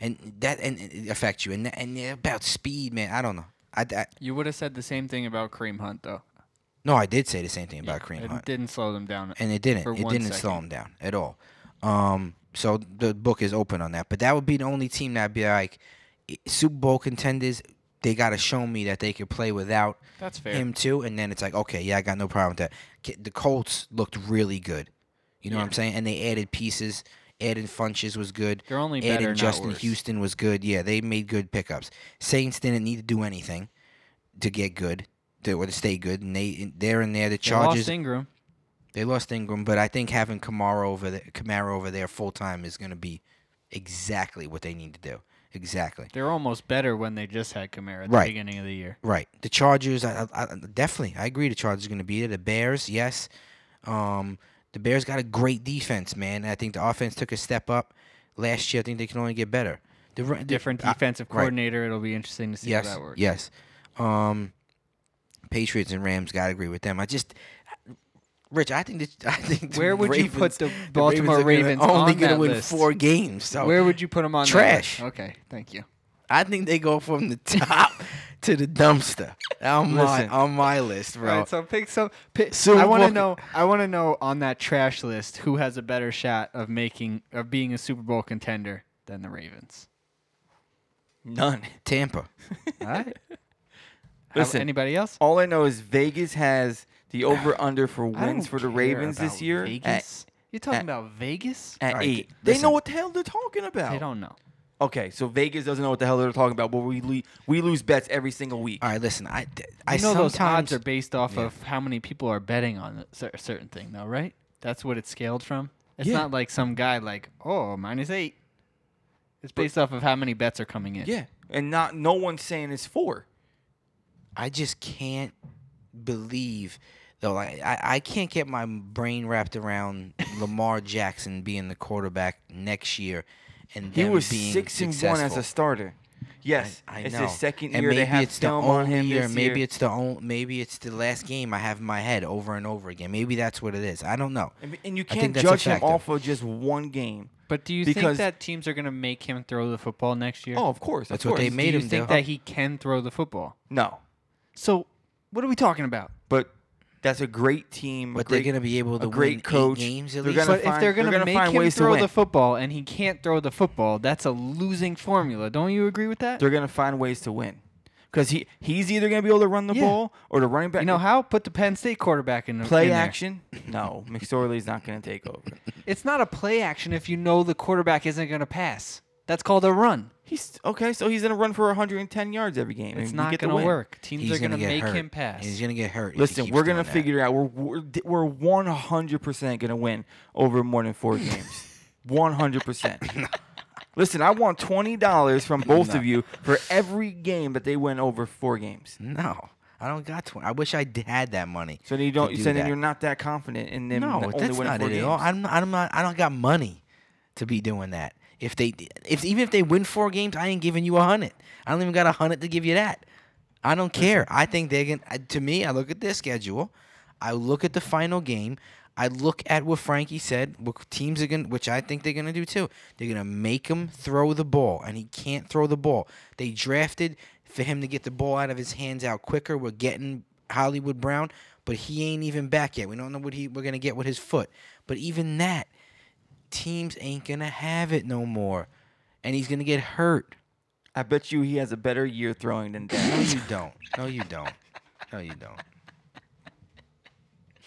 Speaker 1: and that and it affect you. And that- and about speed, man. I don't know. I, I-
Speaker 3: You would have said the same thing about Kareem Hunt, though.
Speaker 1: no, I did say the same thing about Kareem
Speaker 3: It
Speaker 1: Hunt,
Speaker 3: didn't slow them down.
Speaker 1: and it didn't.
Speaker 3: for
Speaker 1: It
Speaker 3: one
Speaker 1: didn't slow
Speaker 3: second.
Speaker 1: him down at all. Um, so the book is open on that. But that would be the only team that'd be like i- Super Bowl contenders. They got to show me that they could play without
Speaker 3: That's fair.
Speaker 1: him too, and then it's like, okay, yeah, I got no problem with that. K- The Colts looked really good, you know what I'm saying? And they added pieces. Adding Funches was good.
Speaker 3: They're only
Speaker 1: adding
Speaker 3: better, not
Speaker 1: Justin
Speaker 3: worse.
Speaker 1: Houston was good. Yeah, they made good pickups. Saints didn't need to do anything to get good, to, or to stay good, and they they're in there. The
Speaker 3: They lost
Speaker 1: Chargers,
Speaker 3: Ingram.
Speaker 1: They lost Ingram, but I think having Kamara over the, Kamara over there full time is going to be exactly what they need to do. Exactly.
Speaker 3: They're almost better when they just had Kamara at
Speaker 1: Right.
Speaker 3: the beginning of the year.
Speaker 1: Right. The Chargers, I, I, I definitely, I agree. The Chargers are going to be there. The Bears, yes. Um, the Bears got a great defense, man. I think the offense took a step up last year. I think they can only get better. The, run- the-
Speaker 3: Different
Speaker 1: I-
Speaker 3: defensive
Speaker 1: right.
Speaker 3: coordinator. It'll be interesting to see
Speaker 1: yes,
Speaker 3: how that works.
Speaker 1: yes. Um, Patriots and Rams, gotta agree with them. I just, Rich, I think that I think the
Speaker 3: Where would you put
Speaker 1: Ravens-
Speaker 3: the
Speaker 1: the
Speaker 3: Baltimore Ravens,
Speaker 1: Ravens, are gonna only
Speaker 3: on
Speaker 1: gonna
Speaker 3: that
Speaker 1: win
Speaker 3: list?
Speaker 1: four games. So
Speaker 3: Where would you put them on? that
Speaker 1: Oh. Trash.
Speaker 3: list? Okay, thank you.
Speaker 1: I think they go from the top to the dumpster on my
Speaker 2: Listen.
Speaker 1: on my list, bro.
Speaker 3: All right, so pick some. Pick,
Speaker 1: Soon
Speaker 3: I want to
Speaker 1: Walker-
Speaker 3: know. I want to know on that trash list who has a better shot of making of being a Super Bowl contender than the Ravens.
Speaker 2: None.
Speaker 1: Tampa.
Speaker 3: All right.
Speaker 2: Listen.
Speaker 3: anybody else?
Speaker 2: All I know is Vegas has the over under for
Speaker 3: I don't
Speaker 2: wins for the
Speaker 3: care
Speaker 2: Ravens
Speaker 3: about
Speaker 2: this year at,
Speaker 3: Vegas. You're talking
Speaker 2: at-
Speaker 3: about Vegas?
Speaker 2: at
Speaker 1: All right,
Speaker 2: eight.
Speaker 1: th-
Speaker 2: They know
Speaker 1: listen.
Speaker 2: what the hell they're talking about.
Speaker 3: They don't know.
Speaker 2: Okay, so Vegas doesn't know what the hell they're talking about, but we le- we lose bets every single week.
Speaker 1: All right, listen. I th- I
Speaker 3: I know
Speaker 1: sometimes
Speaker 3: those odds are based off
Speaker 1: Yeah.
Speaker 3: of how many people are betting on a cer- certain thing, though, right? That's what it's scaled from. It's
Speaker 2: Yeah.
Speaker 3: not like some guy like, oh, minus eight. It's based off of how many bets are coming in.
Speaker 2: Yeah, and not no one's saying it's four.
Speaker 1: I just can't believe though. Like I, I can't get my brain wrapped around Lamar Jackson being the quarterback next year, and
Speaker 2: He
Speaker 1: them
Speaker 2: was
Speaker 1: being
Speaker 2: six and
Speaker 1: successful.
Speaker 2: one as a starter. Yes,
Speaker 1: I
Speaker 2: it's
Speaker 1: know.
Speaker 2: his second
Speaker 1: and
Speaker 2: year.
Speaker 1: maybe
Speaker 2: they have
Speaker 1: it's the
Speaker 2: film
Speaker 1: only
Speaker 2: on him
Speaker 1: year.
Speaker 2: this
Speaker 1: maybe
Speaker 2: year.
Speaker 1: it's the only, Maybe it's the last game I have in my head over and over again. Maybe that's what it is. I don't know.
Speaker 2: And- and you
Speaker 1: I think
Speaker 2: can't
Speaker 1: that's a
Speaker 2: judge him
Speaker 1: factor.
Speaker 2: off of just one game.
Speaker 3: But do you
Speaker 2: Because-
Speaker 3: think that teams are going to make him throw the football next year?
Speaker 2: Oh, of course,
Speaker 1: That's
Speaker 2: of
Speaker 1: what
Speaker 2: course.
Speaker 1: they made
Speaker 3: do you
Speaker 1: him
Speaker 3: think
Speaker 1: do.
Speaker 3: that he can throw the football?
Speaker 2: No,
Speaker 3: So, what are we talking about?
Speaker 2: but that's a great team. a
Speaker 1: But
Speaker 2: great,
Speaker 1: they're gonna be able to
Speaker 2: great
Speaker 1: win eight
Speaker 2: coach.
Speaker 1: games at
Speaker 2: They're
Speaker 1: least.
Speaker 2: gonna
Speaker 3: But
Speaker 2: find-
Speaker 3: if they're
Speaker 2: they're
Speaker 3: going to
Speaker 2: gonna
Speaker 3: make
Speaker 2: find
Speaker 3: him
Speaker 2: ways to
Speaker 3: throw
Speaker 2: win.
Speaker 3: the football and he can't throw the football, that's a losing formula. Don't you agree with that?
Speaker 2: they're gonna find ways to win because he he's either gonna be able to run the
Speaker 3: Yeah.
Speaker 2: ball or the running back.
Speaker 3: You know how? Put the Penn State quarterback in the
Speaker 2: play
Speaker 3: in there.
Speaker 2: action. No, McSorley's not gonna take over.
Speaker 3: It's not a play action if you know the quarterback isn't going to pass. That's called a run.
Speaker 2: He's okay, so he's gonna run for 110 yards every game.
Speaker 3: It's
Speaker 2: and we
Speaker 3: not
Speaker 2: get the
Speaker 3: going to
Speaker 2: win.
Speaker 3: work. Teams
Speaker 1: He's
Speaker 3: are going to
Speaker 1: get
Speaker 3: make
Speaker 1: hurt.
Speaker 3: him pass.
Speaker 1: He's gonna get hurt. if he
Speaker 2: Listen,
Speaker 1: keeps
Speaker 2: we're gonna
Speaker 1: doing that.
Speaker 2: figure out. We're we're di- we're 100 percent gonna win over more than four games. 100 percent. Listen, I want twenty dollars from both of you for every game that they win over four games.
Speaker 1: No, I don't got twenty. I wish I d- had that money.
Speaker 2: So then you
Speaker 1: to
Speaker 2: don't.
Speaker 1: do
Speaker 2: so then
Speaker 1: that.
Speaker 2: you're not that confident in them.
Speaker 1: No,
Speaker 2: only
Speaker 1: that's
Speaker 2: winning
Speaker 1: not
Speaker 2: four
Speaker 1: it
Speaker 2: games.
Speaker 1: at all. I'm, I'm not. I don't got money to be doing that. If they, if even if they win four games, I ain't giving you a hundred. I don't even got a hundred to give you that. I don't care. I think they can. I- To me, I look at their schedule. I look at the final game. I look at what Frankie said. What teams are going, to which I think they're gonna do too. They're gonna make him throw the ball, and he can't throw the ball. They drafted for him to get the ball out of his hands out quicker. We're getting Hollywood Brown, but he ain't even back yet. We don't know what he we're gonna get with his foot. But even that, teams ain't gonna have it no more, and he's gonna get hurt.
Speaker 2: I bet you he has a better year throwing than
Speaker 1: No,
Speaker 2: Dak.
Speaker 1: you don't. No, you don't. No, you don't.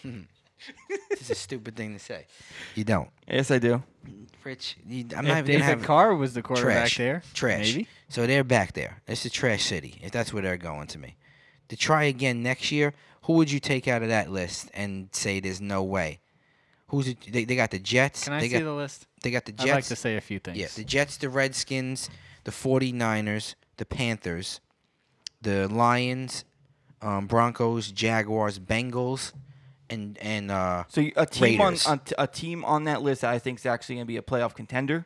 Speaker 1: Hmm. this is a stupid thing to say. You don't,
Speaker 2: yes, I do.
Speaker 1: Rich. You, I'm
Speaker 3: if
Speaker 1: not even gonna
Speaker 3: David
Speaker 1: have
Speaker 3: Carr was the quarterback
Speaker 1: trash.
Speaker 3: there,
Speaker 1: Trash.
Speaker 3: maybe.
Speaker 1: So they're back there. It's the trash city. If that's where they're going to me, to try again next year, who would you take out of that list and say there's no way? Who's it? They, they got the Jets.
Speaker 3: Can I
Speaker 1: they
Speaker 3: see
Speaker 1: got
Speaker 3: the list?
Speaker 1: they got the Jets.
Speaker 3: I'd like to say a few things.
Speaker 1: Yeah, the Jets, the Redskins, the 49ers, the Panthers, the Lions, um, Broncos, Jaguars, Bengals, and and uh,
Speaker 2: So you- a team on
Speaker 1: Raiders.
Speaker 2: a, t- a team on that list, I think is actually gonna be a playoff contender.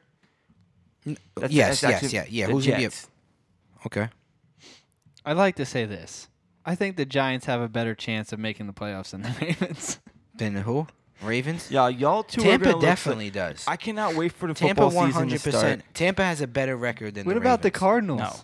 Speaker 2: That's-
Speaker 1: yes,
Speaker 2: that's
Speaker 1: yes,
Speaker 2: actually
Speaker 1: yeah, yeah.
Speaker 2: the
Speaker 1: Who's gonna be a,
Speaker 2: Jets.
Speaker 1: okay?
Speaker 3: I'd like to say this. I think the Giants have a better chance of making the playoffs than the Ravens.
Speaker 1: Then who? Ravens.
Speaker 2: Yeah, y'all two. are
Speaker 1: Tampa
Speaker 2: gonna look-
Speaker 1: definitely does.
Speaker 2: I cannot wait for the
Speaker 1: Tampa
Speaker 2: football
Speaker 1: one
Speaker 2: season to
Speaker 1: hundred
Speaker 2: start.
Speaker 1: percent. Tampa has a better record than.
Speaker 3: what
Speaker 1: the
Speaker 3: about the
Speaker 1: Ravens.
Speaker 3: Cardinals?
Speaker 2: No.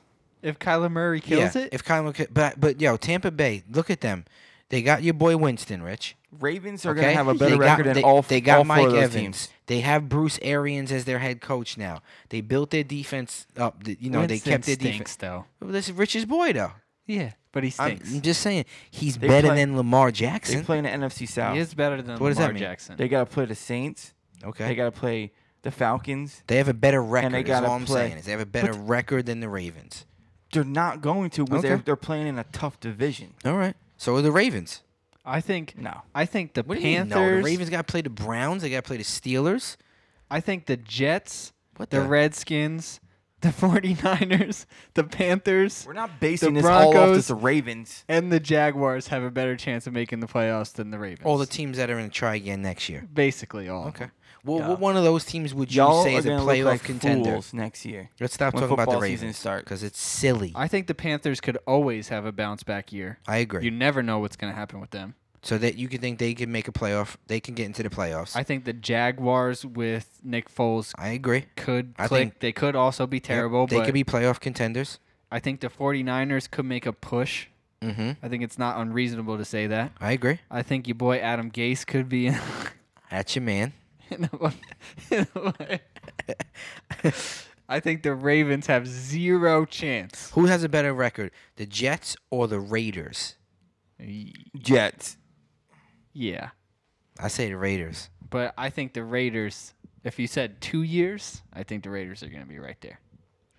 Speaker 3: If Kyler Murray kills
Speaker 1: yeah,
Speaker 3: it,
Speaker 1: If Kyle, McC- but but yo, Tampa Bay, look at them. They got your boy Winston, Rich.
Speaker 2: Ravens are
Speaker 1: Okay?
Speaker 2: gonna have a better
Speaker 1: They got-
Speaker 2: record than
Speaker 1: they,
Speaker 2: all. f-
Speaker 1: They got
Speaker 2: all four
Speaker 1: Mike
Speaker 2: of those
Speaker 1: Evans.
Speaker 2: teams.
Speaker 1: They have Bruce Arians as their head coach now. They built their defense up. th- You know,
Speaker 3: Winston
Speaker 1: they kept their defense.
Speaker 3: stinks, though.
Speaker 1: Well, this is Rich's boy though.
Speaker 3: Yeah, but he
Speaker 1: I'm,
Speaker 3: stinks.
Speaker 1: I'm just saying he's
Speaker 2: They
Speaker 1: better
Speaker 2: play-
Speaker 1: than Lamar
Speaker 2: They
Speaker 1: Jackson.
Speaker 2: play in the NFC South.
Speaker 3: He is better than
Speaker 1: What does that
Speaker 3: Lamar
Speaker 1: mean?
Speaker 3: Jackson.
Speaker 2: They gotta play the Saints. They
Speaker 1: okay. They,
Speaker 2: gotta play the Falcons.
Speaker 1: have a better record.
Speaker 2: they
Speaker 1: That's
Speaker 2: gotta
Speaker 1: all I'm
Speaker 2: play-
Speaker 1: saying is they have a better record than the Ravens.
Speaker 2: They're not going to. 'cause
Speaker 1: Okay.
Speaker 2: They're, they're playing in a tough division.
Speaker 1: All right. So are the Ravens.
Speaker 3: I think
Speaker 2: No.
Speaker 3: I think the
Speaker 1: What do you mean, no? The
Speaker 3: Panthers.
Speaker 1: Ravens got to play the Browns. They got to play the Steelers.
Speaker 3: I think the Jets,
Speaker 1: What
Speaker 3: the
Speaker 1: the-
Speaker 3: Redskins, the 49ers, the Panthers,
Speaker 2: We're not basing
Speaker 3: The
Speaker 2: this all off
Speaker 3: Broncos-
Speaker 2: just the Ravens.
Speaker 3: and the Jaguars have a better chance of making the playoffs than the Ravens.
Speaker 1: All the teams that are going to try again next year.
Speaker 3: basically all. of them.
Speaker 1: Well,
Speaker 2: Yeah.
Speaker 1: what one of those teams would you
Speaker 2: Y'all
Speaker 1: say
Speaker 2: are
Speaker 1: is a
Speaker 2: gonna
Speaker 1: playoff
Speaker 2: look like
Speaker 1: contender?
Speaker 2: fools next year.
Speaker 1: Let's stop
Speaker 2: when
Speaker 1: talking about the
Speaker 2: football season
Speaker 1: Ravens
Speaker 2: starts.
Speaker 1: because it's silly. I,
Speaker 3: I think the Panthers could always have a bounce back year.
Speaker 1: agree.
Speaker 3: You never know what's going to happen with them.
Speaker 1: so that you can think they can make a playoff, they can get into the playoffs.
Speaker 3: I think the Jaguars with Nick Foles
Speaker 1: I agree.
Speaker 3: could
Speaker 1: I
Speaker 3: click.
Speaker 1: think-
Speaker 3: they could also be
Speaker 1: Yep,
Speaker 3: terrible,
Speaker 1: They
Speaker 3: but
Speaker 1: could be playoff contenders.
Speaker 3: I think the 49ers could make a push.
Speaker 1: Mm-hmm.
Speaker 3: I think it's not unreasonable to say that.
Speaker 1: I agree.
Speaker 3: I think your boy Adam Gase could be in,
Speaker 1: That's your man.
Speaker 3: in a, in a way. I think the Ravens have zero chance.
Speaker 1: Who has a better record, the Jets or the Raiders?
Speaker 3: Y-
Speaker 2: Jets.
Speaker 3: Yeah.
Speaker 1: I say the Raiders.
Speaker 3: But I think the Raiders, if you said two years, I think the Raiders are going to be right there.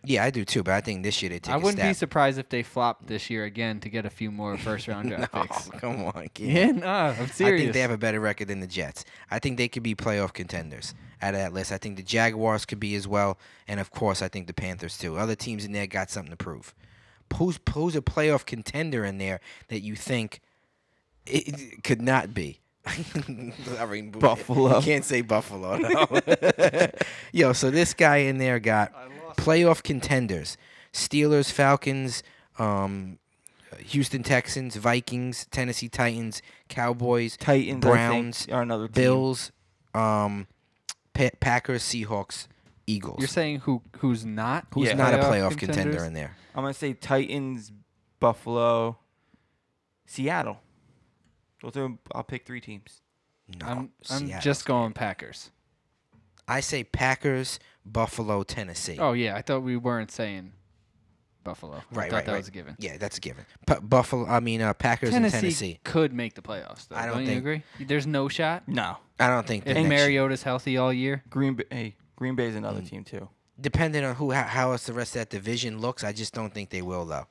Speaker 1: Yeah, I do too, but I think this year they take
Speaker 3: I
Speaker 1: a
Speaker 3: wouldn't be
Speaker 1: step.
Speaker 3: surprised if they flop this year again to get a few more first round draft picks.
Speaker 1: Oh, come on, kid.
Speaker 3: Yeah, no, I'm serious.
Speaker 1: I think they have a better record than the Jets. I think they could be playoff contenders out of that list. I think the Jaguars could be as well, and of course, I think the Panthers too. Other teams in there got something to prove. Who's who's a playoff contender in there that you think it, it could not be? I mean,
Speaker 2: Buffalo.
Speaker 1: You can't say Buffalo. No. Yo, so this guy in there got playoff contenders: Steelers, Falcons, um, Houston Texans, Vikings, Tennessee Titans, Cowboys,
Speaker 2: Titans.
Speaker 1: Browns,
Speaker 2: I think, are another team.
Speaker 1: Bills, um, pa- Packers, Seahawks, Eagles.
Speaker 3: You're saying who who's not?
Speaker 1: Who's
Speaker 2: Yeah.
Speaker 1: not a
Speaker 3: playoff
Speaker 1: playoff contender
Speaker 3: contenders?
Speaker 1: in there?
Speaker 2: I'm gonna say Titans, Buffalo, Seattle. Those are, I'll pick three teams.
Speaker 1: No,
Speaker 3: I'm, I'm
Speaker 1: Seattle.
Speaker 3: just going Packers.
Speaker 1: I say Packers, Buffalo, Tennessee.
Speaker 3: Oh yeah, I thought we weren't saying Buffalo. I
Speaker 1: Right,
Speaker 3: thought
Speaker 1: right,
Speaker 3: that
Speaker 1: right.
Speaker 3: was a given.
Speaker 1: Yeah, that's a given. P- Buffalo, I mean uh, Packers
Speaker 3: Tennessee,
Speaker 1: and Tennessee.
Speaker 3: could make the playoffs. Though.
Speaker 1: I don't
Speaker 3: don't you
Speaker 1: think-
Speaker 3: agree? There's no shot.
Speaker 2: No,
Speaker 1: I don't think
Speaker 3: If
Speaker 1: the next year-
Speaker 3: Mariota's healthy all year,
Speaker 2: Green Bay. Hey, Green Bay is another
Speaker 1: Mm.
Speaker 2: team too.
Speaker 1: depending on who how, how else the rest of that division looks, I just don't think they will though.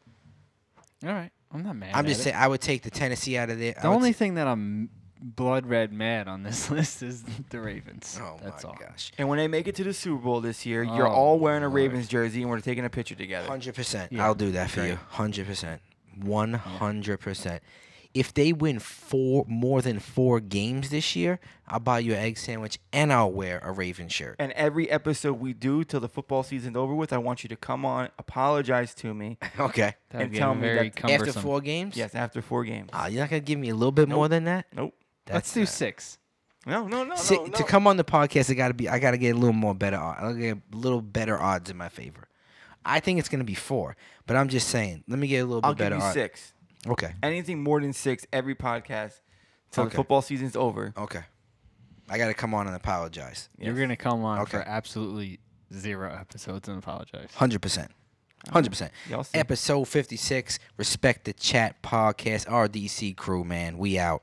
Speaker 3: all right. I'm not mad.
Speaker 1: I'm
Speaker 3: at
Speaker 1: just
Speaker 3: it.
Speaker 1: saying I would take the Tennessee out of there. I
Speaker 3: The
Speaker 1: would
Speaker 3: only thing that I'm blood red mad on this list is the Ravens.
Speaker 1: t- Oh
Speaker 3: That's
Speaker 1: my
Speaker 3: all.
Speaker 1: gosh.
Speaker 2: And when they make it to the Super Bowl this year, you're
Speaker 3: Oh,
Speaker 2: all wearing a
Speaker 3: Lord.
Speaker 2: Ravens jersey and we're taking a picture together.
Speaker 1: Hundred percent.
Speaker 3: Yeah.
Speaker 1: I'll do that for
Speaker 3: Great.
Speaker 1: you. Hundred percent. One hundred percent. If they win four more than four games this year, I'll buy you an egg sandwich and I'll wear a Raven shirt.
Speaker 2: And every episode we do till the football season's over with, I want you to come on, apologize to me.
Speaker 1: Okay.
Speaker 3: That would
Speaker 2: And
Speaker 3: be
Speaker 2: tell me
Speaker 3: very
Speaker 2: that
Speaker 3: cumbersome.
Speaker 1: After four games?
Speaker 2: Yes, after four games.
Speaker 1: Ah, you're not gonna give me a little bit more than that?
Speaker 2: Nope.
Speaker 3: Let's
Speaker 1: That's
Speaker 3: do
Speaker 1: not-
Speaker 3: six.
Speaker 2: No, no, no,
Speaker 1: Si-
Speaker 2: no, no.
Speaker 1: To come on the podcast, I gotta be. I gotta get a little more better. odd- I'll get a little better odds in my favor. I think it's gonna be four, but I'm just saying. Let me get a little bit
Speaker 2: I'll give
Speaker 1: better.
Speaker 2: you
Speaker 1: odd-
Speaker 2: six.
Speaker 1: Okay.
Speaker 2: Anything more than six every podcast till the
Speaker 1: Okay.
Speaker 2: football season's over.
Speaker 1: Okay. I gotta come on and apologize.
Speaker 3: You're
Speaker 2: Yes.
Speaker 3: gonna come on for
Speaker 1: Okay.
Speaker 3: absolutely zero episodes and apologize.
Speaker 1: Hundred percent. Hundred percent.
Speaker 2: Y'all see.
Speaker 1: Episode fifty six. Respect the chat podcast. RDC crew, man. We out.